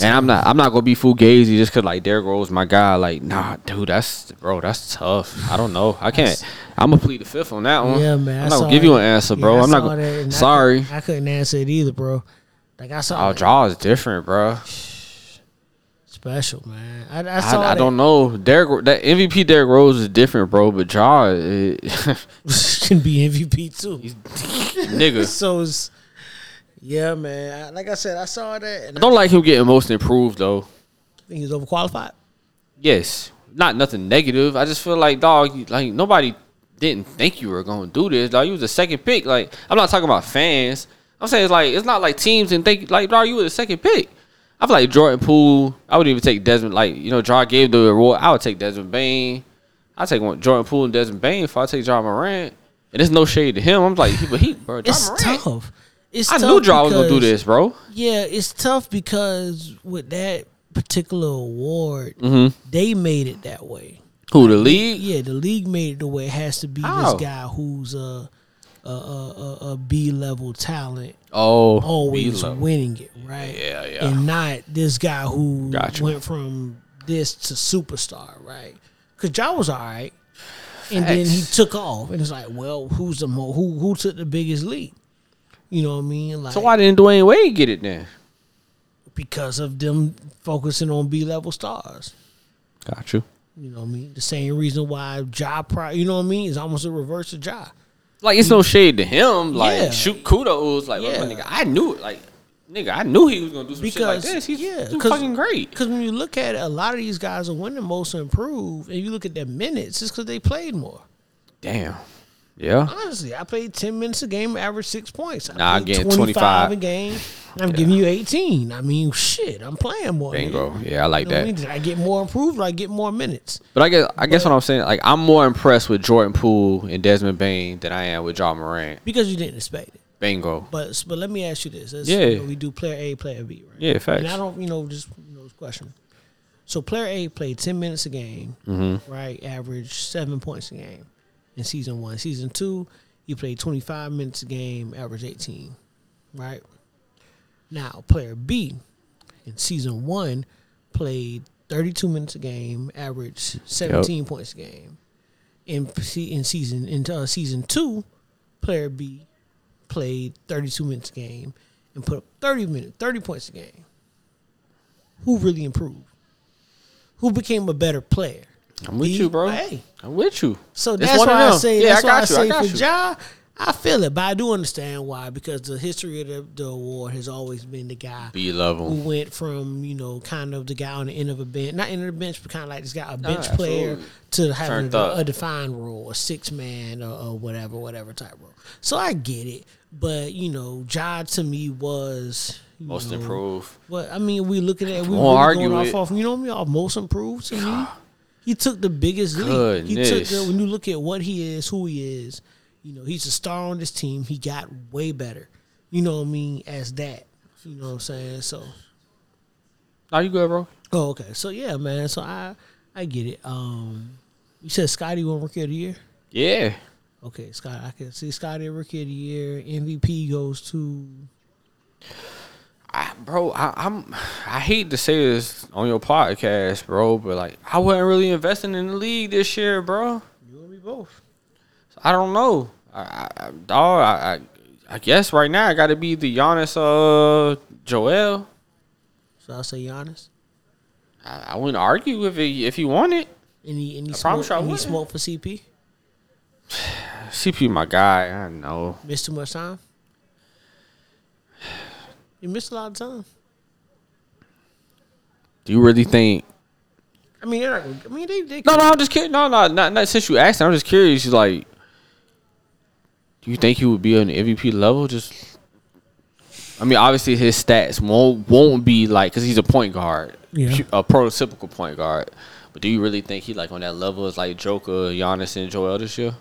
S7: And I'm not. I'm not gonna be fugazi just cause like Derrick Rose, my guy. Like, nah, dude. That's bro. That's tough. I don't know. I can't. I'm gonna plead the fifth on that one.
S8: Yeah, man. I
S7: I'm not
S8: saw
S7: gonna give you an
S8: it.
S7: answer,
S8: Yeah,
S7: bro.
S8: I
S7: I'm
S8: saw
S7: not.
S8: that and
S7: Gonna,
S8: I
S7: sorry.
S8: couldn't- I couldn't answer it either, bro. Like I saw
S7: Our
S8: like,
S7: draw is different, bro.
S8: special, man. I, I saw.
S7: I, I
S8: that. <laughs>
S7: don't know. Derrick, that MVP Derrick Rose is different, bro. But eh, Ja, it,
S8: can be MVP too.
S7: <laughs>
S8: <laughs>
S7: nigga,
S8: So it's yeah, man. I, like I said, I saw that
S7: I
S8: and I
S7: don't like him getting most improved though.
S8: think he's overqualified.
S7: Yes, not nothing negative. I just feel like dog, you- like nobody didn't think you were gonna do this. Like you was the second pick. Like I'm not talking about fans. I'm saying it's like it's not like teams didn't think like dog, you were the second pick. I feel like Jordan Poole. I would even take Desmond. Like you know, John gave the award. I would take Desmond Bain. I take one Jordan Poole and Desmond Bain if I take John Morant. And it's no shade to him. I'm like, he- but he, bro, John
S8: It's
S7: Morant.
S8: tough. It's
S7: I
S8: tough
S7: knew John was gonna do
S8: because-
S7: this, bro.
S8: Yeah, it's tough because with that particular award,
S7: Mm-hmm.
S8: they made it that way.
S7: Who the league?
S8: Yeah, the league made it the way it has to be
S7: How?
S8: this guy who's a a, a, a, a B level talent
S7: Oh,
S8: always
S7: B-level.
S8: winning it, right?
S7: Yeah, yeah.
S8: And not this guy who
S7: Gotcha.
S8: went from this to superstar, right? Because Ja was all right, and then he
S7: Facts.
S8: took off, and it's like, well, who's the mo- who who took the biggest leap? You know what I mean? Like,
S7: So why didn't Dwayne Wade get it then?
S8: because of them focusing on B level stars.
S7: Got you.
S8: You know what I mean? The same reason why Ja, pro- you know what I mean, is almost a reverse of Ja.
S7: Like it's no shade to him. Like
S8: Mm. Yeah.
S7: shoot kudos. Like
S8: Yeah.
S7: well, nigga, I knew it. Like nigga, I knew he was gonna do some shit like
S8: Because
S7: this. He's,
S8: yeah,
S7: he's
S8: 'cause-
S7: fucking great.
S8: Because when you look at it, a lot of these guys are winning most improved, and you look at their minutes, it's because they played more.
S7: Damn. Yeah.
S8: Honestly, I played ten minutes a game, average six points. I
S7: Nah, I'm
S8: played
S7: getting 25.
S8: a game. and I'm giving you eighteen. I mean, shit, I'm playing more.
S7: Bingo.
S8: nigga.
S7: Yeah, I like
S8: You know what I mean?
S7: that.
S8: Did I get more improved? Or I get more minutes.
S7: But I guess I guess what I'm saying, like I'm more impressed with Jordan Poole and Desmond Bain than I am with John Moran.
S8: Because you didn't expect it.
S7: Bingo.
S8: But but let me ask you this: Let's-
S7: Yeah.
S8: you know, we do player A, player B, right?
S7: Yeah, facts.
S8: And I don't, you know, just you know, question. So player A played ten minutes a game,
S7: Mm-hmm.
S8: right? Average seven points a game in season one. Season two, he played twenty five minutes a game, average eighteen, right? Now player B in season one played thirty two minutes a game, average seventeen points a game. In se- in season in uh, season two, player B played 32 minutes a game and put up 30 minutes, 30 points a game, who really improved? Who became a better player?
S7: I'm with
S8: B
S7: you, bro.
S8: or A?
S7: I'm with you.
S8: So
S7: It's
S8: that's
S7: one of
S8: why I
S7: them.
S8: say
S7: Yeah,
S8: that's
S7: I
S8: why I
S7: got you, I
S8: say
S7: got
S8: for
S7: you.
S8: Ja, I feel it, but I do understand why because the history of the, the award has always been the guy
S7: B
S8: who
S7: level.
S8: went from you know kind of the guy on the end of a bench, not end of the bench, but kind of like this guy, a bench player, to having
S7: Ah, Turned
S8: a,
S7: up.
S8: a defined role, a six man or, or whatever, whatever type role. So I get it, but you know, Ja to me was you
S7: Most
S8: know,
S7: improved.
S8: Well, I mean, we looking at we
S7: Won't
S8: really going
S7: argue
S8: off
S7: it.
S8: off. You know what I mean? Our most improved to
S7: <sighs>
S8: me. He took the biggest leap. He took
S7: Goodness.
S8: the when you look at what he is, who he is. You know, he's a star on this team. He got way better. You know what I mean? As that. You know what I'm saying? So
S7: Are you good, bro?
S8: Oh, okay. So yeah, man. So I I get it. Um you said Scotty won rookie of the year?
S7: Yeah.
S8: Okay, Scott, I can see Scotty rookie of the year. MVP goes to
S7: I, bro, I, I'm. I hate to say this on your podcast, bro, but like I wasn't really investing in the league this year, bro.
S8: you and me both.
S7: I don't know. I, I, I dog. I, I, I guess right now I got to be the Giannis, uh, Joel.
S8: So I'll say Giannis.
S7: I, I wouldn't argue if he if he won it.
S8: Any any smoke,
S7: promise you I
S8: any
S7: wouldn't.
S8: smoke for CP?
S7: CP, my guy. I know.
S8: Missed too much time? You missed a lot of time.
S7: Do you really think?
S8: I mean, they're not, I mean, they, they
S7: No, no. I'm just kidding. No, no. Not not since you asked. I'm just curious. Like, do you think he would be on the MVP level? Just. I mean, obviously his stats won't won't be like because he's a point guard,
S8: Yeah.
S7: pu- a prototypical point guard. But do you really think he like on that level is like Joker, Giannis, and Joel this year?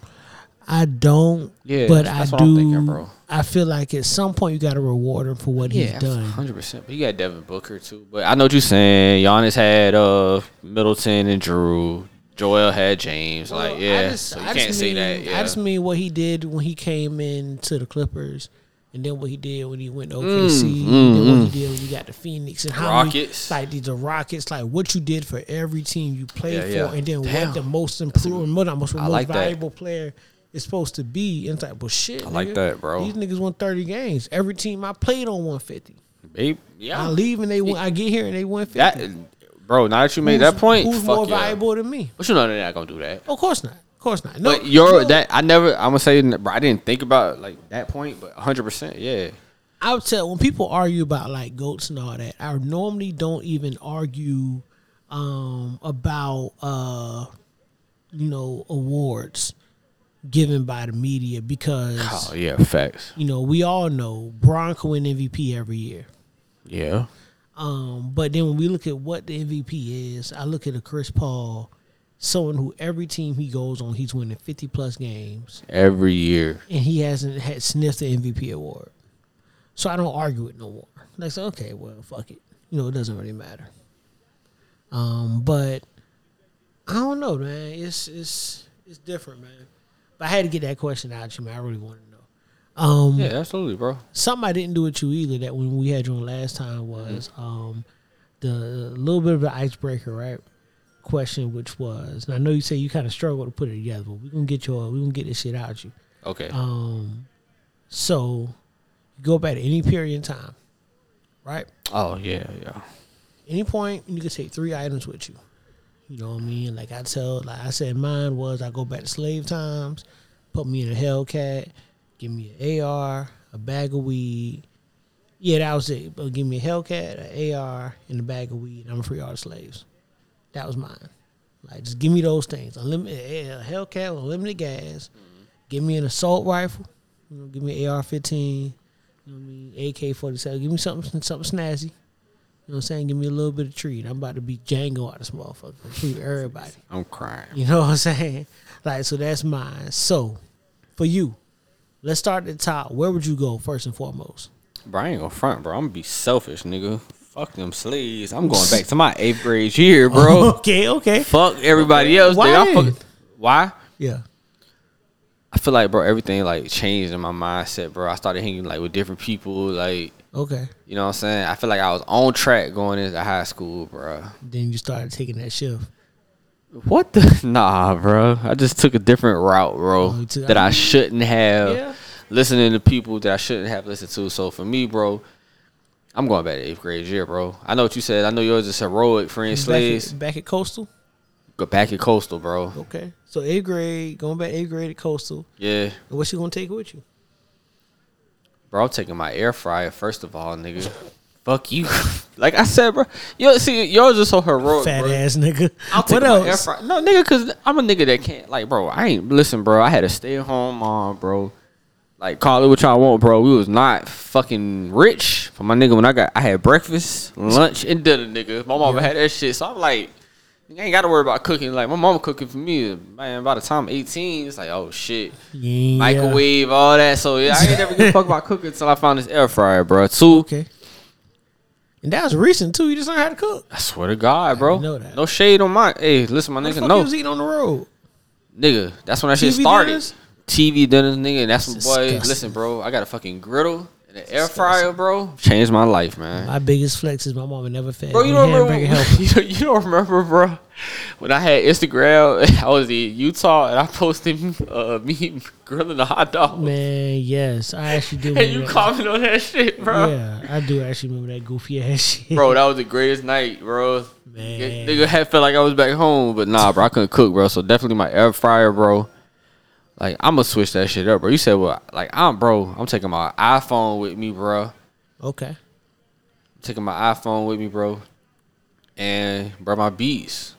S8: I don't.
S7: Yeah,
S8: but I
S7: that's
S8: do.
S7: what I'm thinking, bro.
S8: I feel like at some point you got to reward him for what he's done.
S7: hundred percent. But you got Devin Booker too. But I know what you're saying. Giannis had uh Middleton and Drew. Joel had James. like yeah, so you can't say
S8: mean,
S7: that. Yeah.
S8: I just mean what he did when he came in to the Clippers, and then what he did when he went to OKC, and then what he did when he got to Phoenix, and how
S7: Mm, Rockets.
S8: many, like the, the Rockets, like what you did for every team you played
S7: Yeah,
S8: for,
S7: yeah.
S8: and then
S7: Damn.
S8: what the most improved, most, most, most
S7: like that.
S8: valuable player. Is supposed to be and it's like, well, shit. I
S7: like that, bro.
S8: These niggas won thirty games. Every team I played on one fifty.
S7: Babe, yeah.
S8: I leave and they won. I get here and they won fifty.
S7: that, bro. Now that you made
S8: Who's-
S7: that point, fuck
S8: Who's more
S7: yeah.
S8: valuable than me?
S7: But you know they're not gonna do that.
S8: Of course not. Of course not. No,
S7: But your
S8: no,
S7: that I never. I'm gonna say n- bro, I didn't think about like that point, but hundred percent, yeah.
S8: I would tell when people argue about like goats and all that, I normally don't even argue um, about uh, you know awards given by the media because
S7: Oh yeah, facts.
S8: you know we all know Bronco win MVP every year.
S7: Yeah,
S8: Um, but then when we look at what the MVP is, I look at a Chris Paul, someone who every team he goes on, he's winning fifty plus games.
S7: every year.
S8: and he hasn't had sniffed the MVP award. So I don't argue it no more. Like, so, okay, well, fuck it. You know, it doesn't really matter. Um, but I don't know, man. It's it's it's different, man. But I had to get that question out you, man. I really wanted to know. Um,
S7: Yeah, absolutely, bro.
S8: something I didn't do with you either that when we had you on last time was um the uh, little bit of the icebreaker, right? Question which was and I know you say you kinda struggle to put it together, but we're gonna get your we're gonna get this shit out you.
S7: Okay.
S8: Um so you go back to any period in time, right?
S7: oh yeah, yeah.
S8: Any point you can take three items with you. You know what I mean? Like I tell like I said mine was I go back to slave times, put me in a Hellcat, give me an AR, a bag of weed, yeah, that was it. But give me a Hellcat, an AR, and a bag of weed. and I'm gonna free all the slaves. That was mine. Like, just give me those things. Unlimited a Hellcat with unlimited gas. Give me an assault rifle. You know, give me an AR-15. You know what I mean? AK-47. Give me something, something snazzy. You know what I'm saying? Give me a little bit of treat. I'm about to be Django out of this motherfucker. Treat everybody. <laughs>
S7: I'm crying.
S8: You know what I'm saying? Like, so that's mine. So, for you, let's start at the top. Where would you go first and foremost?
S7: Bro, I ain't gonna front, bro. I'm gonna be selfish, nigga. Fuck them sleeves. I'm going back to my eighth grade year, bro.
S8: <laughs> okay, okay.
S7: Fuck everybody else. Why?
S8: Why?
S7: I'm fuck- Why?
S8: Yeah.
S7: I feel like, bro, everything like changed in my mindset, bro. I started hanging like with different people, like
S8: Okay.
S7: you know what I'm saying. I feel like I was on track going into high school, bro.
S8: Then you started taking that shift.
S7: What the? <laughs> Nah, bro. I just took a different route, bro.
S8: Oh, you took-
S7: that I shouldn't have.
S8: Yeah.
S7: Listening to people that I shouldn't have listened to. So for me, bro, I'm going back to eighth grade year, bro. I know what you said. I know yours is heroic, friend
S8: Back at,
S7: slaves.
S8: back at Coastal?
S7: Go back at Coastal, bro.
S8: Okay. So eighth grade, going back eighth grade at Coastal.
S7: Yeah,
S8: And what you gonna take with you?
S7: bro. I'm taking my air fryer first of all,
S8: <laughs>
S7: nigga. Fuck you. <laughs> like I said, bro. Yo, see, yours are so heroic,
S8: Fat
S7: bro.
S8: ass nigga.
S7: I'll take
S8: what
S7: my air
S8: else?
S7: fryer. No, nigga, cause I'm a nigga that can't. Like, bro, I ain't listen, bro. I had a stay at home mom, bro. Like, call it what y'all want, bro. We was not fucking rich, but my nigga, when I got, I had breakfast, lunch, and dinner, nigga. My mama had that shit, so I'm like, I ain't got to worry about cooking. Like, my mama cooking for me, man. By the time I'm 18, it's like, oh shit,
S8: Yeah.
S7: microwave, all that. So yeah, I ain't never give a fuck about cooking until I found this air fryer, bro. Two,
S8: Okay. And that was recent too. You just learned how to cook.
S7: I swear to God, bro.
S8: know that.
S7: No shade on my. Hey, listen, my
S8: What
S7: nigga,
S8: the fuck
S7: no.
S8: you was eating on the road?
S7: Nigga, that's when that shit
S8: TV
S7: started.
S8: dinners?
S7: TV dinners, nigga, and that's when, boy.
S8: Disgusting.
S7: Listen, bro, I got a fucking griddle and an air fryer, bro. Changed my life, man.
S8: My biggest flex is my mama never fed.
S7: Bro,
S8: me
S7: you don't
S8: hamburger
S7: <laughs>
S8: helper.
S7: remember? You don't, you don't remember, bro? When I had Instagram, I was in Utah and I posted uh, me grilling a hot dog,
S8: <laughs> Man, yes, I actually
S7: <laughs>
S8: do.
S7: and
S8: remember
S7: <laughs> you
S8: that.
S7: comment on that shit, bro.
S8: Yeah, I do actually remember that goofy ass <laughs> shit.
S7: Bro, that was the greatest night, bro.
S8: Man.
S7: Nigga- Nigga had felt like I was back home, but nah, bro, I couldn't cook, bro. So definitely my air fryer, bro. Like I'm gonna switch that shit up, bro. You said, well, like I'm, bro. I'm taking my iPhone with me, bro.
S8: Okay.
S7: taking my iPhone with me, bro, and bro, my beats.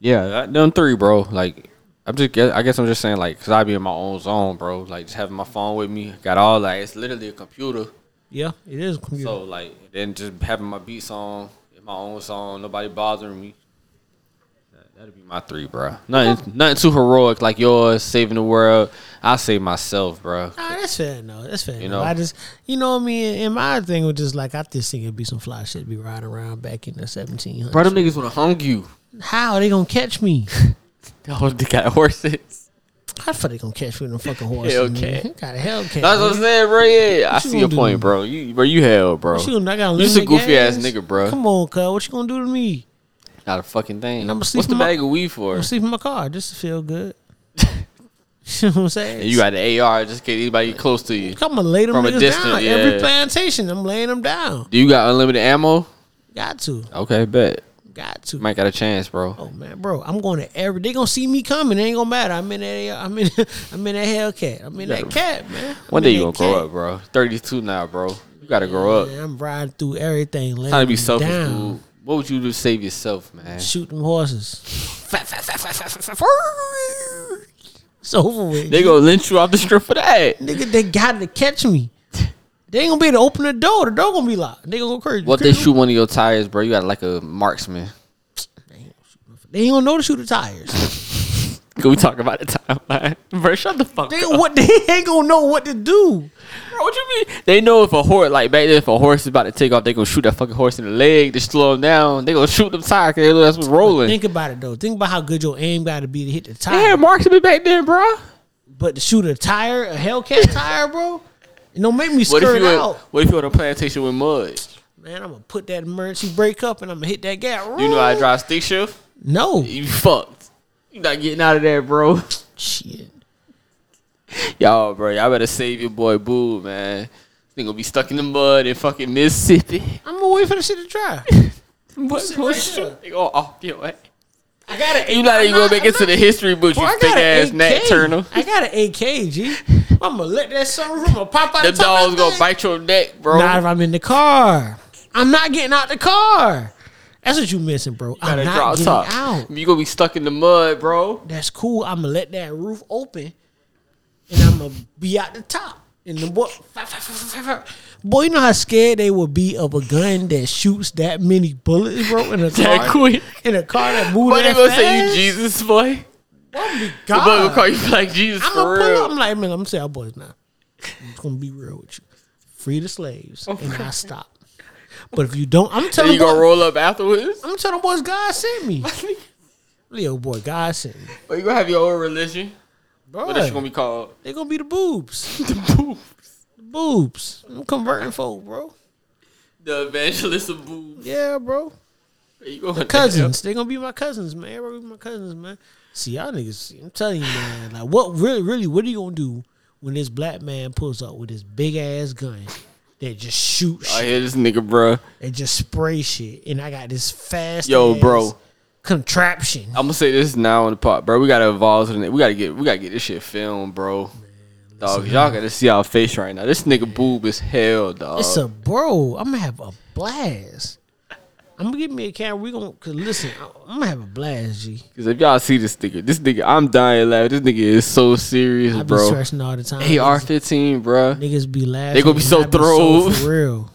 S7: Yeah, I done three, bro. Like I'm just, guess, I guess I'm just saying, like, cause I be in my own zone, bro. Like just having my phone with me, got all like it's literally a computer.
S8: Yeah, it is a computer.
S7: So like then just having my beats on, my own song, nobody bothering me. That- That'd be my three, bro. Nothing, nothing too heroic like yours, saving the world. I save myself, bro.
S8: Nah, that's fair enough. That's fair. You
S7: know?
S8: know, I just, you know what I mean. And my thing was just like, I just think it'd be some fly shit to be riding around back in the seventeen
S7: Bro, them
S8: hundreds.
S7: niggas wanna hung you.
S8: How are they gonna catch me? <laughs>
S7: Oh, they got horses.
S8: How the fuck they gonna catch me in a fucking horse?
S7: Hellcat.
S8: nigga? Got a Hellcat.
S7: That's what I'm saying, bro. Yeah, I
S8: you
S7: see your
S8: gonna
S7: point,
S8: do?
S7: bro. You, bro, you hell, bro.
S8: What you gonna- I gotta
S7: You
S8: limit
S7: just a goofy ass
S8: gas?
S7: nigga, bro.
S8: Come on, cuz. What you gonna do to me?
S7: Not a fucking thing.
S8: And I'ma
S7: What's
S8: sleep
S7: the
S8: in my-
S7: bag of weed for?
S8: I'm sleeping in my car just to feel good. you know what I'm saying?
S7: And you got the AR just in case anybody get close to you.
S8: I'm gonna lay them
S7: from a
S8: niggas
S7: distance,
S8: down.
S7: yeah.
S8: Every plantation, I'm laying them down.
S7: Do you got unlimited ammo?
S8: Got to,
S7: Okay, bet.
S8: got to.
S7: You might got a chance, bro.
S8: Oh man, bro, I'm going to every. They gonna see me coming. It ain't gonna matter. I'm in that. I'm in. I'm in that Hellcat. I'm in that cat, man. I'm
S7: One
S8: in
S7: day you gonna
S8: that
S7: grow
S8: cat.
S7: up, bro. 32 now, bro. You gotta grow up.
S8: Man, I'm riding through everything. Laying
S7: Trying to be selfish,
S8: down,
S7: dude. What would you do to save yourself, man?
S8: Shoot them horses. It's over with.
S7: They gonna lynch you off the strip for that.
S8: nigga, they got to catch me. They ain't gonna be able to open the door. The door gonna be locked. They gonna go crazy.
S7: What they shoot one of your tires, bro? You got like a marksman. <laughs>
S8: They ain't gonna know to shoot the tires.
S7: Can we talk about the <laughs> timeline, bro? Shut the fuck
S8: they,
S7: up.
S8: what <laughs> they ain't gonna know what to do.
S7: Bro, what you mean? They know if a horse, like back then, if a horse is about to take off, they gonna shoot that fucking horse in the leg. They slow him down. They gonna shoot them tires. 'cause They know that's what's rolling.
S8: Think about it though. Think about how good your aim got to be to hit the
S7: They
S8: tire.
S7: had marksmen back then, bro.
S8: But to shoot a tire, a Hellcat tire, bro, it don't make me
S7: What if
S8: skirt
S7: you?
S8: out.
S7: At, what if you on a plantation with mud?
S8: Man, I'm gonna put that emergency brake up and I'm gonna hit that gas.
S7: You know how to drive stick shift?
S8: No
S7: You fucked. You not getting out of there, bro.
S8: shit.
S7: Y'all, bro, y'all better save your boy Boo, man. They gonna be stuck in the mud in fucking
S8: <laughs>
S7: Mississippi.
S8: I'm gonna wait for the shit to dry.
S7: What?
S8: Sit
S7: what
S8: right
S7: you-
S8: there.
S7: They gonna off your ass.
S8: I got an.
S7: You not even gonna make it to the history books, you thick ass Nat Turner.
S8: I got an AK, G. I'm gonna let that sunroof. I'm gonna pop out.
S7: The
S8: The top
S7: dog's
S8: of that
S7: gonna
S8: thing.
S7: bite your neck, bro.
S8: Not if I'm in the car. I'm not getting out the car. That's what you missing, bro. I'm
S7: Gotta
S8: not
S7: drop
S8: getting
S7: top.
S8: out.
S7: You gonna be stuck in the mud, bro.
S8: that's cool. I'm gonna let that roof open, and I'm gonna be at the top. And the boy, boy, you know how scared they would be of a gun that shoots that many bullets, bro, in a
S7: <laughs>
S8: car.
S7: That quick.
S8: In a car that moves
S7: But they
S8: that
S7: gonna
S8: fast. Oh
S7: say you Jesus, boy. The boy gonna call
S8: God.
S7: you like Jesus
S8: I'm
S7: for
S8: gonna pull up. I'm
S7: real.
S8: like, man, I'm gonna say, our boys, now. I'm just gonna be real with you. Free the slaves,
S7: Oh
S8: and I stop. But if you don't, I'm
S7: Then
S8: telling
S7: you gonna
S8: you,
S7: roll up afterwards.
S8: I'm telling boys, God
S7: <laughs>
S8: sent me. Leo, boy, God sent me,
S7: Or you gonna have your own religion.
S8: bro.
S7: What is she gonna be called?
S8: They gonna be the boobs.
S7: <laughs> The boob.
S8: boobs. I'm converting folk, bro.
S7: The evangelist of boobs.
S8: Yeah, bro.
S7: You gonna
S8: Cousins. They're gonna be my cousins, man. They're gonna be my cousins, man. See y'all niggas, I'm telling you, man, like what really really what are you gonna do when this black man pulls up with his big ass gun that just shoots
S7: I
S8: shit
S7: hear this nigga, bro.
S8: and just spray shit and I got this fast
S7: Yo,
S8: ass-
S7: bro.
S8: contraption.
S7: I'm gonna say this now in the pot, bro. We gotta evolve to the. We gotta get. We gotta get this shit filmed, bro. Dog, y'all gotta see our face right now. This nigga boob is hell, dog.
S8: It's a bro. I'm gonna have a blast. I'm gonna get me a camera. We gonna cause listen. I'm gonna have a blast, G.
S7: Cause if y'all see this nigga, this nigga, I'm dying laughing. This nigga is so serious,
S8: I be
S7: bro.
S8: stressing all the time.
S7: AR15, bro.
S8: niggas be laughing.
S7: They gonna be
S8: and
S7: so
S8: I
S7: thrilled.
S8: for real.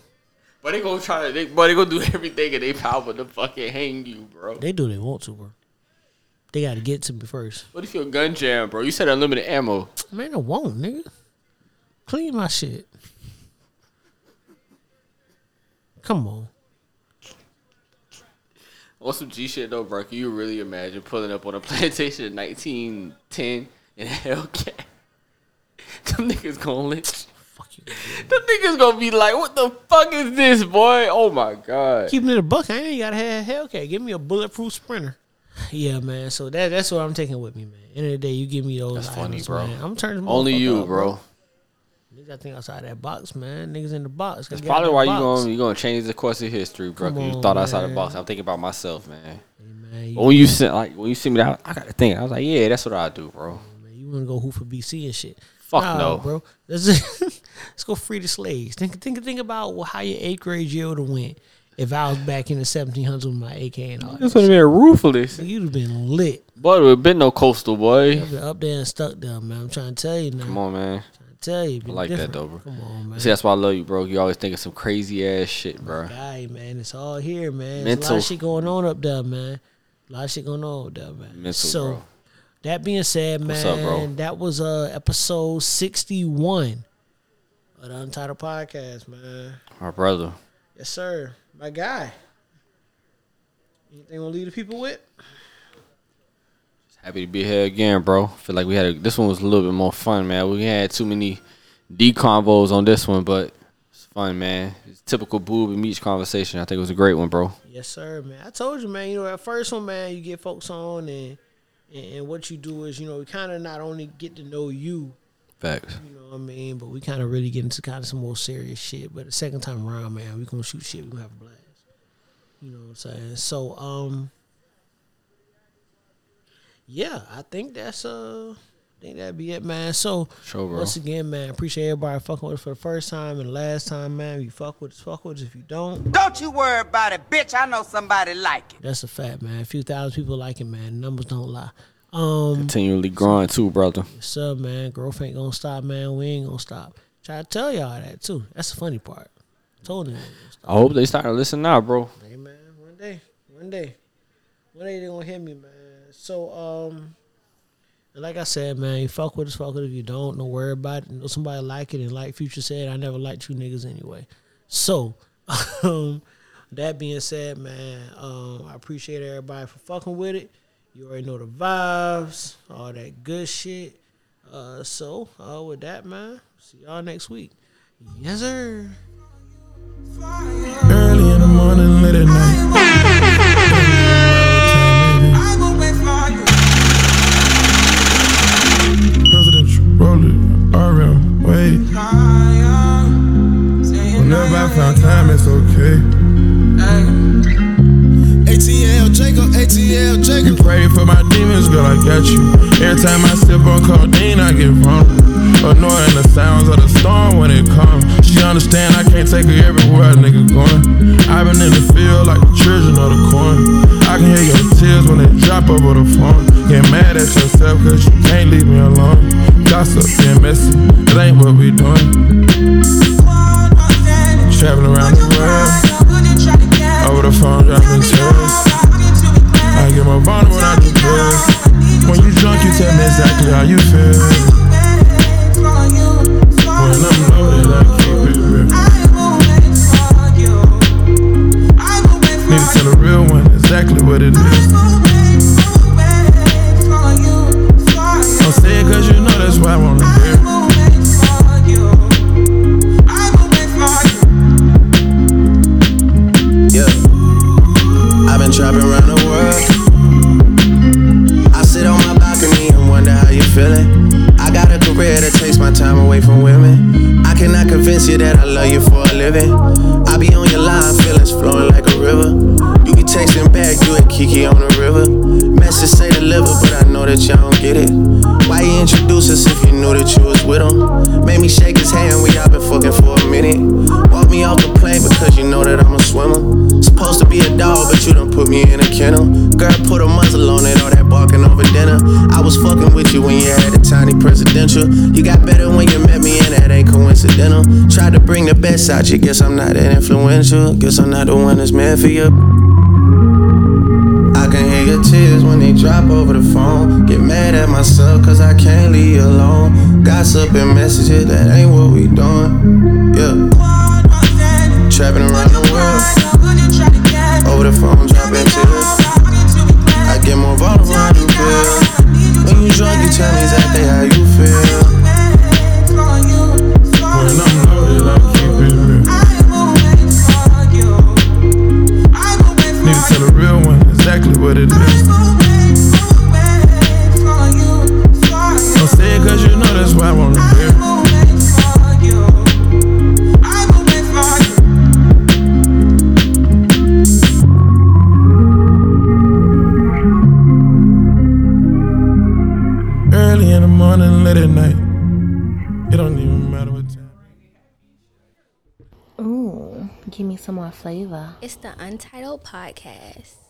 S7: But they gonna try to, they, but they gonna do <laughs> everything in they power to fucking hang you, bro.
S8: <laughs> They do what they want to, bro. They gotta get to me first.
S7: What if your gun jam, bro? You said unlimited ammo.
S8: Man, I won't, nigga. Clean my shit. Come on.
S7: On some G shit though, bro. Can you really imagine pulling up on a <laughs> plantation in 1910 in a Hellcat? <laughs> Them niggas gonna lynch.
S8: Fuck you.
S7: Them niggas gonna be like, what the fuck is this, boy? Oh my god.
S8: Keep me the buck. I ain't even gotta have a Hellcat. Give me a bulletproof sprinter. Yeah, man. So that that's what I'm taking with me, man. End of the day, you give me those.
S7: That's funny,
S8: items,
S7: bro.
S8: man. I'm turning this
S7: Only
S8: motherfucker
S7: you,
S8: up,
S7: bro.
S8: Niggas, I think outside that box, man. Niggas in the box.
S7: That's probably why you gonna you gonna change the course of history, bro. 'cause
S8: Come
S7: you thought
S8: on,
S7: outside the
S8: man.
S7: box. I'm thinking about myself, man.
S8: Man,
S7: But
S8: you,
S7: when you sent like when you see me, that I got to think. I was like, yeah, that's what I do, bro.
S8: man, you wanna go hoop for BC and shit?
S7: Fuck no.
S8: bro. Let's just, <laughs> let's go free the slaves. Think think think about how your eighth grade year would have went if I was back in the 1700s with my AK and all that.
S7: This would have been ruthless.
S8: You'd have been lit.
S7: Boy, there have been no coastal boy.
S8: I've been up there and stuck there, man. I'm trying to tell you now.
S7: Come on, man.
S8: tell you.
S7: I
S8: been
S7: like that
S8: different.
S7: though, bro.
S8: Come on, man.
S7: See, that's why I love you, bro. You always think of some crazy ass shit, bro.
S8: Aye, man, it's all here, man. There's a lot
S7: Mental.
S8: of shit going on up there, man. A lot of shit going on up there, man.
S7: Mental,
S8: so,
S7: bro.
S8: that being said, man,
S7: What's up, bro?
S8: that was uh episode sixty one of the Untitled Podcast, man.
S7: My brother.
S8: Yes, sir, my guy. Anything we'll leave the people with?
S7: Happy to be here again, bro. Feel like we had a, this one was a little bit more fun, man. We had too many D convos on this one, but it's fun, man. It's typical boob and meets conversation. I think it was a great one, bro.
S8: Yes, sir, man. I told you, man. You know, that first one, man, you get folks on, and and, and what you do is, you know, we kind of not only get to know you,
S7: Facts.
S8: You know what I mean? But we kind of really get into kind of some more serious shit. But the second time around, man, we gonna shoot shit. We gonna have a blast. You know what I'm saying? So, um, yeah, I think that's uh, I think that'd be it, man. So,
S7: Sure, bro.
S8: once again, man, appreciate everybody fucking with us for the first time and the last time, man. If you fuck with us, fuck with us. If you don't,
S5: Don't you worry about it, bitch. I know somebody like it.
S8: that's a fact, man. A few thousand people like it, man. Numbers don't lie. Um,
S7: Continually growing too, brother.
S8: What's up, man? Growth ain't gonna stop, man. We ain't gonna stop. Try to tell y'all that too. That's the funny part. Told them. we ain't gonna stop.
S7: I hope they start to listen now, bro.
S8: Hey man, one day, one day, one day they gonna hear me, man. So um, and like I said, man, you fuck with us, fuck with it. If you don't, don't worry about it. Know somebody like it, and like Future said, I never liked you niggas anyway. So <laughs> um, that being said, man, um, I appreciate everybody for fucking with it. You already know the vibes, all that good shit. Uh, so uh, with that, man, see y'all next week. Yes, sir.
S9: Early in the morning, late at night. Presidential roller, RM, wait. Whenever I found time, it's okay. ATL Jacob, ATL Jacob. You pray for my demons, girl, I got you. Every time I sip on codeine, I get vulnerable. Annoying the sounds of the storm when it comes. She understand I can't take her everywhere, a nigga going. I've been in the field like the children of the corn. I can hear your tears when they drop over the phone. Get mad at yourself cause you can't leave me alone. Gossip, being messy, it ain't what we doing. Traveling around the world, over the phone, dropping tears. I get more vulnerable when I do drugs. When you drunk, you tell me exactly how you feel. When I'm loaded, I keep it real. Need to tell a real one exactly what it is. Don't say it cause you know that's why I wanna hear. it.
S4: Yeah. I've been trapping around the world. I sit on my balcony and wonder how you're feeling. I got a career that takes my time away from women. I cannot convince you that I love you for a living. I be on your line, feelings flowing like a river. You can texting back, you and Kiki on the river. Message say deliver, but I know that y'all don't get it. Why you introduce us if you knew that you was with him? Made me shake his hand, we all been fucking for a minute. Walk me off the plane because you know that I'm a swimmer. Supposed to be a dog, but you done put me in a kennel. Girl, put a muzzle on it, all that barking over dinner. I was fucking with you when you had a tiny presidential. You got better when you met me, and that ain't coincidental. Tried to bring the best out you, guess I'm not that influential. Guess I'm not the one that's meant for you. I can hear your tears when they drop over the phone. Get mad at myself cause I can't leave you alone. Gossip and messages, that ain't what we doing. Yeah. Trapping around the world. Over the phone, dropping tears. I get more vulnerable when you feel. When you drunk, you tell me exactly how you feel.
S9: When I'm loaded, I keep it real. Need to tell a real one exactly what it is. Don't say it cause you know that's why I wanna hear. it. Early in the morning, late at night. It don't even matter what time.
S1: Ooh, give me some more flavor.
S2: It's the Untitled Podcast.